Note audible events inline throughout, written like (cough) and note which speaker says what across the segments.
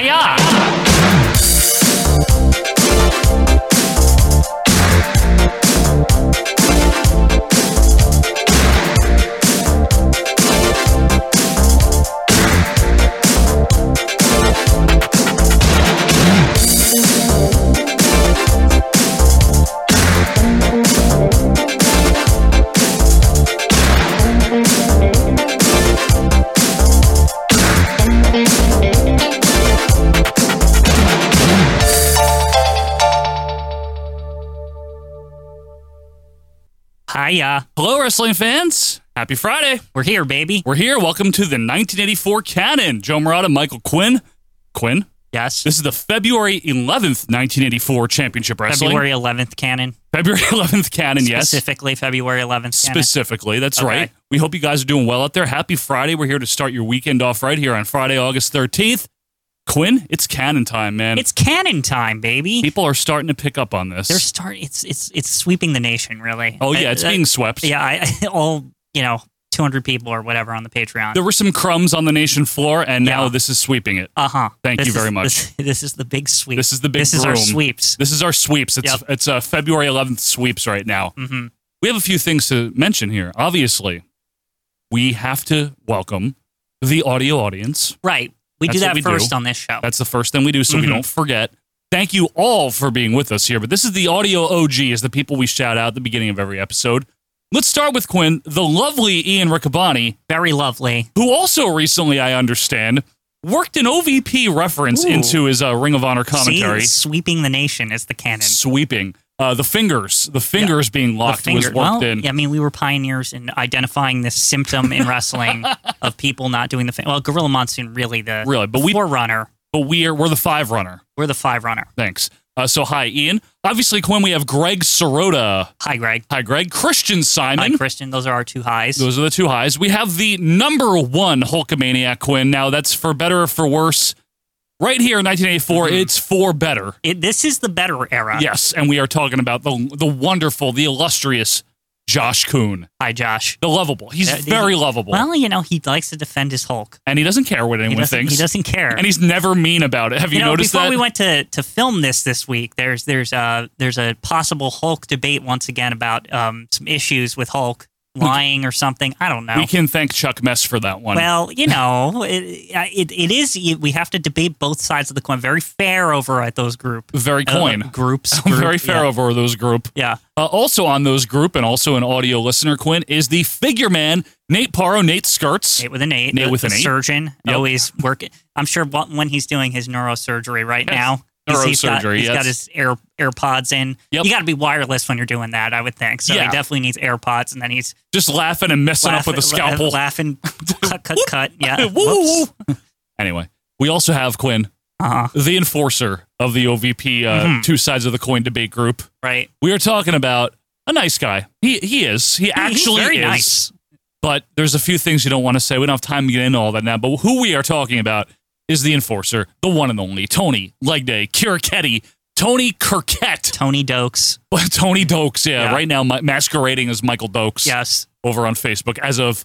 Speaker 1: 呀！Hiya. Hello, wrestling fans. Happy Friday.
Speaker 2: We're here, baby.
Speaker 1: We're here. Welcome to the 1984 canon. Joe Murata, Michael Quinn. Quinn?
Speaker 2: Yes.
Speaker 1: This is the February 11th, 1984 Championship Wrestling.
Speaker 2: February 11th canon.
Speaker 1: February (laughs) 11th canon, yes.
Speaker 2: Specifically, February 11th canon.
Speaker 1: Specifically, that's
Speaker 2: Okay.
Speaker 1: right. We hope you guys are doing well out there. Happy Friday. We're here to start your weekend off right here on Friday, August 13th. Quinn, it's canon time, man.
Speaker 2: it's canon time, baby.
Speaker 1: People are starting to pick up on this.
Speaker 2: They're start. It's it's it's sweeping the nation, really.
Speaker 1: oh, yeah, it's
Speaker 2: I- I-
Speaker 1: being swept.
Speaker 2: uh, Yeah, I, (laughs) I- all you know, 200 people or whatever on the Patreon.
Speaker 1: There were some crumbs on the nation floor, and now
Speaker 2: Yeah.
Speaker 1: this is sweeping it.
Speaker 2: uh huh.
Speaker 1: Thank you
Speaker 2: (laughs)
Speaker 1: very much.
Speaker 2: This, this is the big sweep.
Speaker 1: This is the big
Speaker 2: This is our
Speaker 1: broom.
Speaker 2: sweeps.
Speaker 1: This is our sweeps. It's
Speaker 2: Yep.
Speaker 1: it's uh, February 11th sweeps right now.
Speaker 2: Mhm.
Speaker 1: We have a few things to mention here. Obviously, we have to welcome the audio audience.
Speaker 2: Right. We do
Speaker 1: That's what
Speaker 2: that
Speaker 1: we do.
Speaker 2: first on this show.
Speaker 1: That's the first thing we do, so we
Speaker 2: Mhm.
Speaker 1: don't forget. Thank you all for being with us here. But this is the audio OG, is the people we shout out at the beginning of every episode. Let's start with Quinn, the lovely Ian Riccaboni,
Speaker 2: very lovely.
Speaker 1: who also recently, I understand, worked an OVP reference
Speaker 2: Ooh.
Speaker 1: into his uh, Ring of Honor commentary.
Speaker 2: See, sweeping the nation is the canon.
Speaker 1: sweeping. Uh, the fingers, the fingers being
Speaker 2: The
Speaker 1: locked was
Speaker 2: finger-
Speaker 1: worked
Speaker 2: well,
Speaker 1: in.
Speaker 2: yeah, I mean, we were pioneers in identifying this symptom in
Speaker 1: (laughs)
Speaker 2: wrestling of people not doing the thing. Well, Gorilla Monsoon really the
Speaker 1: Really, but we-
Speaker 2: forerunner.
Speaker 1: But we are we're the five runner.
Speaker 2: We're the five runner.
Speaker 1: Thanks. Uh, so hi, Ian. Obviously, Quinn. We have Greg Sorota.
Speaker 2: Hi, Greg.
Speaker 1: Hi, Greg. Christian
Speaker 2: Hi,
Speaker 1: Simon.
Speaker 2: Christian. Those are our two highs.
Speaker 1: Those are the two highs. We have the number one Hulkamaniac Quinn. Now that's for better or for worse. Right here in 1984,
Speaker 2: Mm-hmm.
Speaker 1: it's for better.
Speaker 2: It, this is the better era.
Speaker 1: Yes, and we are talking about the the wonderful, the illustrious Josh Kuhn,
Speaker 2: Hi, Josh.
Speaker 1: the lovable. He's
Speaker 2: Uh, he-
Speaker 1: very lovable,
Speaker 2: Well, you know, he likes to defend his Hulk.
Speaker 1: and he doesn't care what
Speaker 2: He
Speaker 1: anyone
Speaker 2: doesn't,
Speaker 1: thinks,
Speaker 2: he doesn't care.
Speaker 1: and he's never mean about it. Have you,
Speaker 2: you know,
Speaker 1: noticed
Speaker 2: before
Speaker 1: that?
Speaker 2: we went to, to film this this week, there's there's uh there's a possible Hulk debate once again about um some issues with Hulk lying or something. I don't know.
Speaker 1: We can thank Chuck Mess for that one.
Speaker 2: Well, you know, it, it, it is. We have to debate both sides of the coin. Very fair over at those group
Speaker 1: very
Speaker 2: uh,
Speaker 1: coin.
Speaker 2: groups.
Speaker 1: I'm
Speaker 2: (laughs)
Speaker 1: (laughs)
Speaker 2: group,
Speaker 1: very fair
Speaker 2: Yeah.
Speaker 1: over those group.
Speaker 2: yeah.
Speaker 1: Uh, also on those group and also an audio listener, Quinn, is the figure man, Nate Paro, Nate Skirts.
Speaker 2: Nate with an eight.
Speaker 1: Nate
Speaker 2: the,
Speaker 1: with
Speaker 2: the
Speaker 1: an eight.
Speaker 2: surgeon
Speaker 1: Yep.
Speaker 2: always working. I'm sure wh- when he's doing his neurosurgery right
Speaker 1: Yes.
Speaker 2: now. he's- he's got-
Speaker 1: Neurosurgery,
Speaker 2: he's got
Speaker 1: yes.
Speaker 2: his air AirPods in.
Speaker 1: Yep.
Speaker 2: You got to be wireless when you're doing that, I would think. So
Speaker 1: Yeah.
Speaker 2: he definitely needs AirPods, and then he's
Speaker 1: Just laughing and messing up with a
Speaker 2: laugh-
Speaker 1: scalpel. (laughs)
Speaker 2: laughing, cut, cut, cut. Yeah.
Speaker 1: Woo, (laughs) woo,
Speaker 2: Whoops.
Speaker 1: woo. anyway, we also have Quinn,
Speaker 2: Uh-huh.
Speaker 1: the enforcer of the OVP uh,
Speaker 2: Mhm.
Speaker 1: two sides of the coin debate group.
Speaker 2: Right.
Speaker 1: We are talking about a nice guy. He he is. He actually
Speaker 2: very
Speaker 1: is.
Speaker 2: nice.
Speaker 1: But there's a few things you don't want to say. We don't have time to get into all that now. But who we are talking about is the enforcer, the one and only Tony Legday Kirketti, Tony Kirkett. (laughs)
Speaker 2: Tony Dokes.
Speaker 1: Well, Tony Dokes, yeah,
Speaker 2: Yeah.
Speaker 1: right now ma- masquerading as Michael Dokes
Speaker 2: Yes.
Speaker 1: over on Facebook as of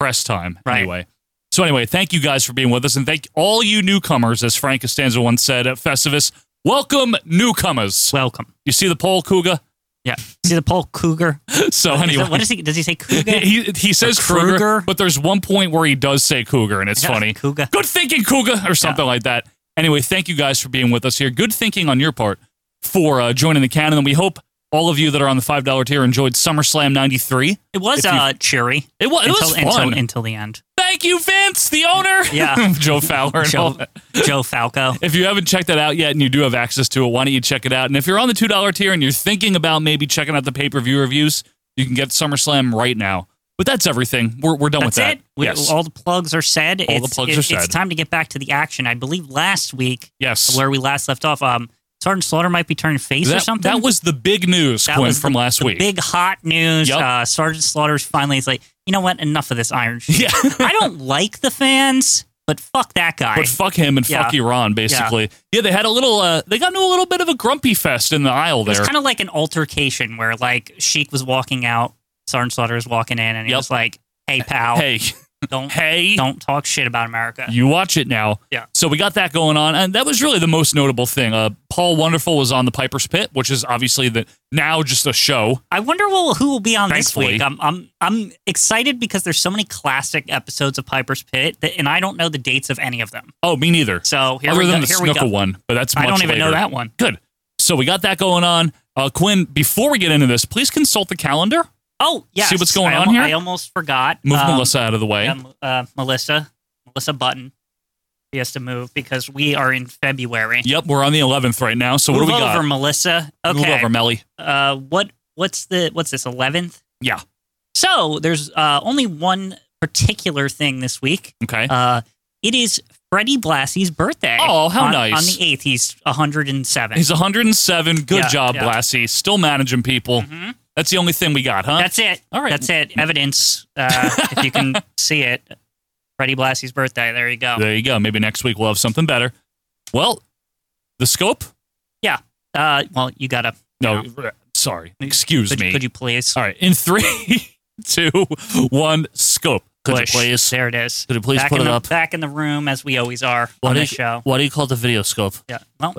Speaker 1: press time.
Speaker 2: Right.
Speaker 1: Anyway, so anyway, thank you guys for being with us, and thank all you newcomers, as Frank Costanza once said at Festivus. Welcome newcomers.
Speaker 2: Welcome.
Speaker 1: You see the poll, Cougar. (laughs)
Speaker 2: Yeah. See the Paul Cougar.
Speaker 1: So
Speaker 2: Is that-
Speaker 1: Oh, anyway,
Speaker 2: what does he? Does he say
Speaker 1: (laughs)
Speaker 2: Cougar?
Speaker 1: he he says Kruger,
Speaker 2: Kruger?
Speaker 1: but there's one point where he does say Cougar, and it's
Speaker 2: Yeah,
Speaker 1: funny.
Speaker 2: Cougar.
Speaker 1: Good thinking, Cougar, or something like that. Anyway, thank you guys for being with us here. Good thinking on your part for uh, joining the canon. And we hope all of you that are on the $5 tier enjoyed SummerSlam 93.
Speaker 2: It was
Speaker 1: If you-
Speaker 2: uh, cheery.
Speaker 1: It was, it
Speaker 2: until,
Speaker 1: was fun.
Speaker 2: Until, until the end.
Speaker 1: Thank you, Vince, the owner. (laughs)
Speaker 2: Yeah.
Speaker 1: Joe Fowler. And all
Speaker 2: Joe,
Speaker 1: that.
Speaker 2: Joe Falco.
Speaker 1: If you haven't checked that out yet and you do have access to it, why don't you check it out? And if you're on the $2 tier and you're thinking about maybe checking out the pay per view reviews, you can get SummerSlam right now. But that's everything. We're, we're (laughs) done
Speaker 2: That's
Speaker 1: with that.
Speaker 2: it. We-
Speaker 1: yes.
Speaker 2: All the plugs are said.
Speaker 1: the
Speaker 2: it's,
Speaker 1: plugs
Speaker 2: it-
Speaker 1: are said.
Speaker 2: It's time to get back to the action. I believe last week,
Speaker 1: yes.
Speaker 2: where we last left off, um, Sergeant Slaughter might be turning face or
Speaker 1: That,
Speaker 2: something.
Speaker 1: that was the big news,
Speaker 2: That
Speaker 1: Quinn,
Speaker 2: was the-
Speaker 1: from last
Speaker 2: the
Speaker 1: week.
Speaker 2: Big hot news.
Speaker 1: Yup.
Speaker 2: Uh, Sergeant Slaughter's finally is like, you know what? Enough of
Speaker 1: (laughs)
Speaker 2: this Iron Sheik.
Speaker 1: (laughs) Yeah.
Speaker 2: I don't like the fans, but fuck that guy.
Speaker 1: But fuck him and fuck
Speaker 2: Yeah.
Speaker 1: Iran, basically. Yeah. they had a little. Uh, they got into a little bit of a grumpy fest in the aisle
Speaker 2: It
Speaker 1: there.
Speaker 2: was kind of like an altercation where like Sheik was walking out, Sergeant Slaughter was walking in, and he
Speaker 1: Yep.
Speaker 2: (laughs) was like, "Hey pal,
Speaker 1: hey,
Speaker 2: Don't
Speaker 1: Hey,
Speaker 2: don't talk shit about America.
Speaker 1: you watch it now.
Speaker 2: Yeah.
Speaker 1: So we got that going on, and that was really the most notable thing. Uh, Paul Wonderful was on the Piper's Pit, which is obviously the now just a show.
Speaker 2: I wonder well, who will be on
Speaker 1: Thankfully.
Speaker 2: this week. I'm I'm I'm excited because there's so many classic episodes of Piper's Pit, that, and I don't know the dates of any of them.
Speaker 1: Oh, me neither.
Speaker 2: So here
Speaker 1: Other
Speaker 2: we
Speaker 1: than
Speaker 2: go.
Speaker 1: the
Speaker 2: Here we go.
Speaker 1: Snuka one, but that's
Speaker 2: I
Speaker 1: much
Speaker 2: don't even know
Speaker 1: later.
Speaker 2: that one.
Speaker 1: Good. So we got that going on. Uh, Quinn, before we get into this, please consult the calendar.
Speaker 2: Oh yeah.
Speaker 1: what's going
Speaker 2: I
Speaker 1: on
Speaker 2: almo-
Speaker 1: here?
Speaker 2: I almost forgot.
Speaker 1: Move
Speaker 2: Um,
Speaker 1: Melissa out of the way.
Speaker 2: yeah, m- uh, Melissa, Melissa Button. She has to move because we are in February.
Speaker 1: Yep, we're on the 11th right now. So
Speaker 2: move
Speaker 1: what do we
Speaker 2: over,
Speaker 1: got?
Speaker 2: Melissa. Okay.
Speaker 1: Move over, Melly.
Speaker 2: Uh, what what's the what's this eleventh?
Speaker 1: Yeah.
Speaker 2: So there's uh, only one particular thing this week.
Speaker 1: Okay.
Speaker 2: Uh, it is Freddie Blassie's birthday.
Speaker 1: Oh, how
Speaker 2: on,
Speaker 1: nice.
Speaker 2: On the eighth, he's 107.
Speaker 1: He's 107. Good
Speaker 2: Yeah,
Speaker 1: job,
Speaker 2: yeah.
Speaker 1: Blassie. Still managing people.
Speaker 2: Mhm.
Speaker 1: That's the only thing we got, huh?
Speaker 2: That's it.
Speaker 1: All right.
Speaker 2: That's it. Evidence. Uh, if
Speaker 1: (laughs)
Speaker 2: you can see it, Freddie Blassie's birthday. There you go.
Speaker 1: There you go. Maybe next week we'll have something better. Well, the scope?
Speaker 2: Uh, well, you gotta.
Speaker 1: No, sorry. Excuse
Speaker 2: Could,
Speaker 1: me. Uh,
Speaker 2: could you please?
Speaker 1: All right. In three, (laughs) two, one, scope. Could
Speaker 2: push?
Speaker 1: you please?
Speaker 2: There it is.
Speaker 1: Could you please
Speaker 2: back
Speaker 1: put
Speaker 2: in
Speaker 1: it
Speaker 2: the,
Speaker 1: up?
Speaker 2: Back in the room as we always are on
Speaker 1: do
Speaker 2: this
Speaker 1: you-
Speaker 2: show.
Speaker 1: Why do you call it the video scope?
Speaker 2: Yeah.
Speaker 1: (laughs)
Speaker 2: Well,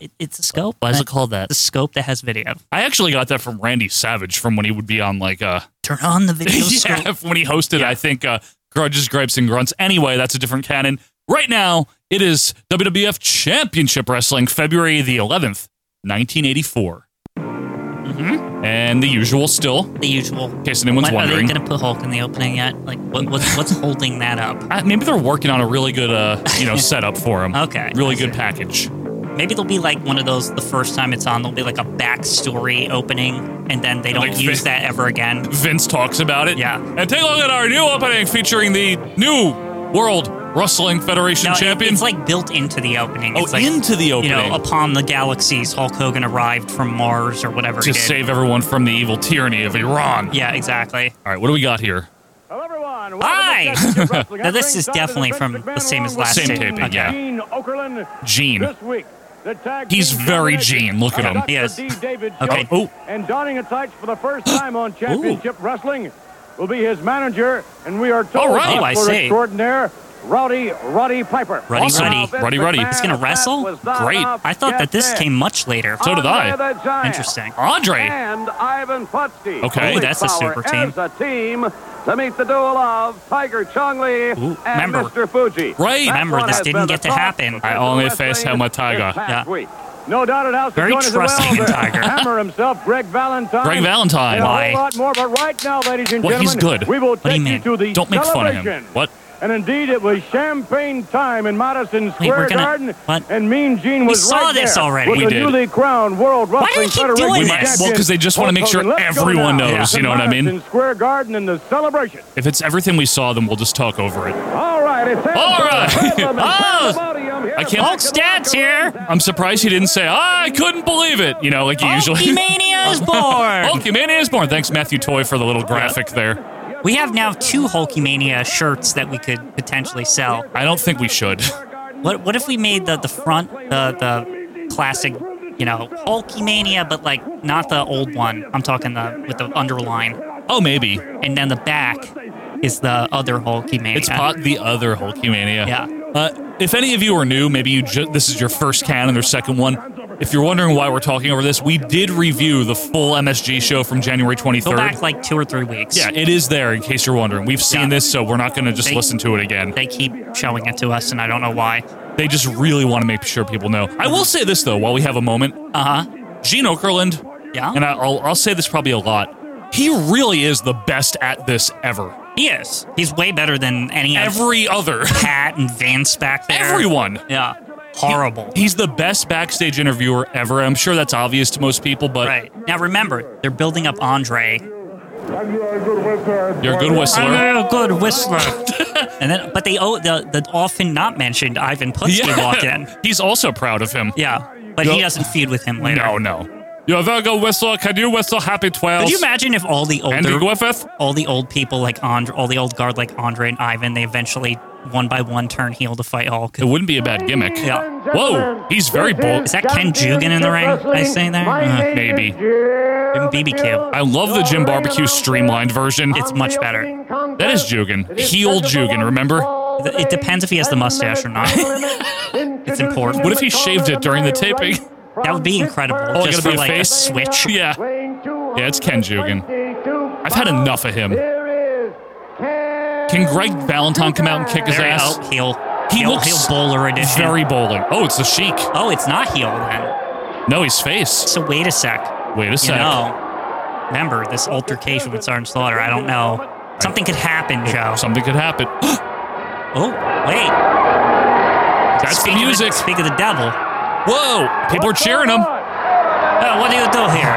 Speaker 2: it, it's a scope.
Speaker 1: Why is
Speaker 2: Uh,
Speaker 1: it called that?
Speaker 2: the scope that has video.
Speaker 1: I actually got that from Randy Savage from when he would be on like uh
Speaker 2: Turn on the (laughs) video scope.
Speaker 1: yeah, when he hosted I think uh Grudges, Gripes and Grunts. Anyway, that's a different canon. Right now, it is WWF Championship Wrestling February the 11th, 1984.
Speaker 2: Mhm.
Speaker 1: And the usual still, in
Speaker 2: The usual.
Speaker 1: case anyone's
Speaker 2: What- Are
Speaker 1: wondering.
Speaker 2: they going to put Hulk in the opening yet? Like, what, what's, what's holding that up?
Speaker 1: Uh, maybe they're working on a really good uh, you
Speaker 2: (laughs)
Speaker 1: know, setup for him.
Speaker 2: Okay.
Speaker 1: Really
Speaker 2: I
Speaker 1: good
Speaker 2: see.
Speaker 1: package.
Speaker 2: Maybe there'll be like one of those. The first time it's on, there'll be like a backstory opening, and then they don't
Speaker 1: Like
Speaker 2: use
Speaker 1: thi-
Speaker 2: that
Speaker 1: (laughs)
Speaker 2: ever again.
Speaker 1: Vince talks about it.
Speaker 2: Yeah.
Speaker 1: And take a look at our new opening featuring the new World Wrestling Federation
Speaker 2: No, it-
Speaker 1: champion.
Speaker 2: it's like built into the opening.
Speaker 1: oh,
Speaker 2: it's like,
Speaker 1: into the
Speaker 2: you
Speaker 1: opening.
Speaker 2: know, upon the galaxies, Hulk Hogan arrived from Mars or whatever. he
Speaker 1: to
Speaker 2: did.
Speaker 1: save everyone from the evil tyranny of Iran.
Speaker 2: yeah, exactly.
Speaker 1: All right, what do we got here?
Speaker 3: Hello, everyone.
Speaker 2: Hi. (laughs)
Speaker 3: now,
Speaker 2: Now, this is definitely from the same as last
Speaker 1: Same taping, yeah.
Speaker 3: Gene Okerlund
Speaker 1: Gene.
Speaker 3: this week. The tag
Speaker 1: He's
Speaker 3: team
Speaker 1: very
Speaker 3: combination
Speaker 1: Gene. Look at
Speaker 3: of
Speaker 1: him.
Speaker 3: Dr.
Speaker 2: He is.
Speaker 3: D. David
Speaker 2: Okay.
Speaker 3: Schultz
Speaker 1: Oh.
Speaker 3: And donning its sights for the
Speaker 2: (gasps)
Speaker 3: first time on Championship Wrestling will be his manager, and we are told
Speaker 1: All right.
Speaker 2: Oh, I
Speaker 3: for
Speaker 2: see.
Speaker 3: extraordinaire Rowdy Roddy Piper.
Speaker 2: Ruddy
Speaker 3: Now,
Speaker 2: Ruddy.
Speaker 3: Vince
Speaker 1: Ruddy Ruddy.
Speaker 3: McMahon,
Speaker 1: He's
Speaker 2: gonna
Speaker 3: that
Speaker 2: wrestle?
Speaker 3: was not
Speaker 1: Great.
Speaker 3: up.
Speaker 2: I thought
Speaker 3: Get
Speaker 2: that this
Speaker 3: there.
Speaker 2: came much later.
Speaker 1: So did I.
Speaker 3: Andre the Giant.
Speaker 2: Interesting.
Speaker 1: Andre.
Speaker 3: And Ivan Putski.
Speaker 1: Okay,
Speaker 3: Holy
Speaker 2: that's a
Speaker 3: power,
Speaker 2: super team.
Speaker 3: as a team to meet the duel of Tiger Chong Lee
Speaker 2: Ooh,
Speaker 3: and
Speaker 2: remember.
Speaker 3: Mr. Fuji.
Speaker 1: Right.
Speaker 3: That
Speaker 2: Remember,
Speaker 3: one
Speaker 2: this
Speaker 3: has
Speaker 2: didn't
Speaker 3: been
Speaker 2: get
Speaker 3: the
Speaker 2: to
Speaker 3: talk
Speaker 2: happen.
Speaker 3: of
Speaker 1: I only
Speaker 3: wrestling
Speaker 1: faced Helmut
Speaker 3: this
Speaker 1: Tiger.
Speaker 3: past
Speaker 2: Yeah.
Speaker 3: week. No doubt it has
Speaker 2: Very trusting in Tiger.
Speaker 3: Hammer himself, Greg Valentine.
Speaker 1: Greg Valentine.
Speaker 3: And a whole
Speaker 2: Why?
Speaker 3: lot more, but right now, ladies and
Speaker 1: Well, he's
Speaker 3: gentlemen,
Speaker 1: good.
Speaker 3: we will
Speaker 2: do you
Speaker 3: take you
Speaker 2: mean?
Speaker 3: to the
Speaker 1: Don't make fun of him.
Speaker 3: celebration.
Speaker 1: What?
Speaker 3: And indeed, it was champagne time in Madison
Speaker 2: Wait,
Speaker 3: Square
Speaker 2: we're gonna-
Speaker 3: Garden.
Speaker 2: what?
Speaker 3: And Mean Gene was
Speaker 2: saw
Speaker 3: right
Speaker 2: this
Speaker 3: there
Speaker 2: already.
Speaker 3: with
Speaker 1: We
Speaker 3: the
Speaker 1: did.
Speaker 3: newly crowned World
Speaker 2: do they
Speaker 3: Wrestling
Speaker 2: keep doing
Speaker 3: Federation
Speaker 2: this?
Speaker 3: champion,
Speaker 1: Well, 'cause they just wanna make
Speaker 3: Hulk
Speaker 1: sure
Speaker 3: Hogan. Let's go
Speaker 1: everyone
Speaker 3: now
Speaker 1: knows,
Speaker 3: to
Speaker 1: you know what I mean?
Speaker 3: Madison Square Garden and the celebration.
Speaker 1: If it's everything we saw, then we'll just talk over it.
Speaker 3: All right, it's
Speaker 1: All right. (laughs) Oh, I can't-
Speaker 2: Hulk stats here.
Speaker 1: I'm surprised he didn't say, I couldn't believe it, you know, like you usually.
Speaker 2: Hulkamania
Speaker 1: (laughs)
Speaker 2: is born.
Speaker 1: Hulkamania Oh, is born. Thanks, Matthew Toy, for the little graphic there.
Speaker 2: We have now two Hulkamania shirts that we could potentially sell.
Speaker 1: I don't think we should.
Speaker 2: What what if we made the the front the the classic, you know, Hulkamania, but like not the old one. I'm talking the with the underline,
Speaker 1: Oh, maybe.
Speaker 2: and then the back is the other Hulkamania.
Speaker 1: It's pot the other Hulkamania.
Speaker 2: Yeah.
Speaker 1: Uh, if any of you are new, maybe you ju- this is your first canon or second one. If you're wondering why we're talking over this, we did review the full MSG show from January 23rd.
Speaker 2: Go back like two or three weeks.
Speaker 1: yeah, it is there in case you're wondering. We've seen
Speaker 2: Yeah.
Speaker 1: this, so we're not going to just
Speaker 2: They-
Speaker 1: listen to it again.
Speaker 2: They keep showing it to us, and I don't know why.
Speaker 1: They just really want to make sure people know. I will say this though, while we have a moment,
Speaker 2: Uh huh.
Speaker 1: Gene Okerlund,
Speaker 2: Yeah.
Speaker 1: and I- I'll I'll say this probably a lot. He really is the best at this ever.
Speaker 2: He is. He's way better than any other
Speaker 1: Every other, (laughs)
Speaker 2: Pat and Vince back there.
Speaker 1: everyone.
Speaker 2: Yeah. Horrible.
Speaker 1: He's the best backstage interviewer ever. I'm sure that's obvious to most people, but
Speaker 2: right. Now remember, they're building up Andre.
Speaker 1: you're a good (laughs) whistler.
Speaker 2: a good whistler.
Speaker 1: (laughs)
Speaker 2: and then, but they oh the the often not mentioned
Speaker 1: (laughs)
Speaker 2: Ivan Putski walked in.
Speaker 1: he's also proud of him.
Speaker 2: Yeah, but he doesn't feud with him later.
Speaker 1: No, no. Yo, Virgo whistle, can you whistle happy 12?
Speaker 2: Could you imagine if all the
Speaker 1: Andy
Speaker 2: older,
Speaker 1: Griffith?
Speaker 2: all the old people like Andre, all the old guard like Andre and Ivan, they eventually one by one turn heel to fight Hulk?
Speaker 1: It wouldn't be a bad gimmick.
Speaker 2: Yeah.
Speaker 1: Whoa, he's very bold.
Speaker 2: Is that Ken Jugan in the ring I say there? Uh,
Speaker 1: maybe.
Speaker 2: And BBQ.
Speaker 1: I love the Jim Barbecue streamlined version.
Speaker 2: It's much better.
Speaker 1: That is Jugan. Heel Jugan, remember?
Speaker 2: Th- It depends if he has the mustache or not. (laughs)
Speaker 4: it's
Speaker 2: important.
Speaker 1: What if he shaved it during the taping?
Speaker 2: That would be incredible.
Speaker 1: Oh,
Speaker 2: just
Speaker 1: gotta be
Speaker 2: for
Speaker 1: a
Speaker 2: like
Speaker 1: face?
Speaker 2: a (laughs) switch.
Speaker 1: Yeah.
Speaker 4: Yeah,
Speaker 1: Yeah, it's Ken Jugan.
Speaker 4: I've
Speaker 1: I've had enough of him.
Speaker 4: Here is Ken
Speaker 1: Can Greg Valentine come out and kick his
Speaker 2: There
Speaker 1: ass?
Speaker 2: you go. Heel.
Speaker 1: He
Speaker 2: heel,
Speaker 1: looks
Speaker 2: heel bowler edition.
Speaker 1: Very bowling. Oh, it's the Sheik.
Speaker 2: oh, it's not heel then.
Speaker 1: No, he's face.
Speaker 2: So wait a sec.
Speaker 1: Wait a
Speaker 2: You
Speaker 1: sec.
Speaker 2: know, remember this altercation with Sergeant Slaughter. I don't know. Something could happen, Joe.
Speaker 1: Something could
Speaker 2: (gasps)
Speaker 1: happen.
Speaker 2: Oh, wait.
Speaker 1: That's the
Speaker 2: Speak of
Speaker 1: music.
Speaker 2: speak of the devil.
Speaker 1: Whoa! People are cheering him.
Speaker 2: Oh, what do you do here?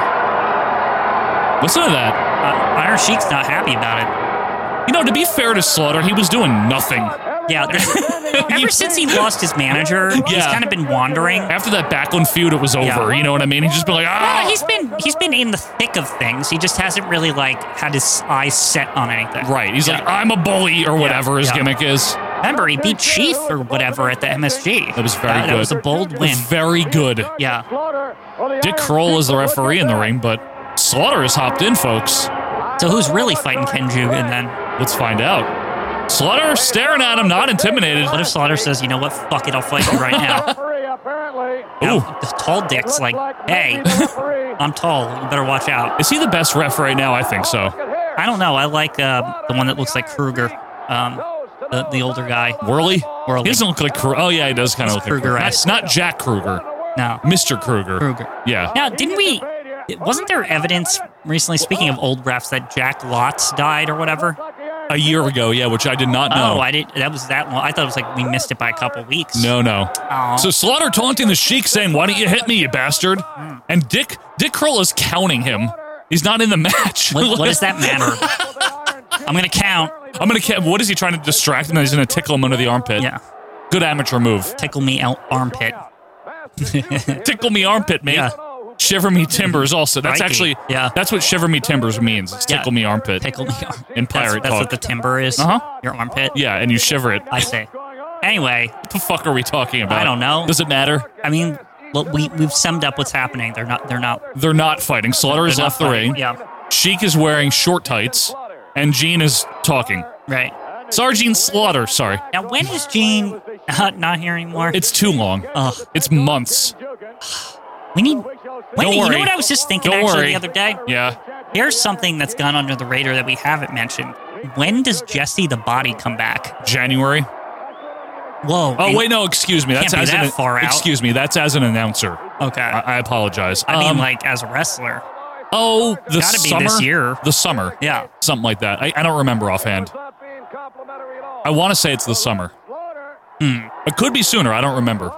Speaker 1: Listen to that.
Speaker 2: Uh, Iron Sheik's not happy about it.
Speaker 1: You know, to be fair to Slaughter, he was doing nothing.
Speaker 2: Yeah.
Speaker 1: (laughs)
Speaker 2: (laughs) there's- ever since he lost his manager, he's
Speaker 1: Yeah.
Speaker 2: kind of been wandering.
Speaker 1: After that Backlund feud, it was over.
Speaker 2: Yeah.
Speaker 1: You know what I mean? He just been like,
Speaker 2: Uh,
Speaker 1: ah.
Speaker 2: he's been he's been in the thick of things. He just hasn't really like had his eyes set on anything.
Speaker 1: right. He's like, I'm a bully or whatever his
Speaker 2: yeah.
Speaker 1: gimmick is.
Speaker 2: Remember, he beat Chief or whatever at the MSG.
Speaker 1: That was very
Speaker 2: that,
Speaker 1: good.
Speaker 2: That was a bold win.
Speaker 1: Very good.
Speaker 2: Yeah.
Speaker 1: Dick Kroll is the referee in the ring, but Slaughter has hopped in, folks.
Speaker 2: So who's really fighting Ken Jugan then?
Speaker 1: Let's find out. Slaughter staring at him, not intimidated.
Speaker 2: What if Slaughter says, you know what, fuck it, I'll fight you right now?
Speaker 1: (laughs) Ooh.
Speaker 2: Now, the tall dick's like, hey,
Speaker 1: (laughs)
Speaker 2: I'm tall. You better watch out.
Speaker 1: Is he the best ref right now? I think so.
Speaker 2: I don't know. I like uh, the one that looks like Kruger, um, the, the older guy.
Speaker 1: Worley?
Speaker 2: Worley.
Speaker 1: He doesn't look like Kruger. Oh, yeah, he does kind of
Speaker 2: He's
Speaker 1: look like Kruger.
Speaker 2: Kruger-esque.
Speaker 1: That's not Jack Kruger.
Speaker 2: No,
Speaker 1: Mr. Kruger.
Speaker 2: Kruger.
Speaker 1: Yeah.
Speaker 2: Now, didn't we? Wasn't there evidence recently, speaking of old refs, that Jack Lotz died or whatever?
Speaker 1: A
Speaker 2: (laughs)
Speaker 1: year ago, yeah, which I did not know.
Speaker 2: Oh, I did. That was that one. I thought it was like we missed it by a couple weeks.
Speaker 1: no, no.
Speaker 2: Aw.
Speaker 1: So Slaughter taunting the Sheik, saying, "Why don't you hit me, you bastard?"
Speaker 2: Hmm.
Speaker 1: And Dick Dick Kroll is counting him. He's not in the match.
Speaker 2: What, what does
Speaker 1: (laughs)
Speaker 2: that matter? I'm gonna count.
Speaker 1: I'm gonna. ca- What is he trying to distract him? He's gonna tickle him under the armpit.
Speaker 2: Yeah,
Speaker 1: Good amateur move.
Speaker 2: tickle me out armpit.
Speaker 1: (laughs) Tickle me armpit, mate.
Speaker 2: Yeah.
Speaker 1: Shiver me timbers. Also, that's
Speaker 2: Crikey.
Speaker 1: actually
Speaker 2: Yeah.
Speaker 1: That's what shiver me timbers means. It's
Speaker 2: Yeah.
Speaker 1: tickle me armpit.
Speaker 2: Tickle me armpit.
Speaker 1: In pirate
Speaker 2: that's, that's
Speaker 1: talk.
Speaker 2: what the timber is.
Speaker 1: Uh-huh.
Speaker 2: Your armpit.
Speaker 1: yeah, and you shiver it.
Speaker 2: I say. Anyway,
Speaker 1: What the fuck are we talking about?
Speaker 2: I don't know.
Speaker 1: Does it matter?
Speaker 2: I mean, look, we we've summed up what's happening. They're not. They're not.
Speaker 1: They're not fighting. Slaughter has
Speaker 2: they're
Speaker 1: left
Speaker 2: not
Speaker 1: the
Speaker 2: fighting.
Speaker 1: ring.
Speaker 2: Yeah.
Speaker 1: Sheik is wearing short tights, and Gene is talking.
Speaker 2: Right.
Speaker 1: Sergeant Slaughter, sorry.
Speaker 2: Now, when is Gene not, not here anymore?
Speaker 1: It's too long.
Speaker 2: Ugh.
Speaker 1: It's months.
Speaker 2: we need. Wait, you know
Speaker 1: worry.
Speaker 2: what I was just thinking
Speaker 1: Don't
Speaker 2: actually
Speaker 1: worry.
Speaker 2: the other day?
Speaker 1: Yeah.
Speaker 2: Here's something that's gone under the radar that we haven't mentioned. When does Jesse the Body come back?
Speaker 1: January.
Speaker 2: Whoa.
Speaker 1: Oh
Speaker 2: and-
Speaker 1: wait, no. Excuse me. That's
Speaker 2: Can't be
Speaker 1: as
Speaker 2: that
Speaker 1: an
Speaker 2: far out.
Speaker 1: excuse me. That's as an announcer.
Speaker 2: Okay.
Speaker 1: I,
Speaker 2: I,
Speaker 1: I apologize.
Speaker 2: mean,
Speaker 1: Um,
Speaker 2: like as a wrestler.
Speaker 1: oh, the
Speaker 2: gotta be
Speaker 1: summer.
Speaker 2: this year.
Speaker 1: The summer.
Speaker 2: Yeah.
Speaker 1: Something like that. I, I don't remember offhand. I want to say it's the summer. It could be sooner. I don't remember.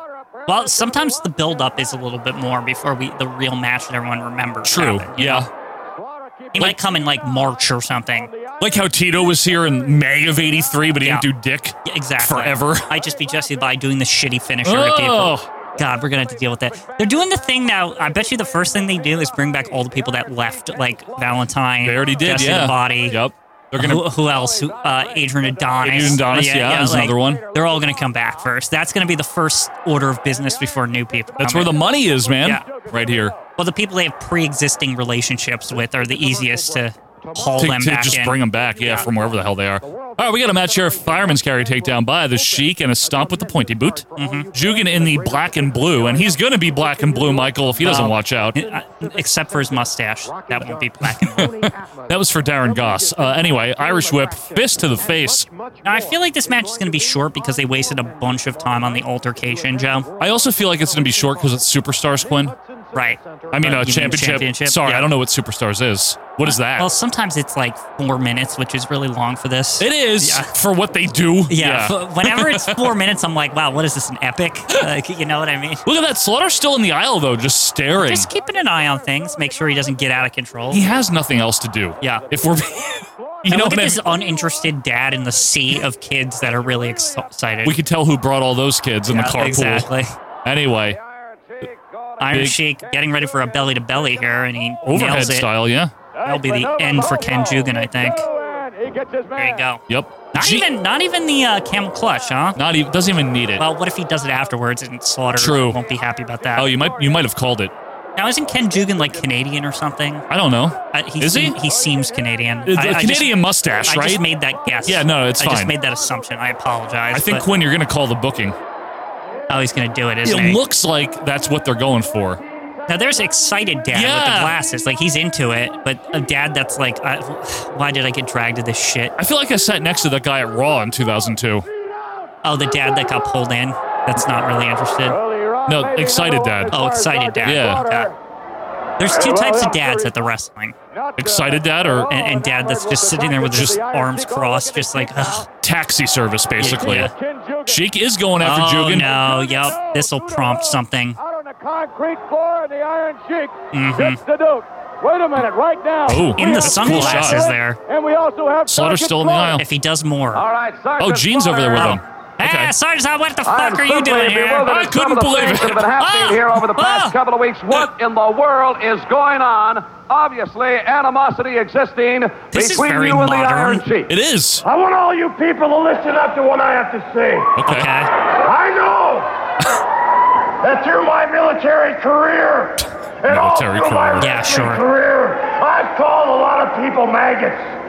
Speaker 2: Well, sometimes the build-up is a little bit more before we the real match that everyone remembers.
Speaker 1: True.
Speaker 2: happened, you know?
Speaker 1: Yeah.
Speaker 2: He might come in like March or something.
Speaker 1: Like how Tito was here in May of '83, but he
Speaker 2: Yeah.
Speaker 1: didn't do dick.
Speaker 2: Yeah, Exactly. (laughs)
Speaker 1: Forever.
Speaker 2: I just be Jesse by doing the shitty finisher at the
Speaker 1: Oh.
Speaker 2: end. God, we're gonna have to deal with that. They're doing the thing now. I bet you the first thing they do is bring back all the people that left, like Valentine.
Speaker 1: They already did.
Speaker 2: Jesse
Speaker 1: yeah.
Speaker 2: the Body.
Speaker 1: Yep. They're gonna
Speaker 2: (laughs) Who, who else? Who, uh, Adrian Adonis.
Speaker 1: Adrian Adonis, yeah, is another one.
Speaker 2: They're all gonna come back first. That's gonna be the first order of business before new people.
Speaker 1: That's
Speaker 2: come
Speaker 1: where the
Speaker 2: in.
Speaker 1: money is, man.
Speaker 2: Yeah.
Speaker 1: Right here.
Speaker 2: Well, the people they have pre-existing relationships with are the easiest to haul
Speaker 1: To,
Speaker 2: them
Speaker 1: to
Speaker 2: back
Speaker 1: just
Speaker 2: in.
Speaker 1: bring them back, yeah, from wherever the hell they are. All right, we got a match here. Fireman's carry takedown by the Sheik and a stomp with the pointy boot.
Speaker 2: Mm-hmm.
Speaker 1: Jugan in the black and blue, and he's going to be black and blue, Michael, if he doesn't
Speaker 2: Well,
Speaker 1: watch out.
Speaker 2: Uh, Except for his mustache, that won't be black
Speaker 1: (laughs)
Speaker 2: and blue.
Speaker 1: That was for Darren Goss. Uh, anyway, Irish whip, fist to the face.
Speaker 2: Now I feel like this match is going to be short because they wasted a bunch of time on the altercation, Joe.
Speaker 1: I also feel like it's going to be short because it's Superstars, Quinn.
Speaker 2: Right.
Speaker 1: I mean,
Speaker 2: Uh,
Speaker 1: uh,
Speaker 2: you mean
Speaker 1: championship.
Speaker 2: championship?
Speaker 1: Sorry,
Speaker 2: Yeah.
Speaker 1: I don't know what Superstars is. What is that?
Speaker 2: Well, sometimes it's like four minutes, which is really long for this.
Speaker 1: it is
Speaker 2: Yeah.
Speaker 1: for what they do.
Speaker 2: Yeah. f-
Speaker 1: (laughs)
Speaker 2: Whenever it's four minutes, I'm like, wow, what is this? An epic? (laughs) Like, you know what I mean?
Speaker 1: Look at that. Slaughter's still in the aisle, though, just staring.
Speaker 2: Just keeping an eye on things, make sure he doesn't get out of control.
Speaker 1: he has nothing else to do.
Speaker 2: Yeah.
Speaker 1: If we're, (laughs) you
Speaker 2: And
Speaker 1: know
Speaker 2: look
Speaker 1: what
Speaker 2: at
Speaker 1: I
Speaker 2: this
Speaker 1: mean?
Speaker 2: uninterested dad in the sea of kids that are really ex- excited.
Speaker 1: We could tell who brought all those kids in
Speaker 2: Yeah,
Speaker 1: the carpool.
Speaker 2: Exactly.
Speaker 1: Anyway,
Speaker 2: Iron
Speaker 1: Big-
Speaker 2: Sheik getting ready for a belly to belly here, and he
Speaker 1: Overhead
Speaker 2: nails it.
Speaker 1: style, yeah.
Speaker 2: That'll be the end for Ken Jugan, I think. There
Speaker 3: There
Speaker 2: you go.
Speaker 1: Yep.
Speaker 2: Not
Speaker 1: G-
Speaker 2: even, not even the uh, camel clutch, huh?
Speaker 1: Not even. Doesn't even need it.
Speaker 2: Well, what if he does it afterwards and Slaughter
Speaker 1: True.
Speaker 2: won't be happy about that?
Speaker 1: oh, you might. You might have called it.
Speaker 2: Now, isn't Ken Jugan like Canadian or something?
Speaker 1: I don't know.
Speaker 2: Uh, he
Speaker 1: Is he?
Speaker 2: seem- He seems Canadian.
Speaker 1: The
Speaker 2: I- I just-
Speaker 1: Canadian mustache,
Speaker 2: I
Speaker 1: right?
Speaker 2: just made that guess.
Speaker 1: Yeah, no, it's
Speaker 2: I
Speaker 1: fine.
Speaker 2: just made that assumption. I apologize.
Speaker 1: I think
Speaker 2: but-
Speaker 1: Quinn, you're going to call the booking.
Speaker 2: oh, he's gonna do it, isn't
Speaker 1: It
Speaker 2: he?
Speaker 1: looks like that's what they're going for.
Speaker 2: now there's excited dad with
Speaker 1: Yeah.
Speaker 2: the glasses, like he's into it, but a dad that's like, I, why did I get dragged to this shit?
Speaker 1: I feel like I sat next to that guy at Raw in 2002.
Speaker 2: Oh, the dad that got pulled in, that's not really interested.
Speaker 1: No, excited dad.
Speaker 2: Oh, excited dad.
Speaker 1: Yeah.
Speaker 2: Okay. There's two types of dads at the wrestling,
Speaker 1: Excited dad or
Speaker 2: and, and dad that's just sitting there with his arms crossed, just like, ugh.
Speaker 1: taxi service, basically.
Speaker 2: Yeah.
Speaker 1: Sheik is going after
Speaker 2: Oh
Speaker 1: Jugan.
Speaker 2: no, yep, this will prompt something.
Speaker 3: Out on the concrete floor, and the Iron Sheik
Speaker 2: Mhm.
Speaker 3: gets the Duke. Wait a minute, right now.
Speaker 1: Oh,
Speaker 2: In the
Speaker 1: That's a cool
Speaker 2: sunglasses
Speaker 1: shot.
Speaker 2: there.
Speaker 3: And we also have
Speaker 1: Slaughter's
Speaker 3: Sergeant
Speaker 1: still in the
Speaker 3: Slaughter.
Speaker 1: aisle.
Speaker 2: If he does more.
Speaker 4: All right,
Speaker 1: Oh, Gene's over there with him.
Speaker 2: Ah,
Speaker 1: Okay.
Speaker 2: Sergeant, what the
Speaker 4: I'm
Speaker 2: fuck are you doing
Speaker 4: simply
Speaker 2: here?
Speaker 4: bewildered
Speaker 1: I
Speaker 4: at some
Speaker 1: couldn't
Speaker 4: of the
Speaker 1: believe
Speaker 4: things
Speaker 1: it.
Speaker 4: that have been happening
Speaker 2: Ah!
Speaker 4: here over the past
Speaker 2: Ah!
Speaker 4: couple of weeks. What in the world is going on? Obviously, animosity existing
Speaker 2: This is
Speaker 4: between
Speaker 2: very
Speaker 4: you and the
Speaker 2: modern.
Speaker 4: Iron Sheik.
Speaker 1: It is.
Speaker 4: I want all you people to listen up to what I have to say.
Speaker 1: Okay.
Speaker 2: Okay.
Speaker 4: I know
Speaker 2: (laughs)
Speaker 4: that through my military career and
Speaker 1: Military
Speaker 4: all through my
Speaker 1: career.
Speaker 2: Yeah,
Speaker 4: wrestling
Speaker 2: sure.
Speaker 4: career, I've called a lot of people
Speaker 2: (laughs)
Speaker 4: maggots.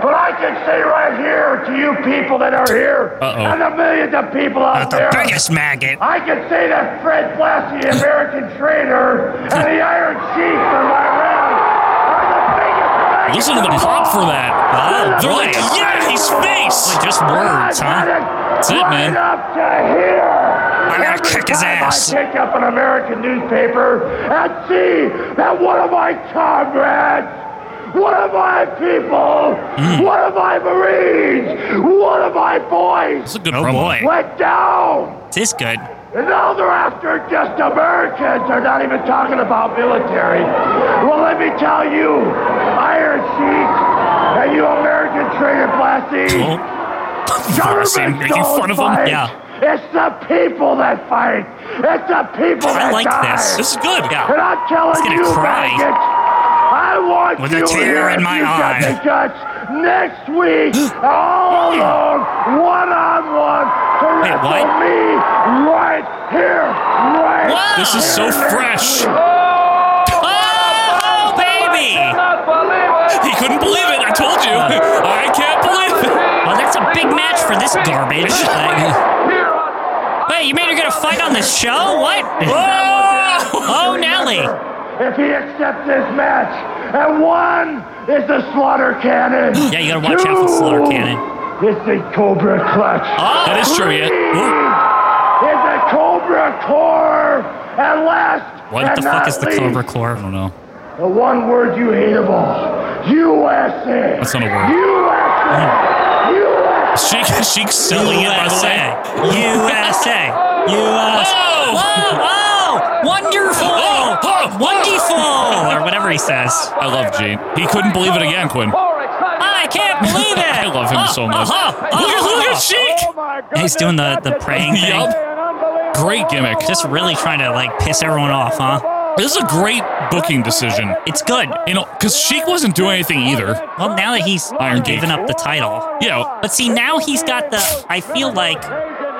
Speaker 4: But I can say right here to you people that are here
Speaker 1: Uh-oh.
Speaker 4: and the millions of people out
Speaker 2: The
Speaker 4: there.
Speaker 2: biggest maggot.
Speaker 4: I can say that Fred Blassie, the American trainer, and the Iron Sheik from Iran are the biggest maggots
Speaker 1: Listen to the
Speaker 4: of
Speaker 1: pop for
Speaker 4: all.
Speaker 1: that.
Speaker 2: Oh,
Speaker 1: They're like,
Speaker 2: boy.
Speaker 1: yeah, his face.
Speaker 2: Like just
Speaker 4: I've
Speaker 2: words,
Speaker 4: had
Speaker 2: huh?
Speaker 4: it
Speaker 1: That's it,
Speaker 4: right
Speaker 1: man.
Speaker 4: up to here.
Speaker 2: gonna
Speaker 4: Every
Speaker 2: kick his
Speaker 4: time
Speaker 2: ass.
Speaker 4: I pick up an American newspaper and see that one of my comrades, one of my people,
Speaker 1: Mm.
Speaker 4: one of my Marines, one of my boys
Speaker 1: That's a good
Speaker 2: Oh
Speaker 1: promo.
Speaker 2: boy,
Speaker 4: went down.
Speaker 2: this good.
Speaker 4: And now they're after just Americans. They're not even talking about military. Well, let me tell you, Iron Sheik and you American traitor
Speaker 2: Oh,
Speaker 4: Blassie,
Speaker 2: embarrassing.
Speaker 4: governments
Speaker 2: Making
Speaker 4: don't
Speaker 2: fun of him.
Speaker 4: fight.
Speaker 2: Yeah,
Speaker 4: It's the people that fight. It's the people
Speaker 2: I
Speaker 4: that
Speaker 2: like
Speaker 4: die.
Speaker 2: this. This is good. Yeah.
Speaker 4: And I'm telling
Speaker 2: gonna
Speaker 4: you,
Speaker 2: cry.
Speaker 4: maggots, I want
Speaker 2: With a
Speaker 4: you
Speaker 2: tear
Speaker 4: here
Speaker 2: in
Speaker 4: if
Speaker 2: my
Speaker 4: you
Speaker 2: eye.
Speaker 4: Got the guts next
Speaker 2: (gasps)
Speaker 4: week, all alone, one on one, to
Speaker 2: Wait,
Speaker 4: wrestle
Speaker 2: what?
Speaker 4: me right here, right.
Speaker 2: What?
Speaker 1: This is so
Speaker 4: here, next
Speaker 1: fresh.
Speaker 4: week.
Speaker 2: Oh, baby.
Speaker 1: He couldn't believe it. I told
Speaker 2: (laughs)
Speaker 1: you. I can't believe it.
Speaker 2: Well, Oh, that's a big match for this garbage. Like, wait, you mean you're gonna fight on this show?
Speaker 1: (laughs)
Speaker 2: What? Oh, Nelly.
Speaker 4: If he accepts this match, and one is the slaughter cannon.
Speaker 2: (gasps) Yeah, you gotta watch out for the slaughter cannon.
Speaker 4: Two Is the Cobra clutch.
Speaker 2: Oh.
Speaker 1: That is true, yeah. Ooh.
Speaker 4: Is the Cobra Core and last
Speaker 2: What
Speaker 4: and
Speaker 2: the fuck
Speaker 4: not
Speaker 2: is the
Speaker 4: least,
Speaker 2: Cobra Corps?
Speaker 1: I don't know.
Speaker 4: The one word you hate of all, USA.
Speaker 1: That's not a word.
Speaker 4: USA. USA.
Speaker 1: (laughs) Sheik, Sheik's selling it, by the
Speaker 2: USA,
Speaker 1: way.
Speaker 2: USA, (laughs) USA.
Speaker 1: Oh!
Speaker 2: Whoa! Whoa! Wonderful!
Speaker 1: Oh, oh,
Speaker 2: Wonderful! Or whatever he says.
Speaker 1: I love Gene. He couldn't believe it again, Quinn.
Speaker 2: I can't believe
Speaker 1: (laughs)
Speaker 2: it!
Speaker 1: I love him so much.
Speaker 2: Uh-huh.
Speaker 1: Look at, look at Sheik!
Speaker 3: Oh my
Speaker 2: And He's doing the, the
Speaker 3: goodness,
Speaker 2: praying thing.
Speaker 1: Yup.
Speaker 3: an unbelievable-
Speaker 1: Great gimmick.
Speaker 2: Just really trying to like piss everyone off, huh?
Speaker 1: This is a great booking decision.
Speaker 2: It's good.
Speaker 1: You know, because Sheik wasn't doing anything either.
Speaker 2: Well, now that he's
Speaker 1: Iron Gate.
Speaker 2: given up the title.
Speaker 1: Yeah.
Speaker 2: But see, now he's got the. I
Speaker 1: (gasps)
Speaker 2: feel like.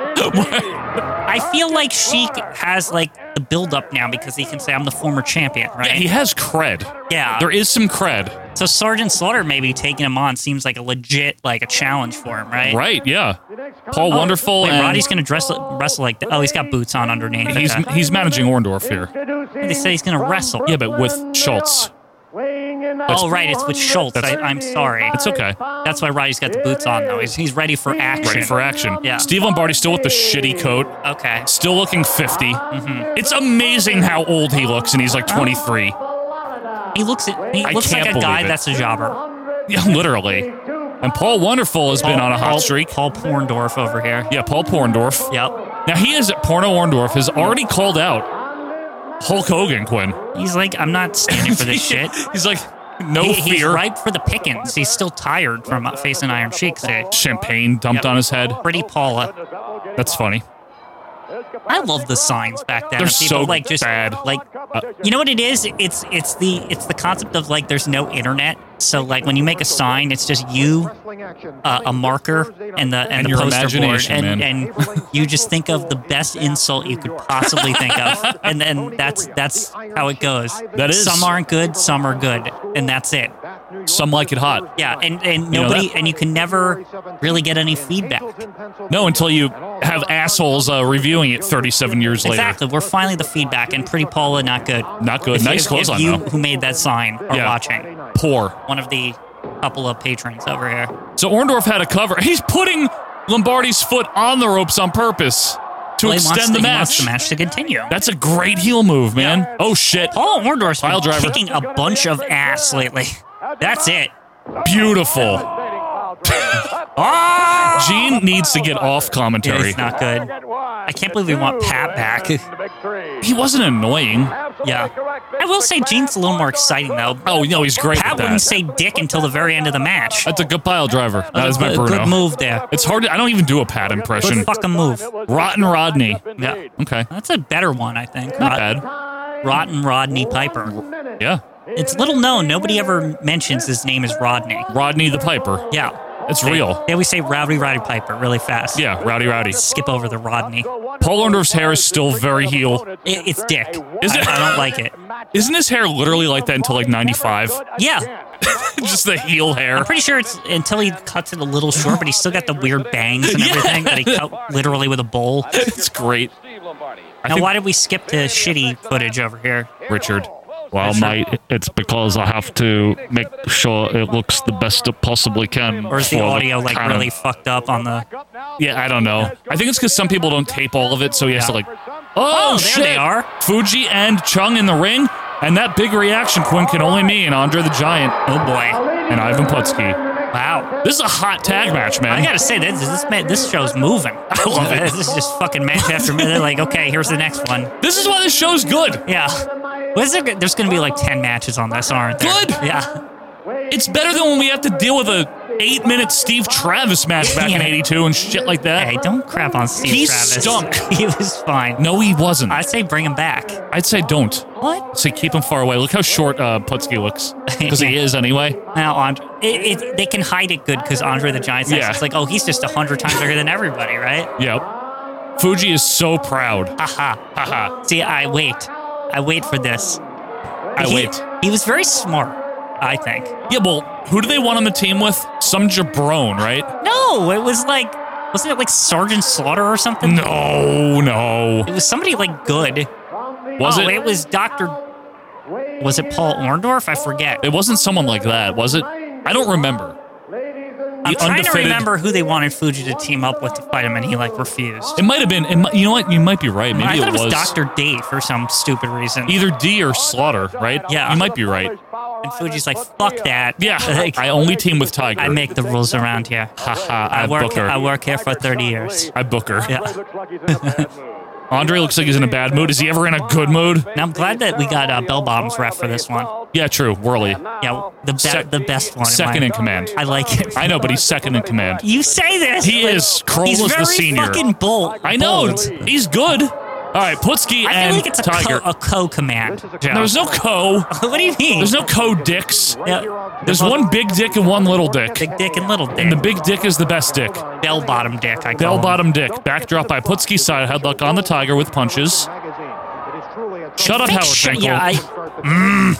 Speaker 2: uh, I feel like Sheik has like the build up now because he can say, I'm the former champion,
Speaker 1: Yeah, (laughs) he
Speaker 2: right?
Speaker 1: has cred.
Speaker 2: Yeah.
Speaker 1: There is some cred.
Speaker 2: So Sergeant Slaughter maybe taking him on seems like a legit like a challenge for him, right?
Speaker 1: Right, yeah. Paul Wonderful
Speaker 2: Oh, Wait,
Speaker 1: and
Speaker 2: Roddy's gonna dress wrestle like that. Oh, he's got boots on underneath.
Speaker 1: he's
Speaker 2: Okay.
Speaker 1: he's managing Orndorff here.
Speaker 2: They say he's gonna wrestle.
Speaker 1: Yeah, but with Schultz.
Speaker 2: Oh, right, it's with Schultz. I,
Speaker 1: That's-
Speaker 2: I'm sorry.
Speaker 1: It's okay.
Speaker 2: That's why Roddy's got the boots on though. He's, he's ready for action.
Speaker 1: Ready for action.
Speaker 2: Yeah. Oh.
Speaker 1: Steve Lombardi still with the shitty coat,
Speaker 2: Okay.
Speaker 1: still looking 50.
Speaker 2: Mm-hmm.
Speaker 1: It's amazing how old he looks, and he's like 23.
Speaker 2: He looks at he
Speaker 1: I
Speaker 2: looks
Speaker 1: can't
Speaker 2: like a guy
Speaker 1: believe it.
Speaker 2: that's a jobber.
Speaker 1: Yeah, (laughs) literally. And Paul Wonderful has been on a
Speaker 2: Paul-
Speaker 1: hot streak.
Speaker 2: Paul Porndorf over here.
Speaker 1: Yeah, Paul Porndorf.
Speaker 2: Yep.
Speaker 1: Now he is at Porno Orndorff has already called out Hulk Hogan, Quinn.
Speaker 2: He's like, I'm not standing
Speaker 1: (laughs)
Speaker 2: for this shit.
Speaker 1: He's like, no
Speaker 2: He- he's
Speaker 1: fear.
Speaker 2: ripe for the pickings. He's still tired from uh, facing Iron Sheik today.
Speaker 1: Champagne dumped
Speaker 2: Yep.
Speaker 1: on his head.
Speaker 2: Pretty Paula.
Speaker 1: That's funny.
Speaker 2: I love the signs back then.
Speaker 1: They're
Speaker 2: of
Speaker 1: so
Speaker 2: people, like just
Speaker 1: bad.
Speaker 2: like uh, you know what it is? It's it's the it's the concept of like there's no internet. So like when you make a sign, it's just you, uh, a marker, and the and,
Speaker 1: And
Speaker 2: the
Speaker 1: your
Speaker 2: poster board,
Speaker 1: imagination,
Speaker 2: and,
Speaker 1: man.
Speaker 2: and you just think of the best insult you could possibly think of, and then that's that's how it goes.
Speaker 1: That is.
Speaker 2: Some aren't good, some are good, and that's it.
Speaker 1: Some like it hot.
Speaker 2: Yeah, and and
Speaker 1: You know
Speaker 2: nobody
Speaker 1: that-
Speaker 2: and you can never really get any feedback.
Speaker 1: No, until you have assholes uh, reviewing it 37 years later.
Speaker 2: Exactly. We're finally the feedback, and pretty Paula not good.
Speaker 1: Not good.
Speaker 2: If-
Speaker 1: Nice
Speaker 2: if-
Speaker 1: clothes
Speaker 2: if
Speaker 1: on,
Speaker 2: you
Speaker 1: though.
Speaker 2: who made that sign are
Speaker 1: Yeah.
Speaker 2: watching.
Speaker 1: Poor.
Speaker 2: One of the couple of patrons over here.
Speaker 1: So Orndorff had a cover. He's putting Lombardi's foot on the ropes on purpose to
Speaker 2: Well, he
Speaker 1: extend
Speaker 2: wants
Speaker 1: the
Speaker 2: to, He
Speaker 1: match.
Speaker 2: wants the match to continue.
Speaker 1: That's a great heel move, man. Oh shit.
Speaker 2: Paul Orndorff's
Speaker 1: Pile
Speaker 2: been
Speaker 1: driver.
Speaker 2: kicking a bunch of ass lately. That's it.
Speaker 1: Beautiful.
Speaker 2: Ah!
Speaker 1: Gene needs to get off
Speaker 2: It
Speaker 1: commentary.
Speaker 2: is not good.
Speaker 3: I
Speaker 2: I can't believe we want Pat back.
Speaker 1: He wasn't annoying.
Speaker 2: Yeah. I will say Gene's a little more exciting though.
Speaker 1: Oh no, he's great
Speaker 2: Pat
Speaker 1: at that.
Speaker 2: wouldn't say dick until the very end of the match.
Speaker 1: That's a good pile driver. That is my
Speaker 2: a
Speaker 1: Bruno.
Speaker 2: good move there.
Speaker 1: It's hard. To, I don't even do a Pat impression.
Speaker 2: Good fucking move.
Speaker 1: Rotten Rodney.
Speaker 2: Yeah.
Speaker 1: Okay.
Speaker 2: That's a better one, I think.
Speaker 1: Not
Speaker 2: Rod-
Speaker 1: bad.
Speaker 2: Rotten Rodney Piper.
Speaker 1: Yeah.
Speaker 2: It's little known. Nobody ever mentions his name is Rodney.
Speaker 1: Rodney the Piper.
Speaker 2: Yeah.
Speaker 1: It's
Speaker 2: They-
Speaker 1: real.
Speaker 2: They always say Rowdy Roddy Piper really fast.
Speaker 1: Yeah. Rowdy Rowdy.
Speaker 2: Skip over the Rodney.
Speaker 1: Paul Orndorff's hair is still very heel.
Speaker 2: It, it's dick.
Speaker 1: Is
Speaker 2: I,
Speaker 1: it?
Speaker 2: I don't like it.
Speaker 1: Isn't his hair literally like that until like 95?
Speaker 2: Yeah.
Speaker 1: (laughs) Just the heel hair.
Speaker 2: I'm
Speaker 1: (laughs)
Speaker 2: pretty sure it's until he cuts it a little short, but he's still got the weird bangs and
Speaker 1: (laughs) Yeah.
Speaker 2: everything that he cut literally with a bowl.
Speaker 1: It's great. I
Speaker 2: Now,
Speaker 1: think-
Speaker 2: why did we skip to shitty footage over here?
Speaker 1: Richard.
Speaker 5: Well, mate, it's because I have to make sure it looks the best it possibly can.
Speaker 2: Or is the
Speaker 5: for
Speaker 2: audio like
Speaker 5: canon.
Speaker 2: really fucked up on the?
Speaker 1: Yeah, I don't know. I think it's because some people don't tape all of it, so he has to like.
Speaker 2: Oh,
Speaker 1: Oh,
Speaker 2: there
Speaker 1: shit.
Speaker 2: they are.
Speaker 1: Fuji and Chung in the ring, and that big reaction, Quinn, can only mean Andre the Giant. Oh boy. And Ivan Putski.
Speaker 2: Wow.
Speaker 1: This is a hot tag match, man.
Speaker 2: I gotta say this this ma- this show's moving. I
Speaker 1: love it.
Speaker 2: (laughs) This is just fucking match after match. They're like, okay, here's the next one.
Speaker 1: this is why this show's good.
Speaker 2: Yeah. What is there, there's gonna be like ten matches on this, aren't there?
Speaker 1: Good.
Speaker 2: Yeah.
Speaker 1: It's better than when we have to deal with a eight minute Steve Travis match back in
Speaker 2: Yeah.
Speaker 1: '82 and shit like that.
Speaker 2: Hey, don't crap on Steve
Speaker 1: He
Speaker 2: Travis.
Speaker 1: stunk.
Speaker 2: (laughs) he was fine.
Speaker 1: No, he wasn't.
Speaker 2: I say bring him back. (laughs)
Speaker 1: I'd say don't.
Speaker 2: What?
Speaker 1: I'd say keep him far away. Look how short uh, Putski
Speaker 2: (laughs)
Speaker 1: looks. Because he is anyway.
Speaker 2: Now, Andre, it, it, they can hide it good because Andre the Giant's
Speaker 1: Yeah.
Speaker 2: yeah. it's like, oh, he's just a hundred times bigger than everybody, right?
Speaker 1: Yep. Fuji is so proud.
Speaker 2: Aha.
Speaker 1: Haha.
Speaker 2: See, I wait. I wait for this.
Speaker 1: I
Speaker 2: he,
Speaker 1: wait.
Speaker 2: He was very smart, I think.
Speaker 1: Yeah, well, who do they want on the team with? Some jabron, right?
Speaker 2: No, it was like, wasn't it like Sergeant Slaughter or something?
Speaker 1: No, no.
Speaker 2: It was somebody like good.
Speaker 1: Was
Speaker 2: oh,
Speaker 1: it?
Speaker 2: It was Dr. Was it Paul Orndorff? I forget.
Speaker 1: It wasn't someone like that, was it? I don't remember.
Speaker 2: I'm trying to
Speaker 1: undefeated-
Speaker 2: remember who they wanted Fuji to team up with to fight him, and he like refused.
Speaker 1: It might have been. It might, you know what? You might be right. Maybe
Speaker 2: I thought
Speaker 1: it was,
Speaker 2: Dr. Dave for some stupid reason.
Speaker 1: either D or Slaughter, right?
Speaker 2: Yeah.
Speaker 1: you might be right.
Speaker 2: And Fuji's like, fuck that.
Speaker 1: Yeah,
Speaker 2: (laughs) Like,
Speaker 1: I only team with Tiger.
Speaker 2: I make the rules around here.
Speaker 1: Haha, I,
Speaker 2: I work,
Speaker 1: Booker.
Speaker 2: I work here for 30 years.
Speaker 1: I Booker.
Speaker 2: Yeah.
Speaker 1: (laughs) Andre looks like he's in a bad mood. Is he ever in a good mood?
Speaker 2: Now, I'm glad that we got uh, Bell Bottoms ref for this one.
Speaker 1: Yeah, true. Whirly.
Speaker 2: Yeah, the, be-
Speaker 1: Sec-
Speaker 2: the best one. in
Speaker 1: second
Speaker 2: my-
Speaker 1: in command.
Speaker 2: I like it.
Speaker 1: I know, but he's second in command.
Speaker 2: You say this.
Speaker 1: He
Speaker 2: but
Speaker 1: is. Kroll
Speaker 2: he's
Speaker 1: is the
Speaker 2: very
Speaker 1: senior.
Speaker 2: fucking bold.
Speaker 1: I know.
Speaker 2: bold.
Speaker 1: it's- He's good. All right, Putski
Speaker 2: I
Speaker 1: and
Speaker 2: feel like it's a co-
Speaker 1: Tiger.
Speaker 2: a co-command. Joe.
Speaker 1: There's no co.
Speaker 2: (laughs) what do you mean?
Speaker 1: There's no co dicks.
Speaker 2: Yeah.
Speaker 1: There's one big dick and one little dick.
Speaker 2: big dick and little dick.
Speaker 1: And the big dick is the best dick.
Speaker 2: bell bottom dick. I call
Speaker 1: Bell
Speaker 2: him.
Speaker 1: bottom dick. Backdrop by Putski side headlock on the Tiger with punches. (laughs) Shut up,
Speaker 2: Fake
Speaker 1: Howard
Speaker 2: shit.
Speaker 1: Finkel.
Speaker 2: Yeah, I, Mm.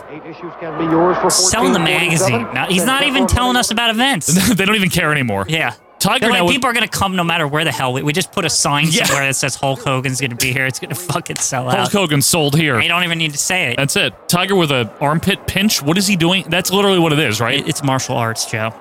Speaker 2: selling the magazine. Now, he's not even telling us
Speaker 1: (laughs)
Speaker 2: about events.
Speaker 1: they don't even care anymore.
Speaker 2: Yeah.
Speaker 1: Tiger
Speaker 2: They're like,
Speaker 1: now with-
Speaker 2: people are gonna come no matter where the hell we, we just put a sign
Speaker 1: Yeah.
Speaker 2: somewhere that says Hulk Hogan's gonna be here. It's gonna fucking sell
Speaker 1: Hulk
Speaker 2: out.
Speaker 1: Hogan sold here.
Speaker 2: I don't even need to say it.
Speaker 1: That's it. Tiger with a armpit pinch. What is he doing? That's literally what it is, right?
Speaker 2: It- It's martial arts, Joe.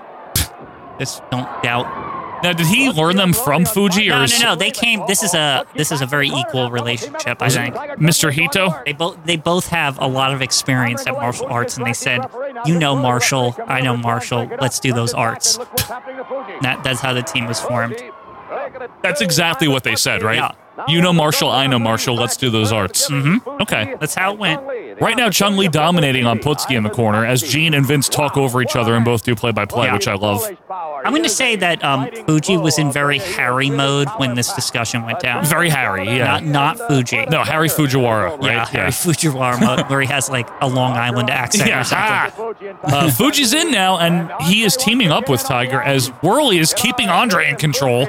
Speaker 2: Just don't doubt.
Speaker 1: Now, did he learn them from Fuji or
Speaker 2: No, no,
Speaker 1: is
Speaker 2: no. They came. This is a this is a very equal relationship. I
Speaker 1: Is it
Speaker 2: think
Speaker 1: Mr. Hito?
Speaker 2: they both they both have a lot of experience at martial arts, and they said, "You know martial, I know martial. Let's do those arts." And that that's how the team was formed.
Speaker 1: That's exactly what they said, right?
Speaker 2: Yeah.
Speaker 1: You know Marshall, I know Marshall. Let's do those arts.
Speaker 2: Mhm.
Speaker 1: Okay.
Speaker 2: That's how it went.
Speaker 1: Right now, Chun Li dominating on Putski in the corner as Gene and Vince talk over each other and both do play by play,
Speaker 2: Yeah.
Speaker 1: which I love.
Speaker 2: I'm going to say that um, Fuji was in very Harry mode when this discussion went down.
Speaker 1: Very Harry, yeah.
Speaker 2: Not, not Fuji.
Speaker 1: No, Harry Fujiwara, right?
Speaker 2: Yeah, Harry
Speaker 1: (laughs)
Speaker 2: Fujiwara mode, where he has like a Long Island accent
Speaker 1: Yeah.
Speaker 2: or something.
Speaker 1: Uh, Fuji's in now, and he is teaming up with Tiger as Worley is keeping Andre in control.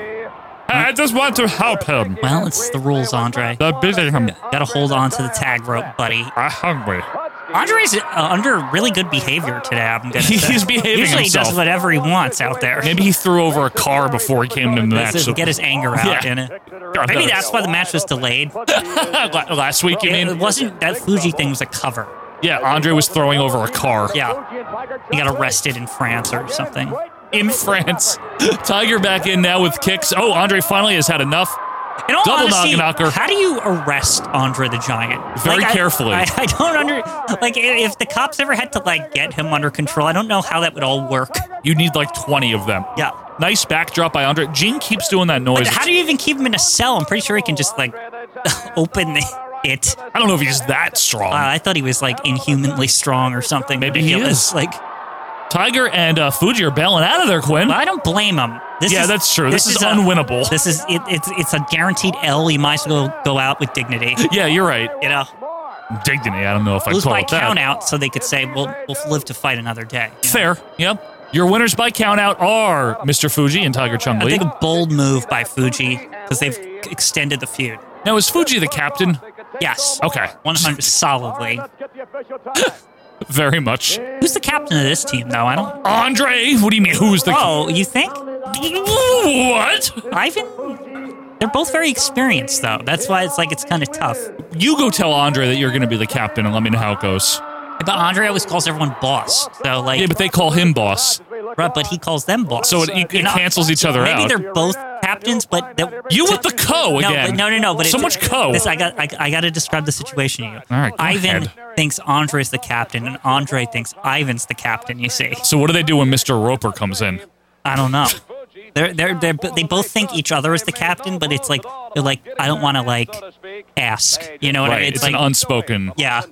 Speaker 1: I just want to help him.
Speaker 2: Well, it's the rules, Andre.
Speaker 1: The busy him.
Speaker 2: Gotta hold on to the tag rope, buddy.
Speaker 1: I'm hungry. (laughs)
Speaker 2: Andre's uh, under really good behavior today. I'm gonna. say.
Speaker 1: (laughs) He's behaving
Speaker 2: Usually he
Speaker 1: himself.
Speaker 2: does whatever he wants out there.
Speaker 1: Maybe
Speaker 2: (laughs)
Speaker 1: he threw over a car before he came to the match.
Speaker 2: This is-
Speaker 1: so-
Speaker 2: get his anger (laughs) out.
Speaker 1: Yeah.
Speaker 2: in it. Maybe that's why the match was delayed. (laughs)
Speaker 1: La- Last week, you
Speaker 2: It,
Speaker 1: mean?
Speaker 2: it wasn't that Fuji thing was a cover.
Speaker 1: Yeah, Andre was throwing over a car.
Speaker 2: Yeah, he got arrested in France or something.
Speaker 1: In France. Tiger back in now with kicks. Oh, Andre finally has had enough.
Speaker 2: In all
Speaker 1: Double
Speaker 2: honesty,
Speaker 1: knocker knocker.
Speaker 2: How do you arrest Andre the Giant?
Speaker 1: Very
Speaker 2: I-
Speaker 1: carefully.
Speaker 2: I, I don't under like i- if the cops ever had to like get him under control. I don't know how that would all work.
Speaker 1: You need like 20 of them.
Speaker 2: Yeah.
Speaker 1: Nice backdrop by Andre. Gene keeps doing that noise.
Speaker 2: How do you even keep him in a cell? I'm pretty sure he can just like (laughs)
Speaker 1: Um,
Speaker 2: open the, it.
Speaker 1: I don't know if he's that strong.
Speaker 2: Wow, uh, I thought he was like inhumanly strong or something.
Speaker 1: Maybe he
Speaker 2: ridiculous.
Speaker 1: is.
Speaker 2: Like,
Speaker 1: Tiger and uh, Fuji are bailing out of there, Quinn.
Speaker 2: well, I don't blame him. This
Speaker 1: Yeah,
Speaker 2: is,
Speaker 1: that's true. This is
Speaker 2: a-
Speaker 1: unwinnable.
Speaker 2: This is it, it's it's a guaranteed L. You might as well go out with dignity.
Speaker 1: yeah, you're right.
Speaker 2: You know,
Speaker 1: Dignity. I don't know if I
Speaker 2: lose
Speaker 1: call
Speaker 2: by
Speaker 1: it that.
Speaker 2: count out, so they could say we'll we'll live to fight another day. you know?
Speaker 1: Fair. Yep. Your winners by count out are Mr. Fuji and Tiger Chung
Speaker 2: I
Speaker 1: Lee.
Speaker 2: think a bold move by Fuji because they've extended the feud.
Speaker 1: Now is Fuji the captain?
Speaker 2: Yes.
Speaker 1: Okay.
Speaker 2: 100 (laughs) solidly.
Speaker 1: (laughs) Very much.
Speaker 2: Who's the captain of this team, though? I don't.
Speaker 1: Andre, what do you mean? Oh, Who's the?
Speaker 2: Oh, you think?
Speaker 1: What?
Speaker 2: Ivan? They're both very experienced, though. That's why it's like it's kind of tough.
Speaker 1: You go tell Andre that you're going to be the captain and let me know how it goes.
Speaker 2: But Andre always calls everyone boss. So like,
Speaker 1: Yeah, but they call him boss.
Speaker 2: Right, but he calls them boss.
Speaker 1: So it- it
Speaker 2: You know,
Speaker 1: cancels each other
Speaker 2: maybe
Speaker 1: out.
Speaker 2: they're both captains, but the,
Speaker 1: You with the co
Speaker 2: No,
Speaker 1: again.
Speaker 2: but no, no, no. But
Speaker 1: So
Speaker 2: it's-
Speaker 1: much co.
Speaker 2: This, I got. I, I got to describe the situation to you.
Speaker 1: All right, go
Speaker 2: Ivan
Speaker 1: ahead.
Speaker 2: thinks Andre's the captain, and Andre thinks Ivan's the captain. You see,
Speaker 1: So what do they do when Mr. Roper comes in?
Speaker 2: I
Speaker 1: (laughs)
Speaker 2: don't know. They're, they're, they're, they both think each other is the captain, but it's like they're like I don't want to like ask. You know what I
Speaker 1: Right.
Speaker 2: mean?
Speaker 1: It's,
Speaker 2: like
Speaker 1: an unspoken
Speaker 2: yeah,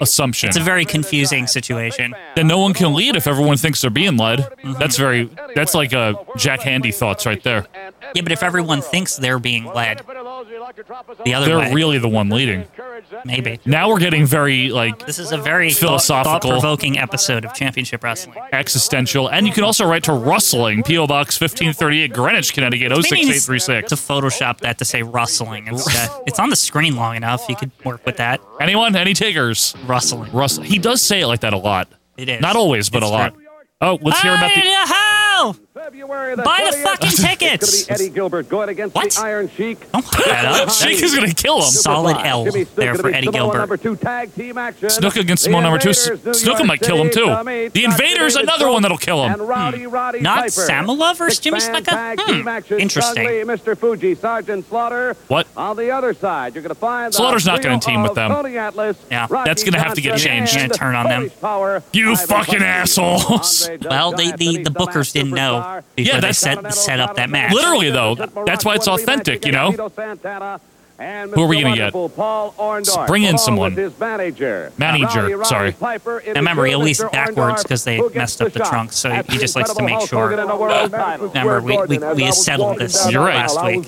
Speaker 1: assumption.
Speaker 2: it's a very confusing situation.
Speaker 1: then no one can lead if everyone thinks they're being led.
Speaker 2: Mm-hmm.
Speaker 1: That's very. That's like uh, Jack Handy thoughts right there.
Speaker 2: Yeah, but if everyone thinks they're being led, the other
Speaker 1: They're
Speaker 2: way,
Speaker 1: really the one leading.
Speaker 2: maybe.
Speaker 1: Now we're getting very like
Speaker 2: This is a very
Speaker 1: Philosophical.
Speaker 2: provoking episode of Championship Wrestling.
Speaker 1: existential, and you can also write to Rustling, PO Box 1538, Greenwich, Connecticut
Speaker 2: Maybe it's-
Speaker 1: 06836.
Speaker 2: To Photoshop that to say rustling instead. it's on the screen long enough. You could work with that.
Speaker 1: Anyone? Any takers?
Speaker 2: Rustling.
Speaker 1: Russ, he does say it like that a lot.
Speaker 2: It is.
Speaker 1: Not always, but
Speaker 2: It's
Speaker 1: a lot.
Speaker 2: true.
Speaker 1: Oh, let's hear about the.
Speaker 2: Idaho! Buy
Speaker 3: Buy
Speaker 2: the fucking tickets!
Speaker 3: Eddie Gilbert going against
Speaker 2: What?
Speaker 3: the Iron Sheik.
Speaker 2: Don't put
Speaker 1: (laughs)
Speaker 2: that up.
Speaker 1: Sheik is gonna kill him.
Speaker 2: Solid
Speaker 3: Superfly.
Speaker 2: L
Speaker 3: Jimmy Snuka
Speaker 2: there for
Speaker 3: to be
Speaker 2: Eddie
Speaker 3: Samoa Number
Speaker 2: Gilbert.
Speaker 3: two tag team action.
Speaker 1: Snook against
Speaker 3: The
Speaker 1: Samoa number two.
Speaker 3: Invaders, New
Speaker 1: Snook
Speaker 3: York
Speaker 1: might kill him
Speaker 3: City,
Speaker 1: too.
Speaker 3: Tommy
Speaker 1: The
Speaker 3: Tucker,
Speaker 1: Invaders,
Speaker 3: David
Speaker 1: another
Speaker 3: Funk,
Speaker 1: one that'll kill him. Hmm.
Speaker 3: and Rowdy Roddy
Speaker 2: Not
Speaker 3: Piper.
Speaker 2: Samalov versus Jimmy
Speaker 3: Six-man
Speaker 2: Snuka?
Speaker 3: tag team
Speaker 2: Hmm.
Speaker 3: action, Chun
Speaker 2: Interesting.
Speaker 3: Li, Mr. Fuji, Sergeant Slaughter.
Speaker 1: What?
Speaker 3: On the other side, you're going to find the
Speaker 1: Slaughter's not gonna
Speaker 3: trio
Speaker 1: team with
Speaker 3: of
Speaker 1: them.
Speaker 3: Tony Atlas,
Speaker 2: Yeah,
Speaker 3: Rocky
Speaker 1: that's gonna have to get
Speaker 3: Johnson,
Speaker 1: changed.
Speaker 3: and
Speaker 2: Yeah, turn on them.
Speaker 3: Polish Power,
Speaker 1: You
Speaker 3: Ivan
Speaker 1: fucking
Speaker 3: Bucky.
Speaker 1: assholes.
Speaker 3: Andre the
Speaker 2: (laughs) Well, the,
Speaker 3: Giant,
Speaker 2: the, the
Speaker 3: Beneath
Speaker 2: bookers didn't know
Speaker 3: Superstar.
Speaker 2: before
Speaker 1: Yeah,
Speaker 2: they
Speaker 1: that's-
Speaker 2: set, set up that match.
Speaker 1: Literally, though, that's why it's authentic, you know?
Speaker 3: Who
Speaker 1: Who are we gonna get?
Speaker 3: Paul Orndorff,
Speaker 1: Bring in
Speaker 3: along
Speaker 1: someone.
Speaker 3: with his manager.
Speaker 1: Manager,
Speaker 3: Rowdy Roddy
Speaker 1: sorry.
Speaker 3: Piper in
Speaker 2: I
Speaker 3: the
Speaker 2: remember he
Speaker 3: show,
Speaker 2: always
Speaker 3: Mr.
Speaker 2: backwards
Speaker 3: Orndorff,
Speaker 2: 'cause they
Speaker 3: who gets
Speaker 2: messed up the
Speaker 3: shot.
Speaker 2: trunks, so
Speaker 3: That's
Speaker 2: he
Speaker 3: the
Speaker 2: just likes to make
Speaker 3: incredible
Speaker 2: sure.
Speaker 3: Hulk Hogan in the
Speaker 6: (laughs)
Speaker 3: world title.
Speaker 2: Remember, we- we- we settled this
Speaker 1: You're right.
Speaker 2: last week.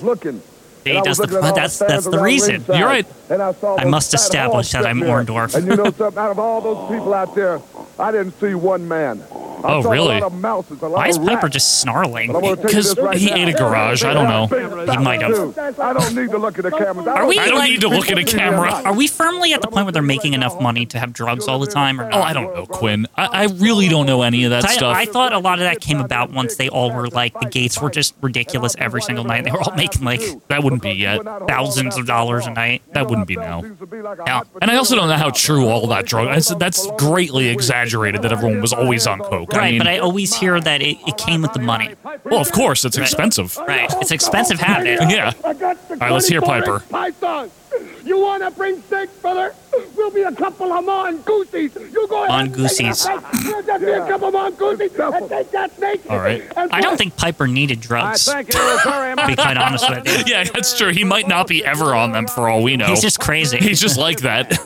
Speaker 2: He
Speaker 7: I
Speaker 2: does
Speaker 7: was
Speaker 2: the,
Speaker 7: looking at all
Speaker 2: but that's that's
Speaker 7: fans
Speaker 2: the
Speaker 7: around
Speaker 2: reason.
Speaker 7: ringside,
Speaker 1: You're right.
Speaker 7: and I, saw
Speaker 2: I
Speaker 7: those
Speaker 2: must
Speaker 7: fat
Speaker 2: establish
Speaker 7: hogs
Speaker 2: that I'm
Speaker 7: sitting there.
Speaker 2: Orndorff.
Speaker 7: and you know something? Out of all those people out there, I didn't see one man. I
Speaker 1: Oh,
Speaker 7: saw
Speaker 1: really?
Speaker 7: A lot of mouses, a lot
Speaker 2: Why is
Speaker 7: of rats.
Speaker 2: Piper just snarling?
Speaker 7: But I wanna tell you
Speaker 1: Because
Speaker 7: this right
Speaker 1: he
Speaker 7: now.
Speaker 1: ate a garage. I don't know.
Speaker 2: He might
Speaker 7: have. I don't need to look at the cameras.
Speaker 2: Are we,
Speaker 1: Oh, I don't
Speaker 2: like-
Speaker 1: need to look at a camera.
Speaker 2: Are we firmly at the point where they're making enough money to have drugs all the time? Or not?
Speaker 1: Oh, I don't know, Quinn. I, I really don't know any of that
Speaker 2: I,
Speaker 1: stuff.
Speaker 2: I thought a lot of that came about once they all were like the gates were just ridiculous every single night. They were all making like
Speaker 1: that wouldn't be uh, yet.
Speaker 2: thousands of dollars a night.
Speaker 1: That wouldn't be now.
Speaker 7: Yeah.
Speaker 1: And I also don't know how true all that drug. I said that's greatly exaggerated that everyone was always on coke. I
Speaker 2: right,
Speaker 1: mean,
Speaker 2: but I always hear that it, it came with the money.
Speaker 1: well, Oh, of course, it's
Speaker 2: Right.
Speaker 1: expensive.
Speaker 2: Right, it's an expensive habit.
Speaker 1: Yeah. All right, let's hear Piper.
Speaker 4: You want to bring steak, brother? We'll be a couple of mongooses. You go ahead. and take
Speaker 2: Mongooses.
Speaker 4: that steak. We'll just be a couple of mongooses and take that snake.
Speaker 1: All right.
Speaker 2: I don't think Piper needed
Speaker 3: I
Speaker 2: drugs.
Speaker 3: thank you very
Speaker 2: To be
Speaker 3: much.
Speaker 2: quite honest with you,
Speaker 1: (laughs) yeah, that's true. He might not be ever on them for all we know.
Speaker 2: he's just crazy.
Speaker 1: He's just
Speaker 2: (laughs)
Speaker 1: like that.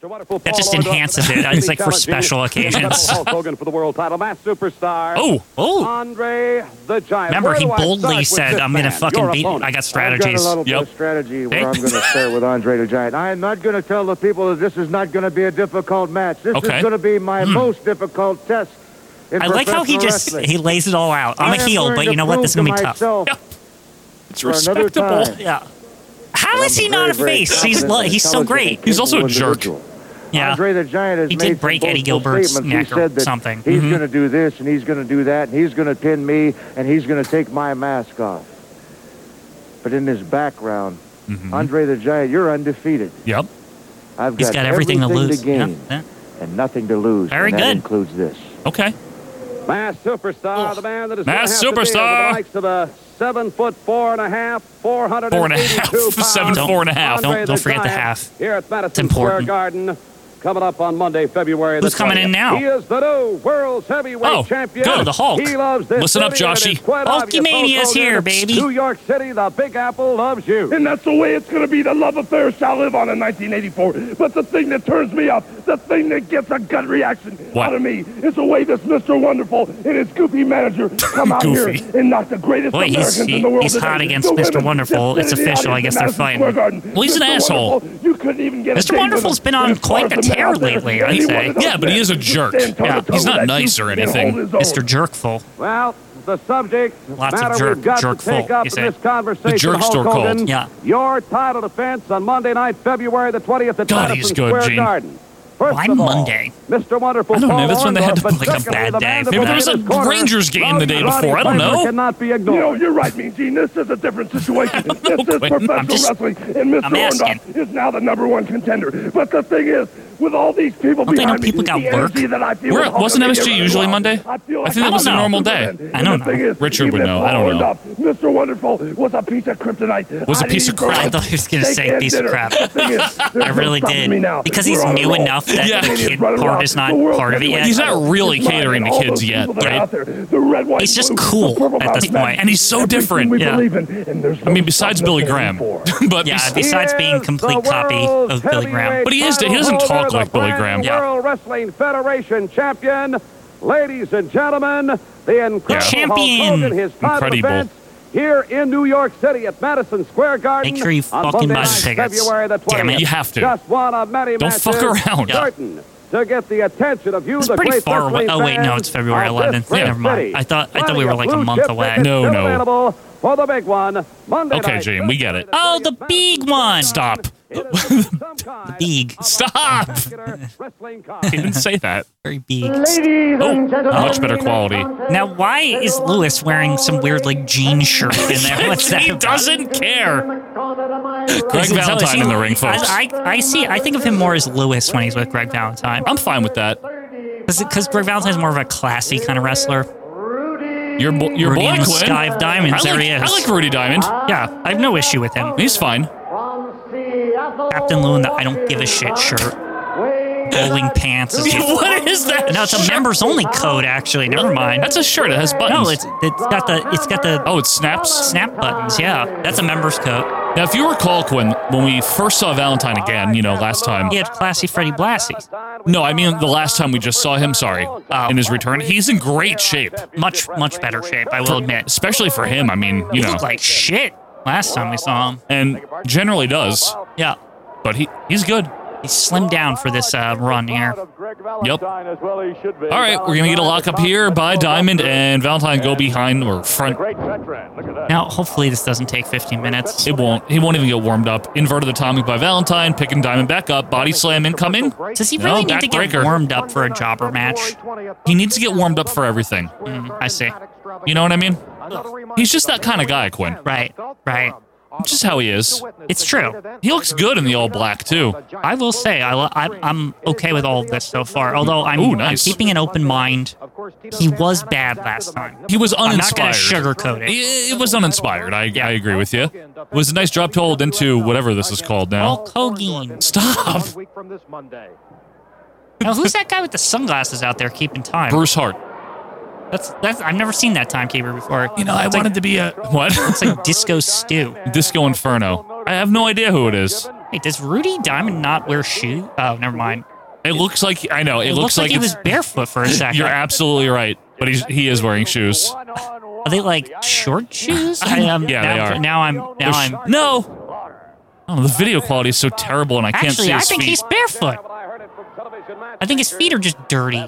Speaker 3: Mr. Wonderful
Speaker 2: That just
Speaker 3: Paul Orndorff.
Speaker 2: enhances it. It's like for special occasions.
Speaker 3: Hulk Hogan for the world title, mass superstar.
Speaker 1: Oh, oh.
Speaker 3: Andre the Giant.
Speaker 2: Remember,
Speaker 3: Where
Speaker 2: he
Speaker 3: do I
Speaker 2: boldly
Speaker 3: start with
Speaker 2: said,
Speaker 3: this
Speaker 2: "I'm gonna
Speaker 3: man,
Speaker 2: fucking
Speaker 3: your
Speaker 2: beat-
Speaker 3: opponent?"
Speaker 2: I got
Speaker 6: I've got
Speaker 2: strategies."
Speaker 6: a little bit
Speaker 1: Yep.
Speaker 6: of strategy
Speaker 2: Hey.
Speaker 6: where I'm
Speaker 2: (laughs)
Speaker 6: going to start with Andre the Giant. I am not going to tell the people that this is not going to be a difficult match. This
Speaker 1: Okay.
Speaker 6: is going to be my most difficult test. In
Speaker 2: Hmm. I like how he
Speaker 6: professional
Speaker 2: just
Speaker 6: wrestling.
Speaker 2: he lays it all out.
Speaker 6: I
Speaker 2: I'm a
Speaker 6: am
Speaker 2: heel,
Speaker 6: going
Speaker 2: but
Speaker 6: to
Speaker 2: you know what? This is
Speaker 6: prove
Speaker 2: gonna be
Speaker 6: to
Speaker 2: tough.
Speaker 6: myself
Speaker 1: Yep. It's
Speaker 6: for another
Speaker 1: respectable.
Speaker 6: time
Speaker 2: Yeah. How
Speaker 6: that
Speaker 2: is
Speaker 6: I'm
Speaker 2: he
Speaker 6: a
Speaker 2: not
Speaker 6: very,
Speaker 2: a
Speaker 6: very
Speaker 2: face? He's
Speaker 6: competent,
Speaker 2: lo- he's so
Speaker 6: intelligent,
Speaker 2: great.
Speaker 6: and
Speaker 1: He's also
Speaker 6: capable
Speaker 1: a jerk.
Speaker 6: individual.
Speaker 2: Yeah.
Speaker 6: Andre the Giant has
Speaker 2: He
Speaker 6: made
Speaker 2: did
Speaker 6: some
Speaker 2: break Eddie
Speaker 6: boastful
Speaker 2: Gilbert's
Speaker 6: statements.
Speaker 2: neck
Speaker 6: he
Speaker 2: or
Speaker 6: said that
Speaker 2: something.
Speaker 6: He's
Speaker 2: Mhm.
Speaker 6: going to do this and he's going to do that and he's going to pin me and he's going to take my mask off. But in his background, Andre the Giant, you're undefeated.
Speaker 1: Yep.
Speaker 6: I've
Speaker 2: Mm-hmm. He's got everything, to lose. Yeah,
Speaker 6: gain
Speaker 2: yeah.
Speaker 6: and nothing to lose.
Speaker 2: Very
Speaker 6: and That
Speaker 2: good.
Speaker 6: includes this.
Speaker 1: Okay.
Speaker 3: Mass
Speaker 2: Oh.
Speaker 3: superstar, the man that is
Speaker 1: Mass
Speaker 3: gonna have to be
Speaker 1: superstar.
Speaker 3: the likes of a seven foot four and a half, four hundred
Speaker 1: Four and a
Speaker 2: (laughs)
Speaker 1: half, seven, four and a half.
Speaker 2: Don't- don't forget the half.
Speaker 3: Here at Madison Square
Speaker 2: important.
Speaker 3: Garden, coming up on Monday, February.
Speaker 2: Who's
Speaker 3: the
Speaker 2: coming in
Speaker 3: 20th.
Speaker 2: now?
Speaker 3: He is the new world's heavyweight
Speaker 1: Oh,
Speaker 3: champion.
Speaker 1: good, the Hulk.
Speaker 3: He loves this.
Speaker 1: Listen up,
Speaker 3: city, and
Speaker 1: Joshy.
Speaker 3: it's quite obvious
Speaker 2: Hulkamania's
Speaker 3: Hulk
Speaker 2: here,
Speaker 3: Hogan,
Speaker 2: baby.
Speaker 3: New York City, the Big Apple loves you.
Speaker 4: And that's the way it's going to be. The love affair shall live on in 1984. But the thing that turns me up, the thing that gets a gut reaction
Speaker 1: What?
Speaker 4: out of me, is the way this Mr. Wonderful and his goofy
Speaker 2: (laughs)
Speaker 4: manager come out here
Speaker 1: Goofy.
Speaker 4: and knock the greatest
Speaker 2: Boy, he's-
Speaker 4: Americans
Speaker 2: he-
Speaker 4: in the world.
Speaker 2: he's hot
Speaker 4: today.
Speaker 2: against
Speaker 4: The
Speaker 2: Mr.
Speaker 4: women
Speaker 2: Wonderful.
Speaker 4: just
Speaker 2: It's
Speaker 4: sit in the
Speaker 2: official. I
Speaker 4: audience
Speaker 2: guess
Speaker 4: at
Speaker 2: they're
Speaker 4: Madison
Speaker 2: fighting.
Speaker 4: Square Garden.
Speaker 1: Well, he's an
Speaker 4: Mr.
Speaker 1: asshole.
Speaker 4: Wonderful, you couldn't even get a
Speaker 2: Mr.
Speaker 4: date with
Speaker 2: Wonderful's
Speaker 4: him.
Speaker 2: been on
Speaker 4: And as far
Speaker 2: quite
Speaker 4: as
Speaker 2: the
Speaker 4: man out
Speaker 2: tear
Speaker 4: there,
Speaker 2: lately, I'd
Speaker 4: he
Speaker 2: say.
Speaker 4: wasn't
Speaker 1: Yeah,
Speaker 4: out
Speaker 1: but he
Speaker 4: there
Speaker 1: is a
Speaker 4: to
Speaker 1: jerk.
Speaker 4: stand toe to
Speaker 1: Yeah,
Speaker 4: toe
Speaker 1: he's
Speaker 4: with
Speaker 1: not
Speaker 4: that
Speaker 1: nice
Speaker 4: dude
Speaker 1: or
Speaker 4: and hold
Speaker 1: anything.
Speaker 4: his own.
Speaker 2: Mr. Jerkful.
Speaker 3: Well, the subject
Speaker 2: Lots of
Speaker 3: matter
Speaker 2: jerk-
Speaker 3: we've got
Speaker 2: jerk
Speaker 3: to take
Speaker 1: folk,
Speaker 3: up
Speaker 2: you
Speaker 3: in
Speaker 2: say.
Speaker 3: this conversation.
Speaker 1: The jerks
Speaker 3: Hulk
Speaker 1: are called.
Speaker 3: Hogan,
Speaker 2: Yeah.
Speaker 3: Your title defense on Monday night, February the 20th at
Speaker 1: God,
Speaker 3: Madison
Speaker 1: he's good,
Speaker 3: Square
Speaker 1: Gene.
Speaker 3: Garden. First
Speaker 2: Why
Speaker 3: of all,
Speaker 2: Monday?
Speaker 3: Mr. Wonderful.
Speaker 1: I don't know,
Speaker 3: Paul
Speaker 1: that's when they had to
Speaker 3: Orndorff, but
Speaker 1: pick up
Speaker 3: secondly,
Speaker 2: bad
Speaker 3: the
Speaker 2: day.
Speaker 3: man that
Speaker 2: Maybe
Speaker 3: was
Speaker 2: there
Speaker 3: in
Speaker 2: was
Speaker 1: a
Speaker 3: his corner,
Speaker 1: Rangers game the
Speaker 3: Roddy-
Speaker 1: day
Speaker 3: Roddy
Speaker 1: before, I don't
Speaker 3: Piper
Speaker 1: know.
Speaker 3: Cannot be
Speaker 4: You know,
Speaker 3: ignored.
Speaker 4: you're right, Mean Gene. This is a different
Speaker 2: (laughs)
Speaker 4: situation. this is
Speaker 1: Quinn. I'm
Speaker 4: professional
Speaker 2: just-
Speaker 4: wrestling, and Mr.
Speaker 2: I'm asking.
Speaker 4: Orndorff is now the number one contender. But the thing is, with all these people
Speaker 2: Don't they know
Speaker 4: behind
Speaker 2: people
Speaker 4: me,
Speaker 2: got
Speaker 4: the
Speaker 2: work?
Speaker 4: energy that I feel
Speaker 1: Where-
Speaker 4: with
Speaker 1: wasn't
Speaker 4: Hulkamania
Speaker 1: MSG
Speaker 4: right
Speaker 1: usually
Speaker 4: now,
Speaker 1: Monday?
Speaker 4: I, feel
Speaker 1: I
Speaker 4: like
Speaker 1: think that
Speaker 4: I'm
Speaker 1: was a
Speaker 4: not
Speaker 1: normal day.
Speaker 4: Superman.
Speaker 2: I don't
Speaker 4: And the
Speaker 2: know.
Speaker 4: thing is,
Speaker 1: Richard
Speaker 4: even
Speaker 1: would
Speaker 4: if
Speaker 1: know. I don't
Speaker 4: Paul
Speaker 1: know.
Speaker 4: Orndorff, Mr. Wonderful was a piece of kryptonite.
Speaker 1: Was a
Speaker 4: a
Speaker 1: piece of crap.
Speaker 2: I thought he was gonna say piece of crap. (laughs) I really did. Because he's new enough that
Speaker 1: Yeah.
Speaker 2: the kid part is not part of it yet.
Speaker 1: He's not really catering to kids yet, right?
Speaker 2: He's just cool at this point.
Speaker 1: And he's so different.
Speaker 2: Yeah.
Speaker 1: I mean, besides Billy Graham. (laughs) but
Speaker 2: Yeah,
Speaker 1: bes-
Speaker 2: besides being
Speaker 3: He is
Speaker 2: complete
Speaker 3: the
Speaker 2: copy
Speaker 3: world's
Speaker 2: of Billy Graham.
Speaker 3: heavyweight
Speaker 1: But he is- he
Speaker 3: title
Speaker 1: doesn't talk
Speaker 3: holder, the
Speaker 1: like Billy
Speaker 3: brand
Speaker 1: Graham.
Speaker 3: new
Speaker 1: Yeah.
Speaker 3: World Wrestling Federation champion, ladies and gentlemen, the incredible
Speaker 2: Champion.
Speaker 3: Hulk Hogan, his title
Speaker 1: Incredible.
Speaker 3: defense Here in New York City at Madison Square Garden.
Speaker 2: Make sure you
Speaker 3: on
Speaker 2: fucking
Speaker 3: Monday
Speaker 2: buy the
Speaker 3: night,
Speaker 2: tickets.
Speaker 3: February the 20th.
Speaker 2: Damn it.
Speaker 1: You have to.
Speaker 3: Just one of many
Speaker 1: Don't
Speaker 3: matches
Speaker 1: fuck around. Yeah.
Speaker 3: Certain to get the attention of you,
Speaker 2: It's
Speaker 3: the
Speaker 2: pretty
Speaker 3: great
Speaker 2: far away.
Speaker 3: wrestling
Speaker 2: Oh, wait, no,
Speaker 3: fans
Speaker 2: it's February
Speaker 3: of this
Speaker 2: 11th.
Speaker 3: great
Speaker 2: Never mind.
Speaker 3: city.
Speaker 2: I thought- I thought we
Speaker 3: Plenty
Speaker 2: were
Speaker 3: of
Speaker 2: like a
Speaker 3: blue
Speaker 2: month
Speaker 3: chip
Speaker 2: away.
Speaker 3: tickets
Speaker 1: No,
Speaker 3: still
Speaker 1: no.
Speaker 3: available For the big one, Monday
Speaker 1: Okay,
Speaker 3: night,
Speaker 1: Gene, we get it.
Speaker 2: Oh, the big one.
Speaker 1: Stop. (laughs)
Speaker 2: Big.
Speaker 1: Stop. (laughs) He didn't say that.
Speaker 2: Very big.
Speaker 4: Ladies
Speaker 1: Oh,
Speaker 4: and gentlemen,
Speaker 1: much better quality.
Speaker 2: Now, why is Lewis wearing some weird, like, jean shirt in there? What's that
Speaker 1: he
Speaker 2: about?
Speaker 1: doesn't care. Greg
Speaker 2: Is it- so is
Speaker 1: Valentine
Speaker 2: he-
Speaker 1: in the ring, folks.
Speaker 2: I, I, I see. I think of him more as Lewis when he's with Greg Valentine.
Speaker 1: I'm fine with that.
Speaker 2: Because Greg Valentine's more of a classy kind of wrestler.
Speaker 1: Your, bo- your
Speaker 2: Rudy
Speaker 1: boy,
Speaker 2: and
Speaker 1: Quinn.
Speaker 2: the Sky of
Speaker 1: I
Speaker 2: Diamonds. there
Speaker 1: like,
Speaker 2: he is.
Speaker 1: I like Rudy Diamond.
Speaker 2: yeah, I have no issue with him.
Speaker 1: He's fine.
Speaker 2: Captain Lou in the I don't give a shit shirt. Bowling
Speaker 1: (laughs)
Speaker 2: pants. Is
Speaker 1: what is that?
Speaker 2: No, it's a
Speaker 1: shirt?
Speaker 2: members only code. Actually, never mind.
Speaker 1: That's a shirt. It has buttons.
Speaker 2: no. It's it's got the it's got the
Speaker 1: oh, it snaps.
Speaker 2: snap buttons. Yeah, that's a members code.
Speaker 1: Now, if you recall, Quinn, when we first saw Valentine again, you know, last time.
Speaker 2: He had classy Freddie Blassie. Oh.
Speaker 1: No, I mean the last time we just saw him. Sorry, in his return, he's in great shape.
Speaker 2: Much much better shape. I will admit.
Speaker 1: especially for him. I mean, you
Speaker 2: He
Speaker 1: know,
Speaker 2: looked like shit last time we saw him.
Speaker 1: and generally does,
Speaker 2: Yeah,
Speaker 1: but he he's good.
Speaker 2: he slimmed down for this uh, run here.
Speaker 1: Yep. All right, we're gonna get a lockup here by Diamond and Valentine go behind or front.
Speaker 2: Now, hopefully, this doesn't take 15 minutes.
Speaker 1: It won't. He won't even get warmed up. Inverted atomic by Valentine, picking Diamond back up, body slam incoming.
Speaker 2: Does he
Speaker 1: No,
Speaker 2: really need to get
Speaker 1: backbreaker.
Speaker 2: warmed up for a jobber match?
Speaker 1: He needs to get warmed up for everything.
Speaker 2: Mhm, I see.
Speaker 1: You know what I mean? He's just that kind of guy, Quinn.
Speaker 2: Right, right.
Speaker 1: Which is how he is.
Speaker 2: It's true.
Speaker 1: He looks good in the all black too.
Speaker 2: I will say I, lo- I I'm okay with all of this so far. Although I'm,
Speaker 1: Ooh, nice.
Speaker 2: I'm keeping an open mind. He was bad last time.
Speaker 1: He was
Speaker 2: I'm not
Speaker 1: uninspired.
Speaker 2: gonna sugarcoat it.
Speaker 1: It, it was uninspired. I, I agree with you. It was a nice drop to hold into whatever this is called now.
Speaker 2: Hulk Hogan.
Speaker 1: Stop.
Speaker 2: Now who's that guy with the sunglasses out there keeping time?
Speaker 1: Bruce Hart.
Speaker 2: That's that's I've never seen that timekeeper before.
Speaker 1: You know, I
Speaker 2: It's like-
Speaker 1: wanted to be a (laughs) what?
Speaker 2: (laughs) It's like Disco Stew.
Speaker 1: Disco Inferno. I have no idea who it is.
Speaker 2: Wait, does Rudy Diamond not wear shoes? Oh, never mind.
Speaker 1: It looks like I know. It,
Speaker 2: It, looks, like, he was
Speaker 1: it's-
Speaker 2: barefoot
Speaker 1: (laughs)
Speaker 2: for a second.
Speaker 1: You're absolutely right, but he's he is wearing shoes.
Speaker 2: Are they like short shoes? I am.
Speaker 1: Yeah,
Speaker 2: now,
Speaker 1: they are.
Speaker 2: Now I'm. Now I'm.
Speaker 1: no. Oh, the video quality is so terrible, and I can't
Speaker 2: Actually,
Speaker 1: see
Speaker 2: I
Speaker 1: his
Speaker 2: think
Speaker 1: feet.
Speaker 2: he's barefoot. I think his feet are just dirty.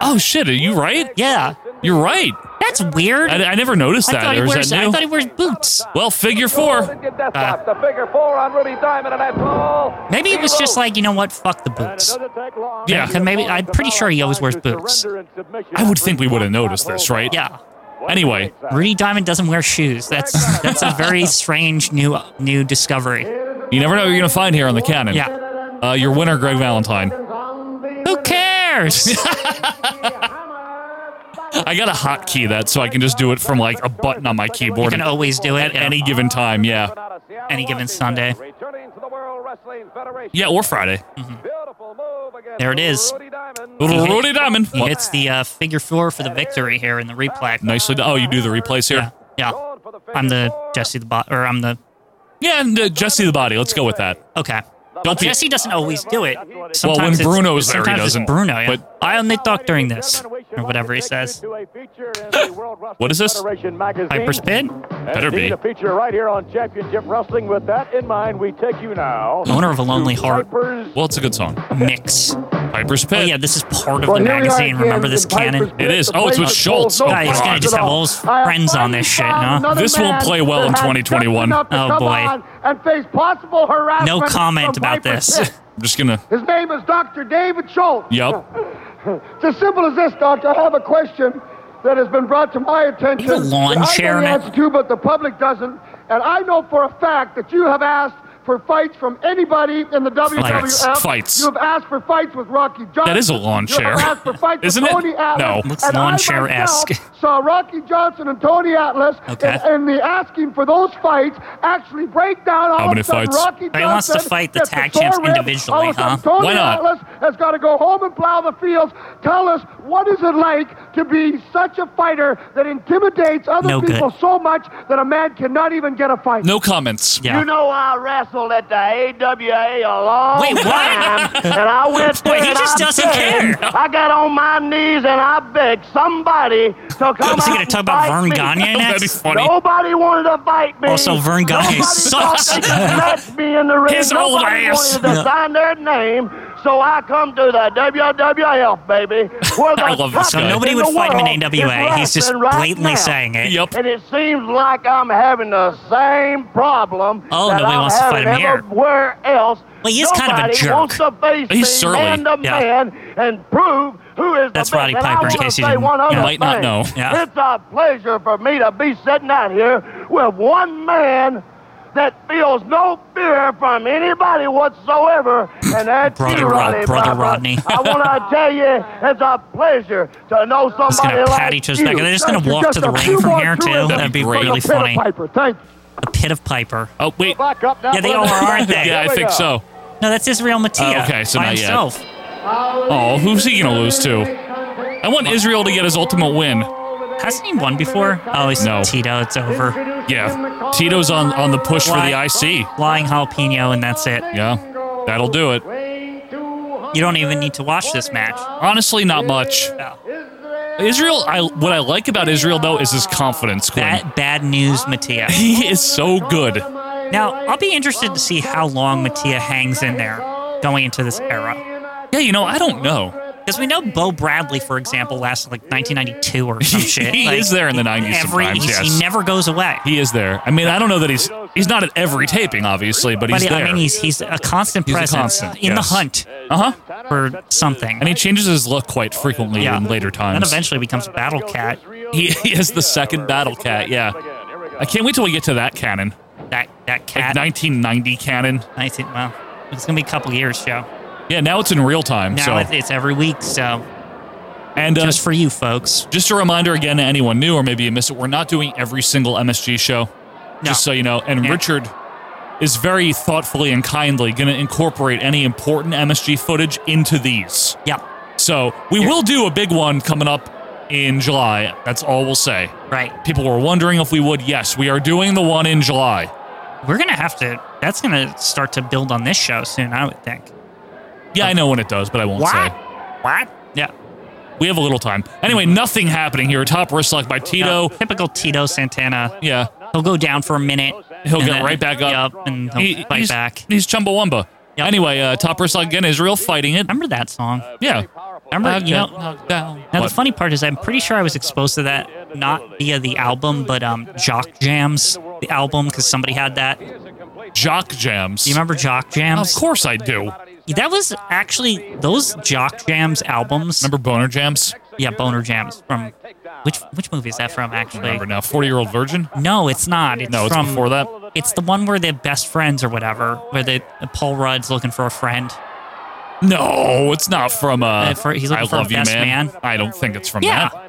Speaker 1: oh shit! Are you right?
Speaker 2: Yeah,
Speaker 1: You're right.
Speaker 2: that's weird.
Speaker 1: I, I never noticed
Speaker 2: I
Speaker 1: that.
Speaker 2: thought he
Speaker 1: Or is
Speaker 2: wears.
Speaker 1: that
Speaker 2: I
Speaker 1: new?
Speaker 2: thought he wears boots.
Speaker 1: well, figure four. Ah.
Speaker 2: Uh,
Speaker 8: The figure four on Ruby Diamond, and that's all.
Speaker 2: maybe it was just like you know what? Fuck the boots.
Speaker 1: Yeah.
Speaker 2: Cause maybe I'm pretty sure he always wears boots.
Speaker 1: I would think we would have noticed this, right?
Speaker 2: Yeah.
Speaker 1: Anyway,
Speaker 2: Rudy Diamond doesn't wear shoes. That's that's a very strange new new discovery.
Speaker 1: you never know what you're gonna find here on the cannon.
Speaker 2: Yeah.
Speaker 1: Uh, your winner, Greg Valentine.
Speaker 2: Who cares? (laughs)
Speaker 1: I got a hotkey that, so I can just do it from like a button on my
Speaker 2: you
Speaker 1: keyboard
Speaker 2: can
Speaker 1: at
Speaker 2: always do it
Speaker 1: any given time. Yeah.
Speaker 2: any given Sunday.
Speaker 1: Yeah, or Friday.
Speaker 2: There it is.
Speaker 1: Little Rudy Diamond.
Speaker 2: He hits the uh, figure four for the victory here in the replay.
Speaker 1: Nicely done. Oh, you do the replays here?
Speaker 2: Yeah. yeah. I'm the Jesse the bot, or I'm the
Speaker 1: Yeah, and uh, Jesse the Body. Let's go with that.
Speaker 2: okay.
Speaker 1: Don't be-
Speaker 2: Jesse doesn't always do it. Sometimes
Speaker 1: when
Speaker 2: it's-
Speaker 1: Bruno's there, he
Speaker 2: sometimes
Speaker 1: doesn't,
Speaker 2: It's Bruno, yeah.
Speaker 1: but-
Speaker 2: I only thought during this, or whatever he says. (gasps)
Speaker 1: What is this?
Speaker 2: Hyperspin,
Speaker 1: Better be.
Speaker 9: The feature right here on Championship Wrestling. With that in mind, we take you now.
Speaker 2: owner of a lonely heart
Speaker 9: Vipers
Speaker 1: Well, it's a good song.
Speaker 2: mix.
Speaker 1: Piper's Pit.
Speaker 2: Oh yeah, this is part of the magazine. Remember this canon?
Speaker 1: It is. Oh, it's with Schultz. Oh,
Speaker 2: Yeah, he's gonna
Speaker 1: God.
Speaker 2: just have all his friends on this shit, huh?
Speaker 1: This won't play well in 2021. I'm
Speaker 2: Oh boy.
Speaker 8: And face possible harassment.
Speaker 2: No comment about this.
Speaker 1: just going to.
Speaker 8: His name is Dr. David Schultz.
Speaker 1: Yep.
Speaker 8: It's as simple as this, Doctor. I have a question that has been brought to my attention.
Speaker 2: Leave a lawn
Speaker 8: that
Speaker 2: chair
Speaker 8: I know
Speaker 2: in
Speaker 8: the
Speaker 2: it.
Speaker 8: answer to, but the public doesn't. And I know for a fact that you have asked for fights from anybody in the WWF.
Speaker 1: Fights.
Speaker 8: You have asked for fights with Rocky Johnson.
Speaker 1: That is a lawn
Speaker 8: You have
Speaker 1: chair.
Speaker 8: asked for fights
Speaker 1: Isn't it?
Speaker 8: with Tony Atlas.
Speaker 1: No.
Speaker 2: Looks
Speaker 8: And I
Speaker 2: lawn chair-esque.
Speaker 8: myself Saw Rocky Johnson and Tony Atlas,
Speaker 2: Okay.
Speaker 8: and, and the asking for those fights actually break down. All
Speaker 1: How many
Speaker 8: of a sudden,
Speaker 1: fights?
Speaker 8: Rocky
Speaker 2: He wants to
Speaker 8: Johnson
Speaker 2: fight the
Speaker 8: gets
Speaker 2: tag
Speaker 8: sore
Speaker 2: champs
Speaker 8: rib.
Speaker 2: individually,
Speaker 8: All of a sudden,
Speaker 2: huh?
Speaker 8: Tony
Speaker 1: Why not?
Speaker 8: Atlas has got to go home and plow the fields. Tell us what is it like to be such a fighter that intimidates other
Speaker 2: No good.
Speaker 8: people so much that a man cannot even get a fight.
Speaker 1: No comments.
Speaker 2: Yeah.
Speaker 8: know I wrestled at the AWA a long
Speaker 2: Wait, what?
Speaker 8: and
Speaker 2: (laughs)
Speaker 8: I went
Speaker 2: Wait, he just doesn't care.
Speaker 8: I got on my knees and I begged somebody to come
Speaker 2: (laughs)
Speaker 3: Oh
Speaker 2: Is he gonna talk about Vern Gagne
Speaker 1: That'd be
Speaker 2: next?
Speaker 1: funny.
Speaker 8: Nobody wanted to fight me.
Speaker 2: Also, Vern Gagne
Speaker 8: Nobody thought
Speaker 2: sucks.
Speaker 8: they
Speaker 2: (laughs)
Speaker 8: could match me in the ring.
Speaker 1: His
Speaker 8: Nobody
Speaker 1: old ass.
Speaker 8: wanted to sign their name, so I come to the WWF, baby. Where the
Speaker 1: I love this
Speaker 8: top
Speaker 1: guy.
Speaker 2: So nobody
Speaker 8: in
Speaker 2: would
Speaker 8: the
Speaker 2: fight him in
Speaker 8: world
Speaker 2: AWA.
Speaker 8: is
Speaker 2: He's just
Speaker 8: wrestling right
Speaker 2: blatantly
Speaker 8: now.
Speaker 2: saying it.
Speaker 1: Yep.
Speaker 8: And it seems like I'm having the same problem.
Speaker 2: Oh,
Speaker 8: that
Speaker 2: nobody
Speaker 8: I'm
Speaker 2: wants to fight
Speaker 8: having
Speaker 2: him here.
Speaker 8: Everywhere else.
Speaker 2: Well, he is kind of a
Speaker 8: Nobody
Speaker 2: jerk.
Speaker 8: Wants to face
Speaker 1: He's
Speaker 8: me
Speaker 1: surly.
Speaker 8: Man to
Speaker 2: Yeah.
Speaker 8: man and prove who is
Speaker 2: That's
Speaker 8: the best.
Speaker 2: Roddy
Speaker 8: And I
Speaker 2: Piper, in
Speaker 8: wanna
Speaker 2: case you
Speaker 8: say
Speaker 2: didn't-
Speaker 8: one
Speaker 2: you
Speaker 8: other
Speaker 1: might not
Speaker 8: thing.
Speaker 1: know.
Speaker 2: Yeah.
Speaker 8: It's a pleasure for me to be sitting out here with one man that feels no fear from anybody whatsoever, and that's
Speaker 2: Brother
Speaker 8: you,
Speaker 2: Rod-
Speaker 8: Roddy
Speaker 2: Brother
Speaker 8: Piper.
Speaker 2: Rodney.
Speaker 8: I want
Speaker 2: (laughs)
Speaker 8: to tell you, it's a pleasure to know somebody
Speaker 2: Just gonna
Speaker 8: like
Speaker 2: pat each other's
Speaker 8: you.
Speaker 2: back. They're just gonna
Speaker 8: Thank you.
Speaker 2: walk
Speaker 8: Just
Speaker 2: to the
Speaker 8: a
Speaker 2: ring
Speaker 8: few
Speaker 2: from
Speaker 8: more
Speaker 2: here, too.
Speaker 8: truisms
Speaker 2: That'd be
Speaker 8: from
Speaker 2: really
Speaker 8: the Pit of
Speaker 2: funny.
Speaker 8: Piper. Thank you.
Speaker 2: The pit of Piper.
Speaker 1: Oh, wait.
Speaker 8: Back up now.
Speaker 2: Yeah, they
Speaker 8: brother.
Speaker 2: are, aren't they?
Speaker 1: Yeah, I think so.
Speaker 2: No, that's Israel Mattia.
Speaker 1: Oh, okay, so
Speaker 2: by
Speaker 1: not yet.
Speaker 2: himself.
Speaker 1: Oh, who's he going to lose to? I want Israel to get his ultimate win.
Speaker 2: Hasn't he won before? Oh, he's
Speaker 1: No.
Speaker 2: Tito. It's over.
Speaker 1: Yeah. Tito's on, on the push for the
Speaker 2: Why?
Speaker 1: IC.
Speaker 2: Flying jalapeno, and that's it.
Speaker 1: Yeah. That'll do it.
Speaker 2: You don't even need to watch this match.
Speaker 1: Honestly, not much.
Speaker 2: No.
Speaker 1: Israel, I what I like about Israel though is his confidence. Quinn.
Speaker 2: Bad, bad news, Mattia.
Speaker 1: (laughs) he is so oh, good.
Speaker 2: Now, I'll be interested to see how long Mattia hangs in there going into this era.
Speaker 1: Yeah, you know, I don't know.
Speaker 2: Because we know Bo Bradley, for example, lasted like 1992 or some shit.
Speaker 1: (laughs) He
Speaker 2: Like,
Speaker 1: is there in the 90s
Speaker 2: Every,
Speaker 1: sometimes,
Speaker 2: he's-
Speaker 1: yes.
Speaker 2: He never goes away.
Speaker 1: He is there. I mean, I don't know that he's he's not at every taping, obviously, but
Speaker 2: but
Speaker 1: he's
Speaker 2: I
Speaker 1: there.
Speaker 2: mean, he's, he's a constant
Speaker 1: He's a
Speaker 2: presence
Speaker 1: constant,
Speaker 2: in
Speaker 1: yes.
Speaker 2: the hunt uh-huh,
Speaker 1: uh huh.
Speaker 2: for something.
Speaker 1: And he changes his look quite frequently
Speaker 2: Yeah.
Speaker 1: in later times.
Speaker 2: then eventually becomes Battle Cat.
Speaker 1: (laughs) he, he is the second Battle Cat. Yeah, I can't wait till we get to that canon.
Speaker 2: that that
Speaker 1: Like
Speaker 2: cat.
Speaker 1: 1990 canon.
Speaker 2: 19, well, it's gonna be a couple years show.
Speaker 1: Yeah, now it's in real time.
Speaker 2: Now
Speaker 1: so
Speaker 2: it's, it's every week, so
Speaker 1: and uh,
Speaker 2: just for you folks.
Speaker 1: Just a reminder again to anyone new or maybe you missed it, we're not doing every single MSG show.
Speaker 2: No.
Speaker 1: Just so you know. And
Speaker 2: Yeah.
Speaker 1: Richard is very thoughtfully and kindly going to incorporate any important MSG footage into these.
Speaker 2: Yep.
Speaker 1: So we will do a big one coming up in July. That's all we'll say.
Speaker 2: Right.
Speaker 1: People were wondering if we would. Yes, we are doing the one in July.
Speaker 2: We're gonna have to. That's gonna start to build on this show soon. I would think.
Speaker 1: Yeah, I know when it does, but I won't say.
Speaker 2: What? Yeah.
Speaker 1: We have a little time. Anyway, nothing happening here. Top wrist lock by Tito.
Speaker 2: No, typical Tito Santana.
Speaker 1: Yeah.
Speaker 2: He'll go down for a minute.
Speaker 1: He'll
Speaker 2: and
Speaker 1: get
Speaker 2: then-
Speaker 1: right back up.
Speaker 2: Yup, and he'll
Speaker 1: He-
Speaker 2: fight
Speaker 1: he's,
Speaker 2: back.
Speaker 1: He's Chumbawamba.
Speaker 2: Yep.
Speaker 1: Anyway, uh, Top Wrist Lock again, Israel fighting it.
Speaker 2: Remember that song?
Speaker 1: yeah.
Speaker 2: Remember,
Speaker 1: I
Speaker 2: you
Speaker 1: got
Speaker 2: know-
Speaker 1: knocked down.
Speaker 2: Now
Speaker 1: What?
Speaker 2: the funny part is, I'm pretty sure I was exposed to that not via the album, but um, Jock Jams, the album, because somebody had that. Do
Speaker 1: Jock Jams.
Speaker 2: you remember Jock
Speaker 1: Of
Speaker 2: Jams?
Speaker 1: course I do.
Speaker 2: That was actually those Jock Jams albums.
Speaker 1: Remember Boner Jams?
Speaker 2: Yeah, Boner Jams from which which movie is that from?
Speaker 1: I
Speaker 2: Actually,
Speaker 1: remember now. 40 Year Old Virgin?
Speaker 2: no, it's not. It's
Speaker 1: No, it's
Speaker 2: from,
Speaker 1: before that.
Speaker 2: It's the one where they're best friends or whatever, where they Paul Rudd's looking for a friend.
Speaker 1: No, it's not from uh,
Speaker 2: Uh, for- he's looking
Speaker 1: I
Speaker 2: for
Speaker 1: Love You
Speaker 2: Best
Speaker 1: man.
Speaker 2: Man.
Speaker 1: I don't think it's from
Speaker 2: Yeah.
Speaker 1: that.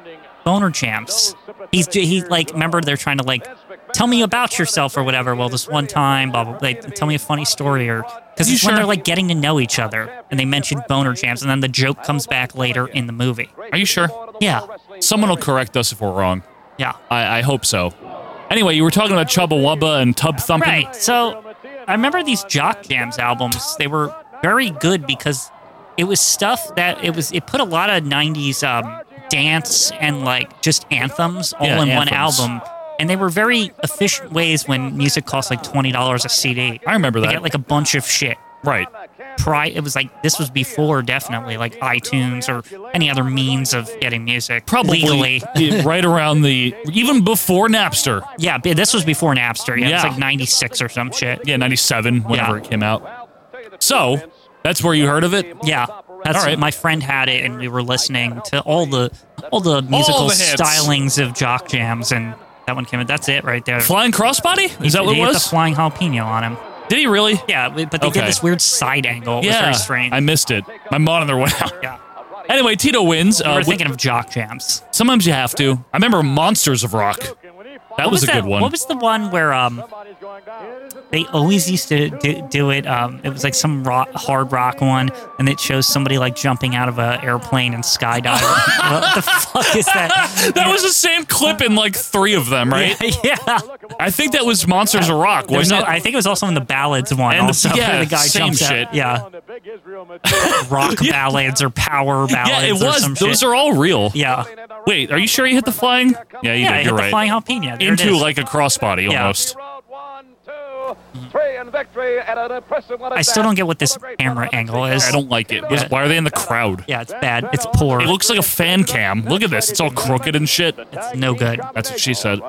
Speaker 2: Boner Jams. He's he like remember they're trying to like tell me about yourself or whatever. Well, this one time, blah blah. blah. Like, tell me a funny story or because
Speaker 1: You
Speaker 2: it's when
Speaker 1: sure?
Speaker 2: they're like getting to know each other and they mention Boner Jams and then the joke comes back later in the movie.
Speaker 1: Are you sure?
Speaker 2: Yeah,
Speaker 1: Someone will correct us if we're wrong.
Speaker 2: yeah,
Speaker 1: I, I hope so. Anyway, you were talking about Chubbawamba and Tub Thumping.
Speaker 2: right. So I remember these Jock Jams albums. They were very good because it was stuff that it was it put a lot of '90s um, dance and like just anthems all
Speaker 1: Yeah,
Speaker 2: in one
Speaker 1: anthems.
Speaker 2: album. And they were very efficient ways when music costs like twenty dollars a CD.
Speaker 1: I remember
Speaker 2: They
Speaker 1: that.
Speaker 2: get like a bunch of shit.
Speaker 1: right.
Speaker 2: Pri- it was like this was before definitely like iTunes or any other means of getting music
Speaker 1: Probably
Speaker 2: legally.
Speaker 1: right around the even before Napster.
Speaker 2: Yeah, b- this was before Napster. Yeah, it was
Speaker 1: Yeah.
Speaker 2: like '96 or some shit.
Speaker 1: Yeah, 97, whenever
Speaker 2: Yeah.
Speaker 1: it came out. So, that's where you heard of it?
Speaker 2: Yeah, that's
Speaker 1: All right.
Speaker 2: my friend had it, and we were listening to all the all the musical
Speaker 1: the hits.
Speaker 2: stylings of jock jams, and that one came in. That's it right there.
Speaker 1: Flying Crossbody? Is that what
Speaker 2: they
Speaker 1: it
Speaker 2: had
Speaker 1: was?
Speaker 2: the flying jalapeno on him.
Speaker 1: Did he really?
Speaker 2: Yeah, but but they
Speaker 1: Okay.
Speaker 2: did this weird side angle. It was very strange.
Speaker 1: I missed it. My monitor (laughs) went out.
Speaker 2: yeah,
Speaker 1: Anyway, Tito wins.
Speaker 2: we
Speaker 1: Uh,
Speaker 2: were
Speaker 1: wi-
Speaker 2: thinking of jock jams.
Speaker 1: sometimes you have to. I remember Monsters of Rock. That
Speaker 2: What
Speaker 1: was, a
Speaker 2: that-
Speaker 1: good one. (laughs)
Speaker 2: What was the one where um they always used to do, do it? Um, it was like some rock, hard rock one, and it shows somebody like jumping out of an airplane
Speaker 1: (laughs)
Speaker 2: and skydiving. what the fuck is that?
Speaker 1: that was the same clip in like three of them, right?
Speaker 2: (laughs) yeah.
Speaker 1: I think that was Monsters of Rock,
Speaker 2: There's
Speaker 1: wasn't
Speaker 2: no-
Speaker 1: it?
Speaker 2: I think it was also in the ballads one.
Speaker 1: And the-
Speaker 2: also,
Speaker 1: yeah,
Speaker 2: where (laughs) the guy
Speaker 1: same
Speaker 2: jumps out.
Speaker 1: shit.
Speaker 2: Yeah,
Speaker 1: (laughs)
Speaker 2: rock ballads or power ballads.
Speaker 1: yeah, it
Speaker 2: or
Speaker 1: was.
Speaker 2: some
Speaker 1: Those
Speaker 2: shit.
Speaker 1: are all real. Uh,
Speaker 2: Yeah,
Speaker 1: Wait, are you sure you hit the flying? Yeah, you
Speaker 2: yeah. I
Speaker 1: did.
Speaker 2: hit
Speaker 1: You're
Speaker 2: the
Speaker 1: right.
Speaker 2: flying jalapeno. There it
Speaker 1: Into
Speaker 2: is.
Speaker 1: like a crossbody
Speaker 2: Yeah.
Speaker 1: almost.
Speaker 2: I still don't get what this camera angle is.
Speaker 1: I don't like it. Was-
Speaker 2: Yeah.
Speaker 1: Why are they in the crowd?
Speaker 2: Yeah, it's bad. It's poor.
Speaker 1: It looks like a fan cam. Look at this. It's all crooked and shit.
Speaker 2: It's no good.
Speaker 1: That's what she said.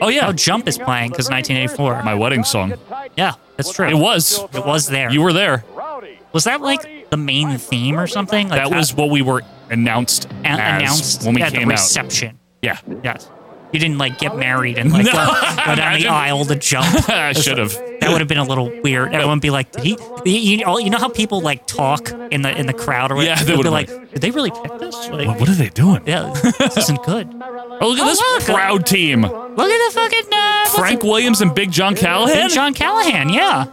Speaker 2: Oh yeah, oh, Jump is playing because 1984.
Speaker 1: My wedding song.
Speaker 2: yeah, that's true.
Speaker 1: It was.
Speaker 2: It was there.
Speaker 1: You were there.
Speaker 2: was that like the main theme or something? Like
Speaker 1: that was what we were announced
Speaker 2: a-
Speaker 1: as
Speaker 2: announced
Speaker 1: when we
Speaker 2: at
Speaker 1: came
Speaker 2: the
Speaker 1: out.
Speaker 2: reception.
Speaker 1: Yeah.
Speaker 2: Yes. You didn't like get married and
Speaker 1: (laughs)
Speaker 2: like
Speaker 1: No.
Speaker 2: go, go down the
Speaker 1: Imagine.
Speaker 2: aisle to
Speaker 1: (laughs)
Speaker 2: jump.
Speaker 1: I should have.
Speaker 2: That would have been a little weird. Everyone would be like, he, you, you know- you know how people like talk in the in the crowd or whatever?
Speaker 1: Yeah, they
Speaker 2: They'd be
Speaker 1: would've
Speaker 2: like,
Speaker 1: been
Speaker 2: did they really pick this? Like,
Speaker 1: What are they doing?
Speaker 2: yeah, this isn't good.
Speaker 1: Oh, look at this
Speaker 2: Oh, look.
Speaker 1: proud team.
Speaker 2: Look at the fucking uh, what's
Speaker 1: Frank
Speaker 2: it-
Speaker 1: Williams Oh, and Big John Callahan.
Speaker 2: Big John Callahan. Yeah.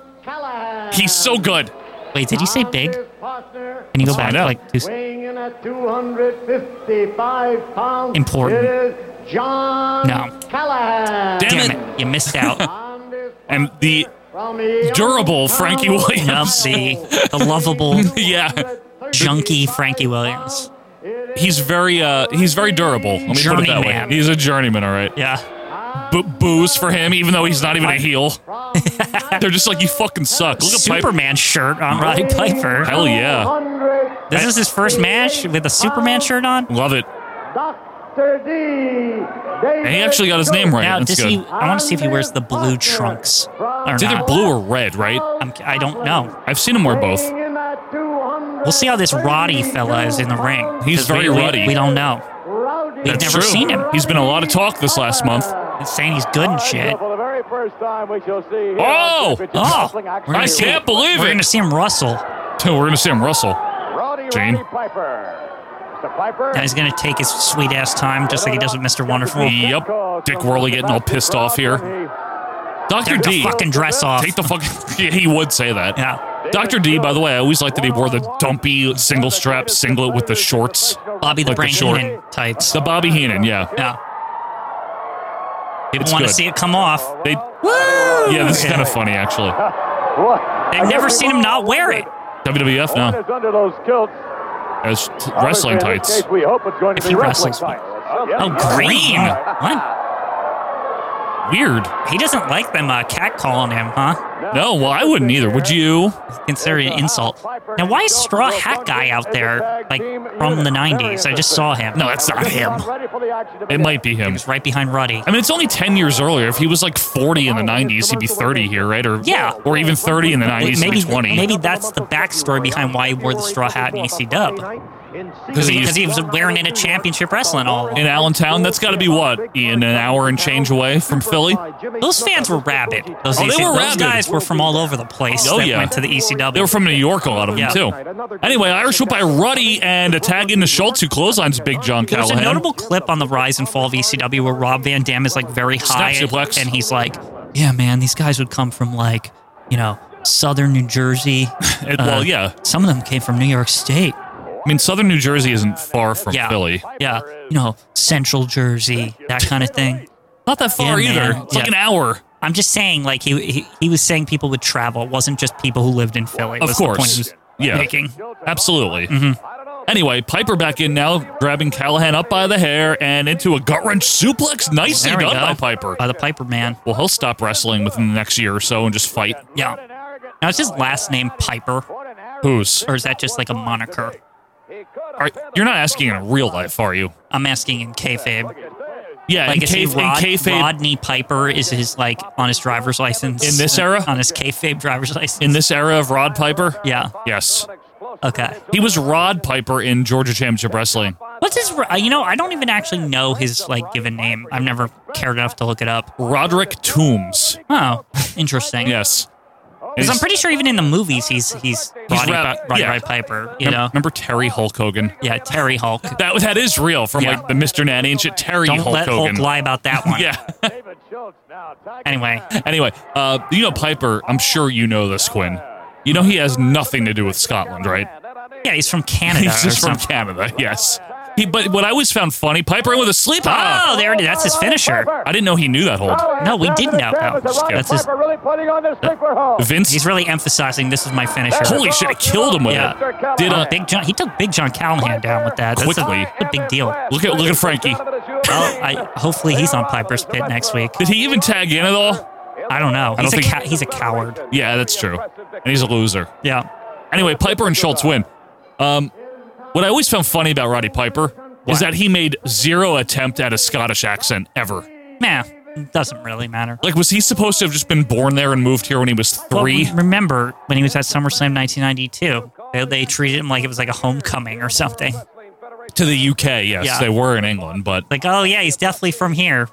Speaker 1: He's so good.
Speaker 2: Wait, did he say big? Can you go back?
Speaker 1: find out.
Speaker 2: Like, two-
Speaker 4: Weighing in at 255 pounds.
Speaker 2: Important.
Speaker 4: It is John
Speaker 2: No.
Speaker 4: Callahan.
Speaker 1: Damn,
Speaker 2: damn
Speaker 1: it.
Speaker 2: it, you missed out.
Speaker 1: And the
Speaker 4: From the
Speaker 1: (laughs) durable Frankie
Speaker 2: Now
Speaker 1: Williams.
Speaker 2: see the
Speaker 4: (laughs)
Speaker 2: lovable,
Speaker 1: (laughs) yeah.
Speaker 2: junky Frankie Williams.
Speaker 1: He's very uh he's very durable. Let me put it that
Speaker 2: Journeyman.
Speaker 1: way. He's a journeyman, all right.
Speaker 2: Yeah.
Speaker 1: B- boos for him even though he's not even a heel. They're just like you fucking suck. Look at Piper.
Speaker 2: Superman shirt on Roddy Piper.
Speaker 1: Hell (laughs) yeah.
Speaker 4: 100
Speaker 2: This is his first match with a Superman shirt on.
Speaker 1: Love it.
Speaker 4: Dr. D. David
Speaker 1: And he actually got his
Speaker 4: Stewart.
Speaker 1: name right.
Speaker 2: Now,
Speaker 1: That's
Speaker 2: does
Speaker 1: good.
Speaker 2: he? I want to see if he wears the blue trunks or
Speaker 1: it's either
Speaker 2: not.
Speaker 1: blue or red, right?
Speaker 2: I'm, I don't know.
Speaker 1: I've seen him wear both.
Speaker 4: Weighing in at 200
Speaker 2: We'll see how this Roddy fella is in the ring.
Speaker 1: He's
Speaker 2: 'cause
Speaker 1: very
Speaker 2: we, we-
Speaker 1: ruddy.
Speaker 2: We, don't know.
Speaker 4: Rowdy.
Speaker 2: We've
Speaker 1: That's
Speaker 2: never
Speaker 1: true.
Speaker 2: seen him.
Speaker 1: He's been a lot of talk this last month.
Speaker 2: He's saying he's good and shit.
Speaker 3: For the very first time we shall see.
Speaker 1: Oh!
Speaker 2: Oh,
Speaker 1: I can't believe
Speaker 2: We're
Speaker 1: it.
Speaker 2: gonna see him rustle.
Speaker 1: We're going to see him Russell.
Speaker 3: Roddy
Speaker 1: Gene.
Speaker 3: Roddy Piper. Mr. Piper.
Speaker 2: Now he's gonna take his sweet ass time, just like he does with Mr. Wonderful.
Speaker 1: Yep. Dick Worley getting all pissed off here. Dr.
Speaker 2: Take the
Speaker 1: D.
Speaker 2: fucking dress off.
Speaker 1: Take the fucking. (laughs) he would say that.
Speaker 2: yeah.
Speaker 1: Dr. D, by the way, I always liked that he wore the dumpy single strap singlet with the shorts.
Speaker 2: Bobby the
Speaker 1: Like the
Speaker 2: Brain
Speaker 1: short-
Speaker 2: Heenan tights.
Speaker 1: The Bobby Heenan, yeah.
Speaker 2: yeah.
Speaker 1: It's
Speaker 2: Want
Speaker 1: good.
Speaker 2: to see it come off?
Speaker 1: They, yeah, this is kind of funny, actually.
Speaker 2: I've never seen him not wear it.
Speaker 1: WWF, no.
Speaker 3: Is under those kilts.
Speaker 1: It's t-
Speaker 3: Obviously,
Speaker 1: wrestling
Speaker 3: in this
Speaker 1: tights.
Speaker 3: Case, we hope it's going
Speaker 2: If
Speaker 3: to be
Speaker 2: he
Speaker 3: wrestling
Speaker 2: wrestles.
Speaker 3: tights.
Speaker 2: Oh, green. What?
Speaker 1: Weird.
Speaker 2: He doesn't like them uh, catcalling him, huh?
Speaker 1: No, well, I wouldn't either. Would you?
Speaker 2: Consider it an insult. Now, why is Straw Hat Guy out there, like, from the 90s? I just saw him.
Speaker 1: No, that's not him. It might be him.
Speaker 2: He's right behind Ruddy.
Speaker 1: I mean, it's only 10 years earlier. If he was like 40 in the 90s, he'd be 30 here, right? Or
Speaker 2: Yeah.
Speaker 1: Or even 30 in the 90s, maybe,
Speaker 2: maybe,
Speaker 1: 20.
Speaker 2: maybe that's the backstory behind why he wore the straw hat in E ECW. Because
Speaker 1: he
Speaker 2: he,
Speaker 1: used-
Speaker 2: was wearing it at championship wrestling all
Speaker 1: In Allentown, that's got to be what? In an hour and change away from Philly?
Speaker 2: Those fans were rabid. Those,
Speaker 1: Oh, they
Speaker 2: EC
Speaker 1: were
Speaker 2: those
Speaker 1: rabid.
Speaker 2: guys were from all over the place
Speaker 1: Oh,
Speaker 2: that
Speaker 1: yeah.
Speaker 2: went to the E ECW.
Speaker 1: They were from New York, a lot of them,
Speaker 2: Yeah.
Speaker 1: too. Anyway, Irish whip by Ruddy and a tag into Schultz, who clotheslines Big John
Speaker 2: There's
Speaker 1: Callahan.
Speaker 2: a notable clip on the rise and fall of ECW where Rob Van Dam is like very high, and,
Speaker 1: suplex.
Speaker 2: and he's like, "Yeah, man, these guys would come from like, you know, southern New Jersey.
Speaker 1: (laughs)
Speaker 2: Uh,
Speaker 1: It- well, yeah.
Speaker 2: some of them came from New York State.
Speaker 1: I mean, southern New Jersey isn't far from
Speaker 2: yeah,
Speaker 1: Philly.
Speaker 2: Yeah, you know, Central Jersey, that kind of thing.
Speaker 1: Not that far
Speaker 2: Yeah,
Speaker 1: either.
Speaker 2: man.
Speaker 1: It's like
Speaker 2: Yeah.
Speaker 1: an hour.
Speaker 2: I'm just saying, like he, he he was saying people would travel. It wasn't just people who lived in Philly.
Speaker 1: Of
Speaker 2: was the point he
Speaker 1: course.
Speaker 2: was
Speaker 1: Yeah. Mm-hmm.
Speaker 2: making.
Speaker 1: Absolutely. Anyway, Piper back in now, grabbing Callahan up by the hair and into a gut wrench suplex. Nicely
Speaker 2: There we
Speaker 1: done
Speaker 2: go.
Speaker 1: by Piper.
Speaker 2: By the Piper man.
Speaker 1: Well, he'll stop wrestling within the next year or so and just fight.
Speaker 2: Yeah. Now is his last name Piper,
Speaker 1: Who's?
Speaker 2: or is that just like a moniker?
Speaker 1: Are, you're not asking in real life, are you?
Speaker 2: I'm asking in kayfabe.
Speaker 1: Yeah,
Speaker 2: Like,
Speaker 1: in,
Speaker 2: is he
Speaker 1: kayf-
Speaker 2: Rod-
Speaker 1: in kayfabe,
Speaker 2: Rodney Piper is his like on his driver's license
Speaker 1: In this era?
Speaker 2: on his kayfabe driver's license.
Speaker 1: in this era of Rod Piper?
Speaker 2: yeah.
Speaker 1: Yes.
Speaker 2: Okay.
Speaker 1: He was Rod Piper in Georgia Championship Wrestling.
Speaker 2: What's his? uh, You know, I don't even actually know his like given name. I've never cared enough to look it up.
Speaker 1: Roderick Toombs.
Speaker 2: Oh, interesting.
Speaker 1: Yes.
Speaker 2: Because I'm pretty sure even in the movies he's he's Roddy,
Speaker 1: rap-
Speaker 2: Roddy
Speaker 1: yeah.
Speaker 2: Roddy Piper. You
Speaker 1: Mem-
Speaker 2: know,
Speaker 1: Remember Terry Hulk Hogan?
Speaker 2: yeah, Terry Hulk.
Speaker 1: That that is real from
Speaker 2: Yeah.
Speaker 1: like the Mr. Nanny and shit. Terry
Speaker 2: Don't
Speaker 1: Hulk
Speaker 2: let
Speaker 1: Hogan.
Speaker 2: Hulk lie about that
Speaker 1: (laughs)
Speaker 2: one.
Speaker 1: Yeah.
Speaker 2: Anyway,
Speaker 1: anyway, uh, you know Piper. I'm sure you know this, Quinn. You know he has nothing to do with Scotland, right?
Speaker 2: yeah, he's from Canada.
Speaker 1: He's just
Speaker 2: or
Speaker 1: from
Speaker 2: something.
Speaker 1: Canada. Yes. He, but what I always found funny, Piper with a sleep.
Speaker 2: Oh, there it is. That's his finisher.
Speaker 1: I didn't know he knew that hold.
Speaker 3: Oh,
Speaker 2: No, we did know that. That's his,
Speaker 3: really putting on this thing for home.
Speaker 1: Vince.
Speaker 2: he's really emphasizing this is my finisher.
Speaker 1: holy shit! I killed him with it.
Speaker 2: Yeah.
Speaker 1: Did
Speaker 2: Uh,
Speaker 1: a
Speaker 2: Big John, he took Big John Callahan down with that. That's
Speaker 1: Quickly.
Speaker 2: A, that's a big deal. Well,
Speaker 1: look at look at Frankie.
Speaker 2: I, hopefully he's on Piper's pit next week.
Speaker 1: Did he even tag in at all?
Speaker 2: I don't know.
Speaker 1: I
Speaker 2: He's,
Speaker 1: don't
Speaker 2: a,
Speaker 1: think-
Speaker 2: ca- he's a coward.
Speaker 1: Yeah, that's true. And he's a loser.
Speaker 2: Yeah.
Speaker 1: Anyway, Piper and Schultz win. Um, what I always found funny about Roddy Piper is that he made zero attempt at a Scottish accent ever.
Speaker 2: Nah, doesn't really matter.
Speaker 1: Like, was he supposed to have just been born there and moved here when he was
Speaker 2: Well,
Speaker 1: three?
Speaker 2: remember when he was at SummerSlam 1992? They, they treated him like it was like a homecoming or something.
Speaker 1: to the UK, yes,
Speaker 2: Yeah.
Speaker 1: they were in England, but
Speaker 2: Like, oh yeah, he's definitely from here.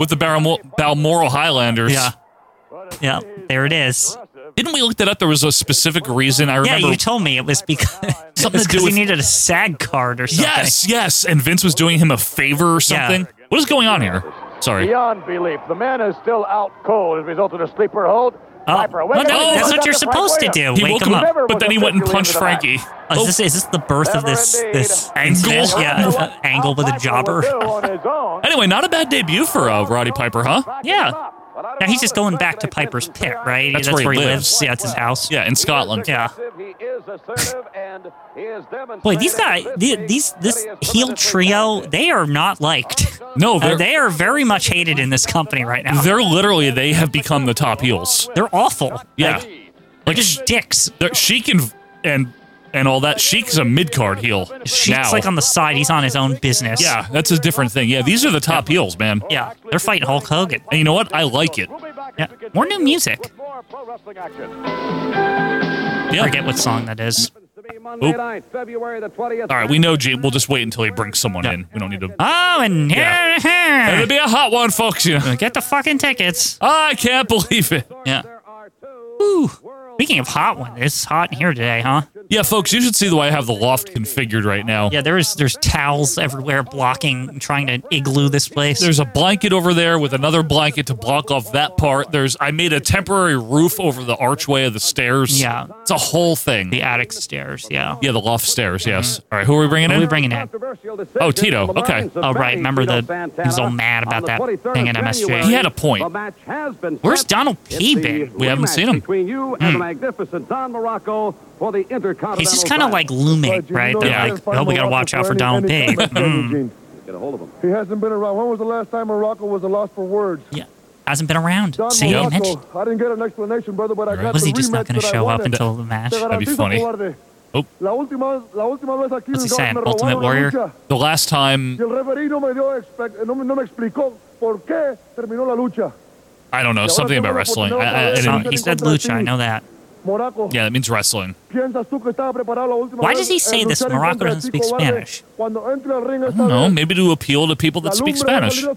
Speaker 1: with the Balmo- Balmoral Highlanders,
Speaker 2: Yeah. Yeah, there it is.
Speaker 1: didn't we look that up? There was a specific reason. I remember.
Speaker 2: Yeah, you told me it was because (laughs) it
Speaker 1: Something
Speaker 2: was
Speaker 1: to do
Speaker 2: 'cause he
Speaker 1: with-
Speaker 2: needed a SAG card or something.
Speaker 1: yes, yes, and Vince was doing him a favor or
Speaker 2: Yeah.
Speaker 1: something. What is going on here? Sorry.
Speaker 3: Beyond belief. The man is still out cold as a result of the sleeper hold.
Speaker 2: Oh,
Speaker 3: Piper, wake
Speaker 2: no,
Speaker 3: up.
Speaker 2: no,
Speaker 1: Oh,
Speaker 2: that's what
Speaker 3: Dr.
Speaker 2: you're supposed to
Speaker 3: Frank
Speaker 2: do.
Speaker 1: He
Speaker 2: Wake
Speaker 1: woke
Speaker 2: him up.
Speaker 1: but then he went and punched Frankie.
Speaker 2: Oh, is, this, is this the birth of this this
Speaker 1: Angle?
Speaker 2: incident? Yeah,
Speaker 1: Angle.
Speaker 2: the angle with a jobber.
Speaker 1: Anyway, not a bad debut for uh, (laughs) Roddy Piper, huh?
Speaker 2: Yeah. Now he's just going back to Piper's pit, right?
Speaker 1: That's where he lives.
Speaker 2: Yeah, it's his house.
Speaker 1: Yeah, in Scotland.
Speaker 2: Yeah. Boy, these guys, the- these this heel trio, they are not liked.
Speaker 1: No,
Speaker 2: Uh,
Speaker 1: they're
Speaker 2: they are very much hated in this company right now.
Speaker 1: they're literally they have become the top heels.
Speaker 2: They're awful.
Speaker 1: Yeah,
Speaker 2: Like,
Speaker 1: like
Speaker 2: just dicks.
Speaker 1: they're- Sheik and and and all that. Sheik's a mid card heel
Speaker 2: Sheik's
Speaker 1: now.
Speaker 2: like on the side. He's on his own business.
Speaker 1: yeah, that's a different thing. Yeah, these are the top heels, man.
Speaker 2: Yeah. They're fighting Hulk Hogan.
Speaker 1: And you know what? I like it.
Speaker 2: Yeah. More new music.
Speaker 3: More pro wrestling action.
Speaker 1: Yeah.
Speaker 2: Forget what song that is.
Speaker 3: Monday
Speaker 1: Oop.
Speaker 3: night, February the 20th.
Speaker 1: All right, we know Gene. We'll just wait until he brings someone in. We don't need to.
Speaker 2: Oh, and here,
Speaker 1: Yeah. It'll be a hot one, folks. You know.
Speaker 2: here. Uh, Get the fucking tickets.
Speaker 1: I can't believe it.
Speaker 2: Yeah.
Speaker 3: There are two
Speaker 2: Ooh.
Speaker 3: world
Speaker 2: Speaking of hot one, it's hot in here today, huh?
Speaker 1: Yeah, folks, you should see the way I have the loft configured right now.
Speaker 2: Yeah, there is there's towels everywhere blocking, trying to igloo this place.
Speaker 1: There's a blanket over there with another blanket to block off that part. There's I made a temporary roof over the archway of the stairs.
Speaker 2: Yeah.
Speaker 1: It's a whole thing.
Speaker 2: the attic stairs. Yeah.
Speaker 1: Yeah, the loft stairs, yes. All right, who are we bringing
Speaker 2: What
Speaker 1: in?
Speaker 2: are we bringing in?
Speaker 3: controversial decision
Speaker 1: Oh, Tito,
Speaker 3: on the
Speaker 1: okay.
Speaker 3: minds of
Speaker 2: Oh, right,
Speaker 3: Betty
Speaker 2: remember
Speaker 3: Tito
Speaker 2: the-
Speaker 3: Santana
Speaker 2: he was all mad about
Speaker 3: on the
Speaker 2: that
Speaker 3: 23rd
Speaker 2: thing
Speaker 3: of
Speaker 2: at MSJ.
Speaker 3: January.
Speaker 1: He had a point.
Speaker 3: The match has been
Speaker 2: Where's
Speaker 3: set.
Speaker 2: Donald
Speaker 3: It's
Speaker 2: P.
Speaker 3: the
Speaker 2: been?
Speaker 1: We haven't
Speaker 3: rematch
Speaker 1: seen him.
Speaker 3: Between you and the magnificent Don Morocco for the Intercontinental
Speaker 2: Hmm. He's just kind of
Speaker 3: title.
Speaker 2: like looming, right? They're like, oh, we gotta watch out for Donald
Speaker 1: (laughs)
Speaker 2: P. Mm.
Speaker 3: Get a hold of him.
Speaker 7: He hasn't been around. When was the last time Morocco was a loss for words?
Speaker 2: Yeah, hasn't been around.
Speaker 7: Don
Speaker 2: See, I
Speaker 7: Morocco,
Speaker 2: mentioned.
Speaker 7: I didn't get an explanation, brother, but I got
Speaker 2: Was
Speaker 7: the
Speaker 2: he just not
Speaker 7: rematch
Speaker 2: going
Speaker 7: that
Speaker 2: to
Speaker 7: I
Speaker 2: show up
Speaker 7: wanted.
Speaker 2: until the match?
Speaker 7: Te
Speaker 1: That'd be
Speaker 7: garantizo,
Speaker 1: funny.
Speaker 7: cobarde.
Speaker 1: Oh.
Speaker 7: La última, la última vez aquí
Speaker 2: What's he
Speaker 7: en
Speaker 2: saying,
Speaker 7: me robaron
Speaker 2: Ultimate
Speaker 7: la
Speaker 2: Warrior?
Speaker 7: lucha.
Speaker 1: The last time
Speaker 7: Y el referee no me dio expec- no, me- no me explicó por qué terminó la lucha.
Speaker 1: I don't know, something about wrestling. I, I, I
Speaker 2: Some-
Speaker 1: didn't,
Speaker 2: he said lucha. I know that.
Speaker 7: Morocco,
Speaker 1: yeah, that means wrestling.
Speaker 7: ¿piensas tú que estaba preparado la última
Speaker 2: Why
Speaker 7: vez
Speaker 2: does he
Speaker 7: en
Speaker 2: say this?
Speaker 7: luchar en
Speaker 2: Morocco
Speaker 7: contra de
Speaker 2: doesn't
Speaker 7: Chico
Speaker 2: speak
Speaker 7: Barre?
Speaker 2: Spanish.
Speaker 7: Cuando entre al ring
Speaker 1: I don't know, maybe to appeal to people that speak Spanish.
Speaker 2: Yeah,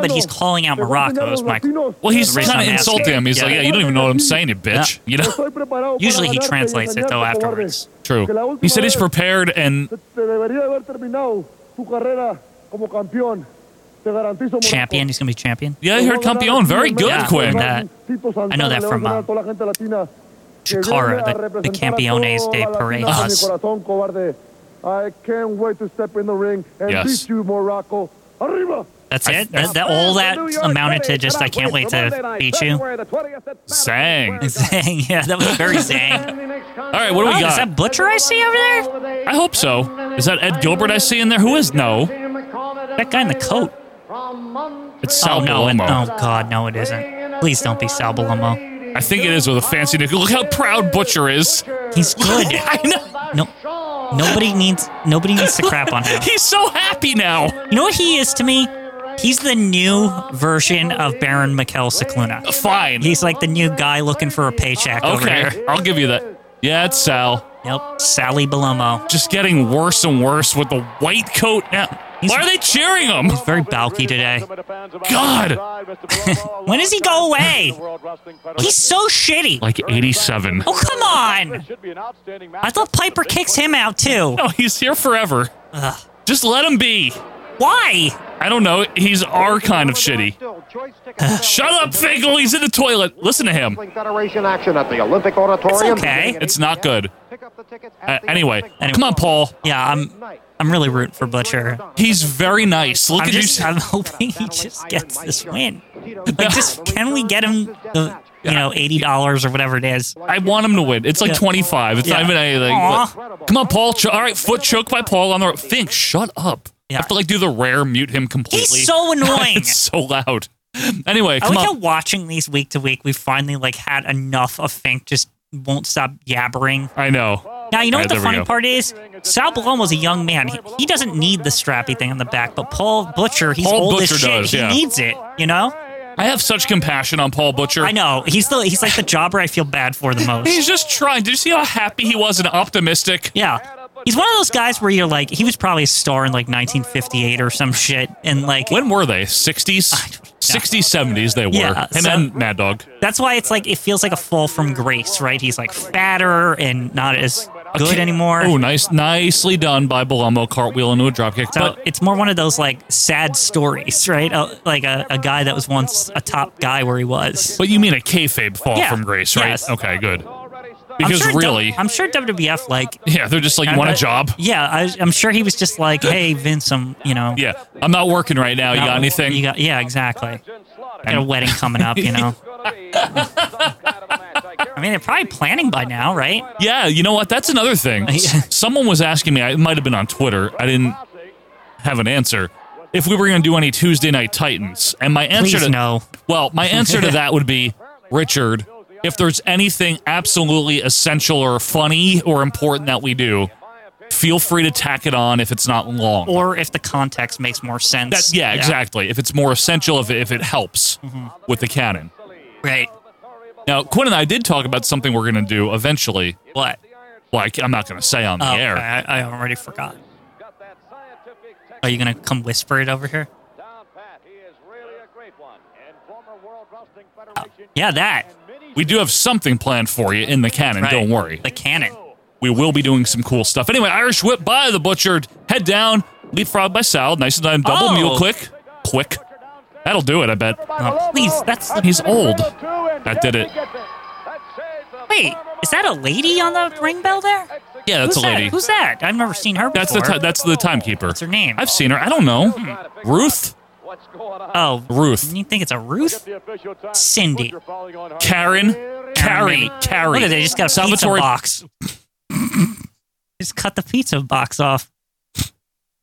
Speaker 2: but he's calling out Morocco as my.
Speaker 1: Well, he's
Speaker 2: The reason
Speaker 1: kind of
Speaker 2: I'm asking.
Speaker 1: insulting him. He's
Speaker 2: Yeah.
Speaker 1: like, yeah, you don't even know what I'm saying, you bitch. You know? (laughs)
Speaker 2: Usually he translates it though afterwards.
Speaker 1: True. He said he's prepared and
Speaker 7: Te debería haber terminado tu carrera como campeón. Te garantizo, Morocco.
Speaker 2: Champion. He's gonna be champion.
Speaker 1: yeah, I heard Campeon. Very good,
Speaker 2: Yeah.
Speaker 1: Quinn.
Speaker 2: Yeah. I know that from, uh, Chikara, the- the Campeones de Parejas.
Speaker 7: I can't wait to step in the ring and
Speaker 1: Yes.
Speaker 7: beat you, Morocco. Arriba!
Speaker 2: That's it. That, that- all that amounted to just I can't wait to beat you.
Speaker 3: February the 20th at
Speaker 1: sang.
Speaker 2: Zang. (laughs) Yeah, that was very zang.
Speaker 1: All right, what do
Speaker 2: Oh,
Speaker 1: we
Speaker 2: is
Speaker 1: got?
Speaker 2: that Butcher I see over there?
Speaker 1: I hope so. Is that Ed Gilbert I see in there? Who is? No.
Speaker 2: That guy in the coat.
Speaker 1: It's
Speaker 2: Oh
Speaker 1: Sal
Speaker 2: no! It,
Speaker 1: Palomo.
Speaker 2: oh god, no, it isn't. Please don't be Sal Balomo.
Speaker 1: I think it is with a fancy nickel. Look how proud Butcher is.
Speaker 2: He's (laughs) good.
Speaker 1: I know.
Speaker 2: No, nobody needs nobody needs to crap on (laughs) him.
Speaker 1: He's so happy now.
Speaker 2: You know what he is to me? He's the new version of Baron Mikel Cicluna.
Speaker 1: Fine.
Speaker 2: He's like the new guy looking for a paycheck over
Speaker 1: okay.
Speaker 2: here.
Speaker 1: I'll give you that. Yeah, it's Sal.
Speaker 2: Yep, Sally Balomo.
Speaker 1: Just getting worse and worse with the white coat. Now,
Speaker 2: He's-
Speaker 1: why are they cheering him?
Speaker 2: He's very balky today.
Speaker 1: God.
Speaker 2: When does he go away? He's so shitty.
Speaker 5: Like 87.
Speaker 2: Oh come on! I thought Piper kicks him out too.
Speaker 1: (laughs) No, he's here forever.
Speaker 2: Ugh.
Speaker 1: Just let him be.
Speaker 2: Why?
Speaker 1: I don't know. He's our kind
Speaker 8: (laughs)
Speaker 1: of shitty. Shut up, Finkel. He's in the toilet. Listen to him.
Speaker 8: Federation action at the Olympic Auditorium.
Speaker 2: It's okay.
Speaker 1: It's not good.
Speaker 8: Pick up the tickets
Speaker 1: Uh,
Speaker 8: at the
Speaker 1: anyway,
Speaker 8: Olympic
Speaker 1: come on, Paul.
Speaker 2: Yeah, I'm. I'm really rooting for Butcher.
Speaker 1: He's very nice. Look
Speaker 2: I'm
Speaker 1: at
Speaker 2: just.
Speaker 1: you.
Speaker 2: I'm (laughs) hoping he just gets this win.
Speaker 1: (laughs)
Speaker 2: Like, just can we get him the you know eighty dollars or whatever it is?
Speaker 1: I want him to win. It's like
Speaker 2: Yeah.
Speaker 1: 25. It's not
Speaker 2: Yeah.
Speaker 1: even anything.
Speaker 2: Aw.
Speaker 1: but- Come on, Paul. Cho- All right, foot choke by Paul on the Fink. Shut up. I
Speaker 2: Yeah.
Speaker 1: have to like do the rare mute him completely.
Speaker 2: He's
Speaker 1: (laughs)
Speaker 2: so annoying.
Speaker 1: it's so loud. Anyway,
Speaker 2: I
Speaker 1: come
Speaker 2: like how
Speaker 1: on.
Speaker 2: watching these week to week, we finally like had enough of Fink just won't stop yabbering.
Speaker 1: I know.
Speaker 2: Now you know
Speaker 1: All right,
Speaker 2: what
Speaker 1: there
Speaker 2: the
Speaker 1: we
Speaker 2: funny
Speaker 1: go.
Speaker 2: part is? Sal Palomo's a young man. He, he doesn't need the strappy thing on the back, but Paul Butcher, he's
Speaker 1: Paul
Speaker 2: old
Speaker 1: Butcher
Speaker 2: as shit.
Speaker 1: does,
Speaker 2: he
Speaker 1: yeah.
Speaker 2: needs it, you know?
Speaker 1: I have such compassion on Paul Butcher.
Speaker 2: I know. He's the he's like the jobber I feel bad
Speaker 1: (laughs)
Speaker 2: for the most.
Speaker 1: He's just trying. Did you see how happy he was and optimistic?
Speaker 2: yeah. He's one of those guys where you're like, he was probably a star in like 1958 or some shit, and like
Speaker 1: When were they? 60s?
Speaker 2: don't know.
Speaker 1: 60s, 70s they were.
Speaker 2: Yeah,
Speaker 1: Him
Speaker 2: so-
Speaker 1: and Mad Dog.
Speaker 2: That's why it's like it feels like a fall from grace, right? He's like fatter and not as good anymore.
Speaker 1: Oh, nice, nicely done by Balomo cartwheel into a dropkick.
Speaker 2: So
Speaker 1: but
Speaker 2: it's more one of those like sad stories, right? Uh, like a, a guy that was once a top guy where he was.
Speaker 1: but you mean a kayfabe fall
Speaker 2: Yeah.
Speaker 1: from grace, right?
Speaker 2: Yes.
Speaker 1: Okay, good.
Speaker 2: I'm
Speaker 1: Because
Speaker 2: sure W-
Speaker 1: really,
Speaker 2: I'm sure WWF like.
Speaker 1: yeah, they're just like, you want a job?
Speaker 2: Yeah, I, I'm sure he was just like, hey Vince, I'm you know.
Speaker 1: Yeah, I'm not working right now. You got anything?
Speaker 2: You got yeah, exactly. I got a wedding coming
Speaker 1: (laughs)
Speaker 2: up, you know. (laughs) I mean, they're probably planning by now, right?
Speaker 1: yeah, you know what? That's another
Speaker 2: (laughs)
Speaker 1: thing. S- Someone was asking me. I- It might have been on Twitter. I didn't have an answer. If we were going to do any Tuesday night Titans, and my answer
Speaker 2: Please
Speaker 1: to
Speaker 2: no.
Speaker 1: Well, my answer
Speaker 2: (laughs)
Speaker 1: to that would be Richard. If there's anything absolutely essential or funny or important that we do, feel free to tack it on if it's not long.
Speaker 2: Or if the context makes more sense.
Speaker 1: That- yeah, exactly. If it's more essential, if it, if it helps
Speaker 2: Mm-hmm.
Speaker 1: with the canon.
Speaker 2: Right.
Speaker 1: Now, Quinn and I did talk about something we're going to do eventually.
Speaker 2: What?
Speaker 1: Well, I, am not going to say on the
Speaker 2: Oh,
Speaker 1: air.
Speaker 2: okay, I, I already forgot. Are you gonna come whisper it over here? Oh, Yeah, that.
Speaker 1: We do have something planned for you in the canon.
Speaker 2: Right.
Speaker 1: Don't worry.
Speaker 2: The cannon.
Speaker 1: we will be doing some cool stuff. Anyway, Irish Whip by the Butchered. Head down. Leapfrog by Sal. Nice and done. Double
Speaker 2: Oh.
Speaker 1: mule click.
Speaker 2: (laughs)
Speaker 1: Quick. That'll do it, I bet.
Speaker 2: Oh, please, that's
Speaker 1: He's old. That did it.
Speaker 2: Wait, is that a lady on the ring bell there?
Speaker 1: Yeah, that's
Speaker 2: Who's
Speaker 1: a lady.
Speaker 2: That? Who's that? I've never seen her
Speaker 1: That's the
Speaker 2: before.
Speaker 1: ti- that's the timekeeper.
Speaker 2: What's her name?
Speaker 1: I've seen her. I don't know. Ruth,
Speaker 2: oh,
Speaker 1: Ruth.
Speaker 2: You think it's a Ruth? Cindy.
Speaker 1: Karen, Carrie,
Speaker 2: maybe.
Speaker 1: Carrie.
Speaker 2: Look at they just got a
Speaker 1: Salvatore-
Speaker 2: pizza
Speaker 1: (coughs)
Speaker 2: box. just cut the pizza box off.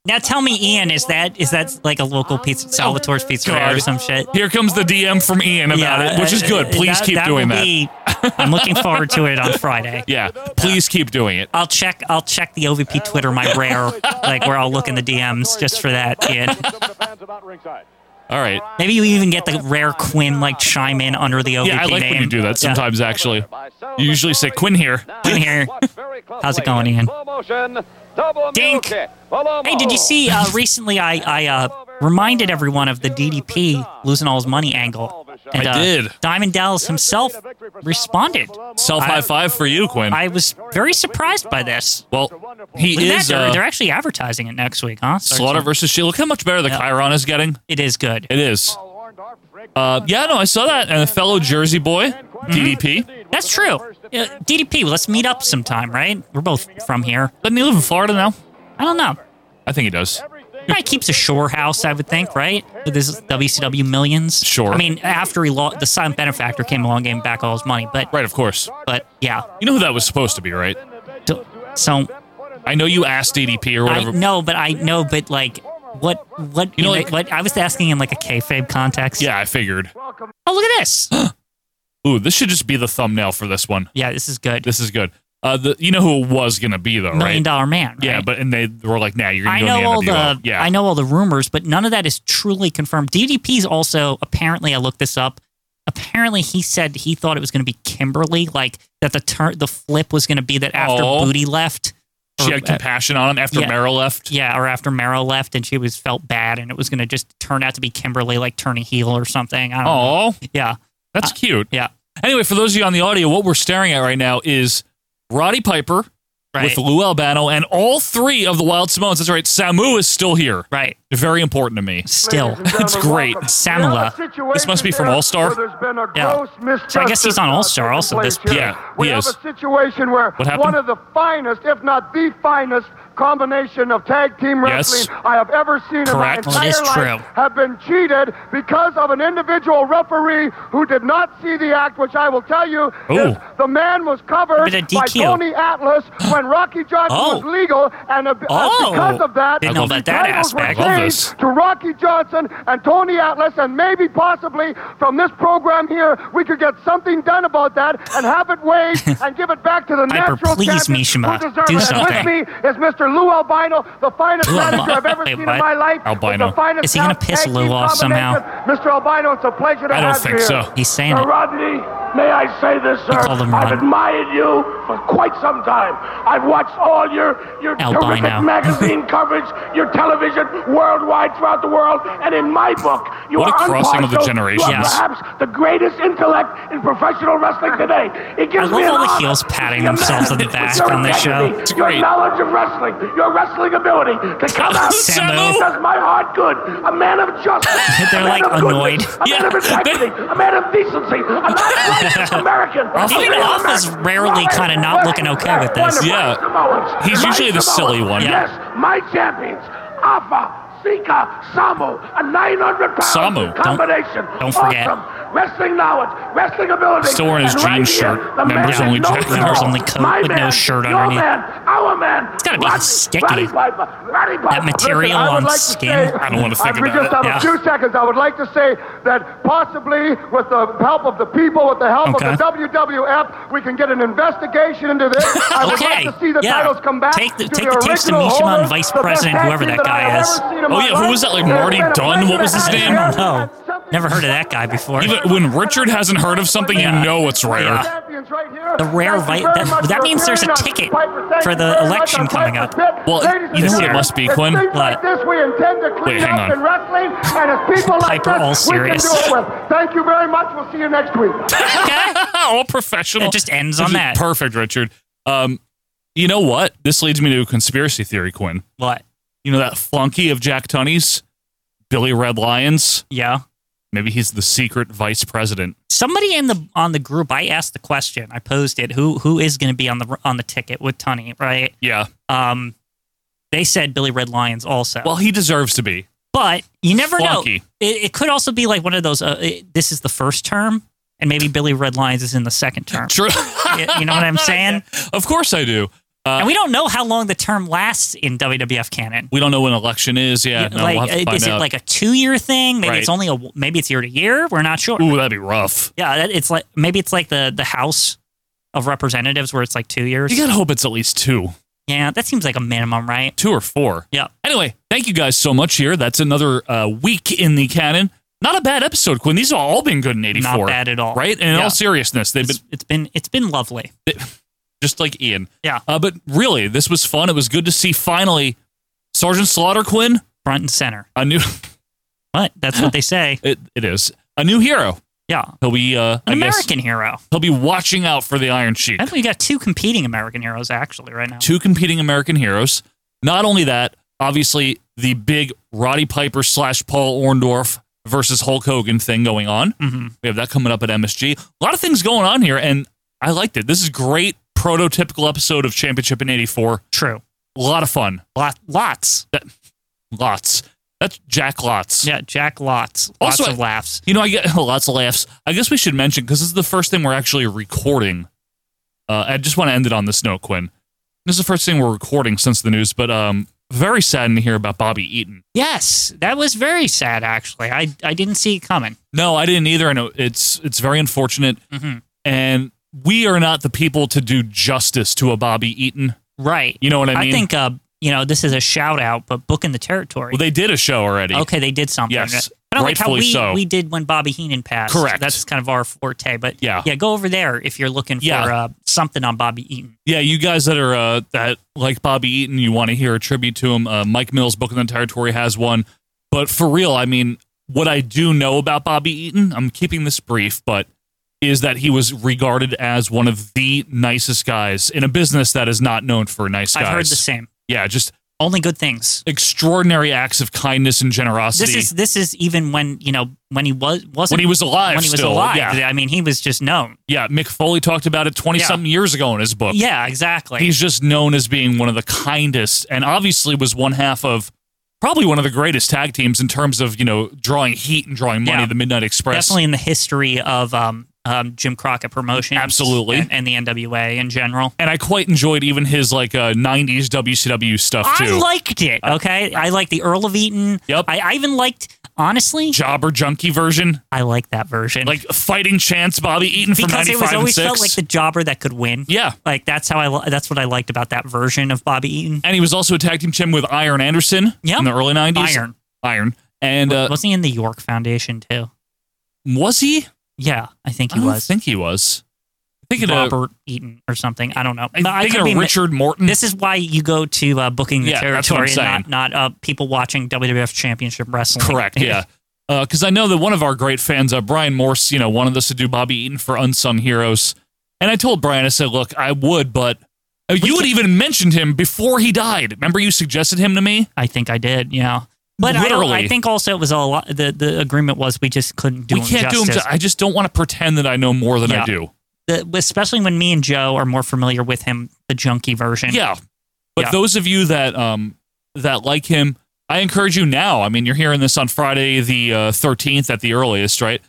Speaker 2: Now tell me, Ian, is that is that like a local pizza, Salvatore's Pizzeria
Speaker 1: God.
Speaker 2: or some shit?
Speaker 1: Here comes the DM from Ian about it, which is
Speaker 2: uh,
Speaker 1: good.
Speaker 2: uh,
Speaker 1: Please
Speaker 2: that-
Speaker 1: keep
Speaker 2: that
Speaker 1: doing
Speaker 2: will
Speaker 1: that. (laughs)
Speaker 2: be- I'm looking forward to it on Friday.
Speaker 1: yeah, please keep doing it.
Speaker 2: I'll check. I'll check the OVP Twitter, my rare, like where I'll look in the DMs just for that, kid.
Speaker 1: All right.
Speaker 2: Maybe you even get the rare Quinn like chime in under the OVP
Speaker 1: Yeah, I like
Speaker 2: name.
Speaker 1: when you do that
Speaker 2: Yeah.
Speaker 1: sometimes. Actually, you usually say Quinn here.
Speaker 2: Quinn here. How's it going, Ian? Dink. Hey, did you see uh, recently? I I uh, reminded everyone of the DDP losing all his money angle. And,
Speaker 1: I
Speaker 2: uh,
Speaker 1: did.
Speaker 2: Diamond Dallas himself responded.
Speaker 1: Self high five for you, Quinn.
Speaker 2: I was very surprised by this.
Speaker 1: well, he
Speaker 2: Look at that,
Speaker 1: is.
Speaker 2: they're,
Speaker 1: Uh,
Speaker 2: they're actually advertising it next week, huh? So
Speaker 1: Slaughter versus Shield. Look how much better the
Speaker 2: Yeah.
Speaker 1: Chiron is getting.
Speaker 2: It is good.
Speaker 1: It is. Uh, yeah, no, I saw that. And a fellow Jersey boy, DDP.
Speaker 2: That's true. Uh, Yeah, DDP, let's meet up sometime, right? We're both from here.
Speaker 1: Doesn't he live in Florida now?
Speaker 2: I don't know.
Speaker 1: I think he does.
Speaker 2: Guy keeps a shore house, I would think, right? With his WCW millions.
Speaker 1: Sure.
Speaker 2: I mean, after he lost, the silent benefactor came along, gave him back all his money, but
Speaker 1: Right, of course.
Speaker 2: but yeah.
Speaker 1: You know who that was supposed to be, right?
Speaker 2: So- So
Speaker 1: I know you asked DDP or
Speaker 2: I
Speaker 1: whatever.
Speaker 2: know, but I know, but like, what what
Speaker 1: You know,
Speaker 2: in
Speaker 1: like-
Speaker 2: the- what I was asking in like a kayfabe context.
Speaker 1: Yeah, I figured.
Speaker 2: Oh, look
Speaker 1: (gasps)
Speaker 2: at this.
Speaker 1: Ooh, this should just be the thumbnail for this one.
Speaker 2: yeah, this is good.
Speaker 1: This is good. Uh, the, you know who it was gonna be though,
Speaker 2: Million
Speaker 1: right?
Speaker 2: Dollar man. Right?
Speaker 1: Yeah, but and they were like, "Nah, you're gonna
Speaker 2: I
Speaker 1: go in
Speaker 2: know all
Speaker 1: the NWO."
Speaker 2: the
Speaker 1: yeah,
Speaker 2: I know all the rumors, but none of that is truly confirmed. DDP's also apparently I looked this up. Apparently he said he thought it was going to be Kimberly, like that the turn the flip was going to be that after
Speaker 1: Oh.
Speaker 2: Booty left.
Speaker 1: She
Speaker 2: or-
Speaker 1: had compassion on him after
Speaker 2: yeah.
Speaker 1: Merrill left.
Speaker 2: yeah, or after Meryl left and she was felt bad and it was going to just turn out to be Kimberly like turning heel or something. I don't know.
Speaker 1: Oh,
Speaker 2: Yeah.
Speaker 1: that's cute.
Speaker 2: Uh-huh. Uh, Yeah.
Speaker 1: Anyway, for those of you on the audio, what we're staring at right now is Roddy Piper
Speaker 2: Right.
Speaker 1: with Lou Albano and all three of the Wild Samoans. That's right. Samu is still here.
Speaker 2: right.
Speaker 1: Very important to me.
Speaker 2: Still.
Speaker 1: That's great.
Speaker 2: Samula.
Speaker 1: This must be from All Star.
Speaker 2: Yeah. So I guess he's on All Star also this
Speaker 1: Yeah,
Speaker 4: We
Speaker 1: he
Speaker 4: have
Speaker 1: is.
Speaker 4: a situation where
Speaker 1: What happened?
Speaker 4: one of the finest, if not the finest, combination of tag team
Speaker 1: Yes.
Speaker 4: wrestling I have ever seen
Speaker 1: Correct.
Speaker 4: in
Speaker 1: Well,
Speaker 4: my
Speaker 2: it is
Speaker 4: entire life
Speaker 2: true.
Speaker 4: have been cheated because of an individual referee who did not see the act, which I will tell you is
Speaker 1: Ooh.
Speaker 4: the man was covered
Speaker 2: But a
Speaker 4: by
Speaker 2: DQ.
Speaker 4: Tony Atlas when Rocky Johnson
Speaker 2: Oh.
Speaker 4: was legal, and uh,
Speaker 2: Oh.
Speaker 4: because of that,
Speaker 2: Didn't know about
Speaker 4: the
Speaker 2: that
Speaker 4: titles were
Speaker 2: aspect.
Speaker 1: Love
Speaker 4: changed
Speaker 1: this.
Speaker 4: to Rocky Johnson and Tony Atlas, and maybe possibly from this program here, we could get something done about that and have it
Speaker 2: (laughs)
Speaker 4: weighed and give it back to the
Speaker 2: Piper,
Speaker 4: natural
Speaker 2: please,
Speaker 4: champions
Speaker 2: Mishima,
Speaker 4: who deserve
Speaker 2: do
Speaker 4: it.
Speaker 2: something.
Speaker 4: And with me is Mr. Lou Albino, the finest
Speaker 2: Lou
Speaker 4: manager
Speaker 2: Albino.
Speaker 4: I've ever
Speaker 2: Wait,
Speaker 4: seen
Speaker 2: what?
Speaker 4: in my life.
Speaker 1: Albino.
Speaker 4: It's the finest
Speaker 2: Is he gonna
Speaker 4: top
Speaker 2: piss
Speaker 4: tag
Speaker 2: Lou
Speaker 4: team
Speaker 2: off somehow?
Speaker 4: combination. Mr. Albino, it's a pleasure to
Speaker 1: I don't
Speaker 4: have you
Speaker 1: think
Speaker 4: here.
Speaker 1: so.
Speaker 2: He's saying
Speaker 4: Sir
Speaker 2: it.
Speaker 4: Rodney, may I say this, sir?
Speaker 2: called him
Speaker 4: I've
Speaker 2: Rod.
Speaker 4: admired you for quite some time. I've watched all your your
Speaker 2: Albino.
Speaker 4: terrific
Speaker 2: (laughs)
Speaker 4: magazine coverage, your television worldwide throughout the world, and in my book, you
Speaker 1: What a
Speaker 4: are
Speaker 1: crossing of the
Speaker 4: unparalleled.
Speaker 1: generations.
Speaker 4: You are perhaps the greatest intellect in professional wrestling today. It gives
Speaker 2: I love
Speaker 4: me an
Speaker 2: all the
Speaker 4: honor
Speaker 2: heels
Speaker 4: to be
Speaker 2: patting
Speaker 4: a man
Speaker 2: themselves on the
Speaker 4: with
Speaker 2: back
Speaker 4: your
Speaker 2: on this show.
Speaker 4: integrity,
Speaker 1: It's
Speaker 4: Your
Speaker 1: great.
Speaker 4: knowledge of wrestling, your wrestling ability
Speaker 2: (laughs)
Speaker 4: to come out
Speaker 2: Samu.
Speaker 4: does my heart good. A man of justice.
Speaker 2: (laughs) They're,
Speaker 4: a man
Speaker 2: like,
Speaker 4: of goodness,
Speaker 2: annoyed.
Speaker 4: A man of
Speaker 1: Yeah.
Speaker 4: integrity. a man of decency. A man of
Speaker 2: (laughs)
Speaker 4: American.
Speaker 2: Even Alpha's rarely kinda not looking okay with this.
Speaker 1: Yeah.
Speaker 4: Yeah.
Speaker 1: He's usually the silly one.
Speaker 4: Yes, my champions. Alpha. Sika, Samu, a 900 pound
Speaker 1: Samu, don't-
Speaker 4: combination.
Speaker 2: don't forget.
Speaker 4: Awesome. Wrestling knowledge, wrestling ability.
Speaker 1: Still wearing his
Speaker 4: and right
Speaker 1: jeans
Speaker 4: here,
Speaker 1: shirt.
Speaker 4: the
Speaker 1: Members
Speaker 4: man
Speaker 1: only
Speaker 4: that
Speaker 1: jacket,
Speaker 4: knows it
Speaker 2: members
Speaker 4: all.
Speaker 2: only coat
Speaker 4: My
Speaker 2: with no
Speaker 4: man,
Speaker 2: shirt
Speaker 4: your
Speaker 2: underneath.
Speaker 4: Man, our man. It's
Speaker 2: gotta be sticky.
Speaker 4: That
Speaker 2: material on skin? I don't wanna think
Speaker 4: we
Speaker 2: about
Speaker 4: just
Speaker 2: it.
Speaker 4: have
Speaker 2: Yeah.
Speaker 4: a few seconds. I would like to say that possibly with the help of the people, with the help
Speaker 2: Okay.
Speaker 4: of the WWF, we can get an investigation into this. I would
Speaker 2: Okay.
Speaker 4: like to see the
Speaker 2: Yeah.
Speaker 4: titles come back.
Speaker 2: Take the-
Speaker 4: to
Speaker 2: take
Speaker 4: the
Speaker 2: the tapes to
Speaker 4: original
Speaker 2: Mishima and
Speaker 4: holders,
Speaker 2: Vice
Speaker 4: the best
Speaker 2: President,
Speaker 4: tag
Speaker 2: whoever
Speaker 4: team
Speaker 2: that
Speaker 4: I
Speaker 2: guy
Speaker 4: have
Speaker 2: is.
Speaker 4: ever seen in
Speaker 1: Oh,
Speaker 4: my
Speaker 1: yeah, who
Speaker 4: life.
Speaker 1: was that, like,
Speaker 4: It's
Speaker 1: Marty
Speaker 4: been a
Speaker 1: Dunn?
Speaker 4: pleasure
Speaker 1: What was
Speaker 4: to
Speaker 1: his
Speaker 4: have you
Speaker 1: name?
Speaker 4: here.
Speaker 2: No. (laughs) Never heard of that guy before.
Speaker 1: Even when Richard hasn't heard of something, you know it's rare.
Speaker 2: Yeah.
Speaker 4: champions right here.
Speaker 2: The rare
Speaker 4: Thank you very
Speaker 2: vi- that-
Speaker 4: much
Speaker 2: that
Speaker 4: for
Speaker 2: means there's a
Speaker 4: appearing on
Speaker 2: ticket
Speaker 4: Piper. Thank
Speaker 2: for
Speaker 4: you
Speaker 2: the
Speaker 4: very much
Speaker 2: election
Speaker 4: on
Speaker 2: coming
Speaker 4: Piper
Speaker 2: up.
Speaker 4: Pit.
Speaker 1: Well,
Speaker 4: Ladies and
Speaker 1: you know what it
Speaker 4: gentlemen,
Speaker 1: must be,
Speaker 4: it's
Speaker 1: Quinn?
Speaker 4: things like
Speaker 2: What?
Speaker 4: this we intend to clean
Speaker 1: Wait, hang
Speaker 4: up
Speaker 1: on.
Speaker 4: in wrestling, and it's people like
Speaker 2: (laughs) Piper
Speaker 4: this
Speaker 2: all
Speaker 4: we can
Speaker 2: serious.
Speaker 4: do it with. Thank you very much. We'll see you next week.
Speaker 1: (laughs) All professional.
Speaker 2: It just ends on that.
Speaker 1: Perfect, Richard. Um, you know what? This leads me to a conspiracy theory, Quinn.
Speaker 2: What?
Speaker 1: You know that flunky of Jack Tunney's, Billy Red Lions?
Speaker 2: Yeah.
Speaker 1: Maybe he's the secret vice president.
Speaker 2: Somebody in the on the group, I asked the question. I posed it. Who who is going to be on the on the ticket with Tunney? Right.
Speaker 1: Yeah.
Speaker 2: Um, they said Billy Red Lions also.
Speaker 1: Well, he deserves to be.
Speaker 2: but you never
Speaker 1: Flunky.
Speaker 2: know. It, it could also be like one of those. Uh, it, this is the first term, and maybe Billy Red Lions is in the
Speaker 1: (laughs)
Speaker 2: second term.
Speaker 1: True.
Speaker 2: you, you know
Speaker 1: (laughs)
Speaker 2: what I'm saying?
Speaker 1: of course I do.
Speaker 2: and we don't know how long the term lasts in WWF canon.
Speaker 1: We don't know when election is. Yeah. No,
Speaker 2: like,
Speaker 1: we'll
Speaker 2: uh,
Speaker 1: have to find
Speaker 2: is
Speaker 1: out.
Speaker 2: it like a two-year thing? Maybe it's
Speaker 1: Right. Mm.
Speaker 2: only a maybe it's year to year. We're not sure.
Speaker 1: Ooh, that'd be rough.
Speaker 2: Yeah, that, it's like maybe it's like the the House of Representatives where it's like two years.
Speaker 1: You gotta hope it's at least two.
Speaker 2: yeah, that seems like a minimum, right?
Speaker 1: Two or four.
Speaker 2: Yeah.
Speaker 1: Anyway, thank you guys so much here. That's another uh, week in the canon. Not a bad episode, Quinn. These have all been good in 84.
Speaker 2: Not bad at all.
Speaker 1: Right? And in
Speaker 2: Yeah.
Speaker 1: all seriousness, they've been
Speaker 2: It's- it's been it's been lovely.
Speaker 1: just like Ian.
Speaker 2: Yeah.
Speaker 1: Uh, but really, this was fun. It was good to see finally Sergeant Slaughter Quinn,
Speaker 2: Front and center.
Speaker 1: a new (laughs)
Speaker 2: What? That's what they say.
Speaker 1: it, it is. A new hero.
Speaker 2: Yeah.
Speaker 1: He'll be uh I
Speaker 2: An
Speaker 1: guess
Speaker 2: American hero.
Speaker 1: he'll be watching out for the Iron Sheik.
Speaker 2: I think we got two competing American heroes actually right now.
Speaker 1: Two competing American heroes. Not only that, obviously the big Roddy Piper slash Paul Orndorff versus Hulk Hogan thing going on.
Speaker 2: hmm
Speaker 1: We have that coming up at MSG. A lot of things going on here, and I liked it. This is great prototypical episode of Championship in '84.
Speaker 2: True.
Speaker 1: A lot of fun.
Speaker 2: Lot, lots.
Speaker 1: Lots. That's Jack Lots.
Speaker 2: Yeah, Jack. Lots. Lots
Speaker 1: Also,
Speaker 2: of laughs.
Speaker 1: You know, I get (laughs) oh, lots of laughs. I guess we should mention because this is the first thing we're actually recording. Uh, I just want to end it on this note, Quinn. This is the first thing we're recording since the news, but um, very saddened to hear about Bobby Eaton.
Speaker 2: Yes, that was very sad. Actually, I I didn't see it coming.
Speaker 1: No, I didn't either. I know it's it's very unfortunate,
Speaker 2: Mhm.
Speaker 1: and we are not the people to do justice to a Bobby Eaton.
Speaker 2: Right.
Speaker 1: You know what I mean?
Speaker 2: think uh, you know this is a shout out, but booking the territory.
Speaker 1: Well, they did a show already.
Speaker 2: okay, they did something.
Speaker 1: Yes,
Speaker 2: I don't like how
Speaker 1: rightfully
Speaker 2: we,
Speaker 1: so.
Speaker 2: we did when Bobby Heenan passed.
Speaker 1: Correct.
Speaker 2: That's kind of our forte. But
Speaker 1: Yeah.
Speaker 2: yeah, go over there if you're looking for
Speaker 1: Yeah.
Speaker 2: uh, something on Bobby Eaton.
Speaker 1: Yeah, you guys that are uh, that like Bobby Eaton, you want to hear a tribute to him. Uh, Mike Mills, Book of the Territory, has one. But for real, I mean, what I do know about Bobby Eaton, I'm keeping this brief, but is that he was regarded as one of the nicest guys in a business that is not known for nice guys.
Speaker 2: I've heard the same.
Speaker 1: Yeah, just
Speaker 2: Only good things.
Speaker 1: extraordinary acts of kindness and generosity.
Speaker 2: This is this is even when you know when he was wasn't
Speaker 1: when he was alive.
Speaker 2: when he was
Speaker 1: still,
Speaker 2: alive.
Speaker 1: Yeah,
Speaker 2: I mean, he was just known.
Speaker 1: yeah. Mick Foley talked about it 20
Speaker 2: Yeah.
Speaker 1: something years ago in his book.
Speaker 2: Yeah, exactly.
Speaker 1: He's just known as being one of the kindest and obviously was one half of probably one of the greatest tag teams in terms of, you know, drawing heat and drawing money,
Speaker 2: Yeah.
Speaker 1: the Midnight Express.
Speaker 2: definitely in the history of um, um, Jim Crockett Promotions,
Speaker 1: Absolutely.
Speaker 2: and, and the NWA in general.
Speaker 1: And I quite enjoyed even his like uh, 90s WCW stuff
Speaker 2: I
Speaker 1: too. Uh,
Speaker 2: liked it. Okay, I liked the Earl of Eaton.
Speaker 1: Yep.
Speaker 2: I, I even liked. Honestly,
Speaker 1: Jobber Junkie version,
Speaker 2: I like that version.
Speaker 1: like fighting chance Bobby Eaton from
Speaker 2: because
Speaker 1: 95
Speaker 2: it was always
Speaker 1: and 6.
Speaker 2: felt like the jobber that could win.
Speaker 1: yeah.
Speaker 2: Like that's how I. li- That's what I liked about that version of Bobby Eaton.
Speaker 1: And he was also a tag team champ with Iron Anderson
Speaker 2: Yep.
Speaker 1: in the early 90s.
Speaker 2: Iron.
Speaker 1: Iron. And uh,
Speaker 2: Wasn't he in the York Foundation too?
Speaker 1: was he?
Speaker 2: Yeah, I think
Speaker 1: I
Speaker 2: he
Speaker 1: don't
Speaker 2: was.
Speaker 1: think he was. I think it, uh,
Speaker 2: Robert Eaton or something. I don't know. But
Speaker 1: I think
Speaker 2: could
Speaker 1: it
Speaker 2: be mi-
Speaker 1: Richard Morton.
Speaker 2: This is why you go to uh, booking the
Speaker 1: Yeah, that's what I'm
Speaker 2: territory and not not uh, people watching WWF Championship Wrestling.
Speaker 1: Correct. Yeah. Because I know that one of our great fans, uh, Brian Morse, you know, wanted us to do Bobby Eaton for Unsung Heroes, and I told Brian, I said, "Look, I would, but uh, you had even mentioned him before he died. Remember, you suggested him to me.
Speaker 2: I think I did. Yeah. But I, don't,
Speaker 1: Literally.
Speaker 2: I think also it was a lot. The, the agreement was we just couldn't do
Speaker 1: we
Speaker 2: him
Speaker 1: can't do him.
Speaker 2: justice.
Speaker 1: To, I just don't want to pretend that I know more than I
Speaker 2: Yeah.
Speaker 1: do.
Speaker 2: The- especially when me and Joe are more familiar with him, the junkie version.
Speaker 1: Yeah. But
Speaker 2: Yeah.
Speaker 1: those of you that um that like him, I encourage you now. I mean, you're hearing this on Friday the uh, thirteenth at the earliest, right?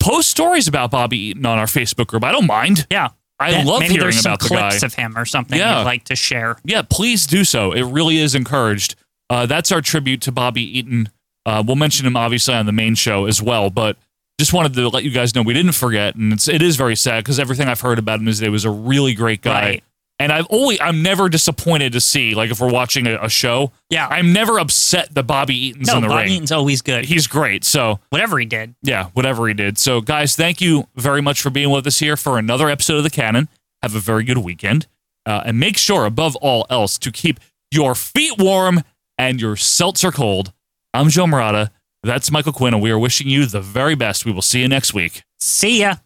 Speaker 1: Post stories about Bobby Eaton on our Facebook group. I don't mind.
Speaker 2: Yeah.
Speaker 1: I
Speaker 2: That-
Speaker 1: love
Speaker 2: maybe
Speaker 1: hearing
Speaker 2: there's some
Speaker 1: about the guy.
Speaker 2: clips of him or something
Speaker 1: Yeah.
Speaker 2: you'd like to share.
Speaker 1: yeah, please do so. It really is encouraged. Uh, that's our tribute to Bobby Eaton. Uh, we'll mention him obviously on the main show as well, but just wanted to let you guys know we didn't forget, and it's it is very sad because everything I've heard about him is that he was a really great guy,
Speaker 2: Right.
Speaker 1: And I've only I'm never disappointed to see like if we're watching a, a show.
Speaker 2: Yeah.
Speaker 1: I'm never upset that Bobby Eaton's
Speaker 2: No,
Speaker 1: in the
Speaker 2: Bobby
Speaker 1: ring.
Speaker 2: Eaton's always good.
Speaker 1: He's great. So
Speaker 2: Whatever he did.
Speaker 1: yeah, whatever he did. So, guys, thank you very much for being with us here for another episode of The Cannon. Have a very good weekend. Uh, and make sure, above all else, to keep your feet warm and your seltzer cold. I'm Joe Morata. That's Michael Quinn, and we are wishing you the very best. We will see you next week.
Speaker 2: See ya.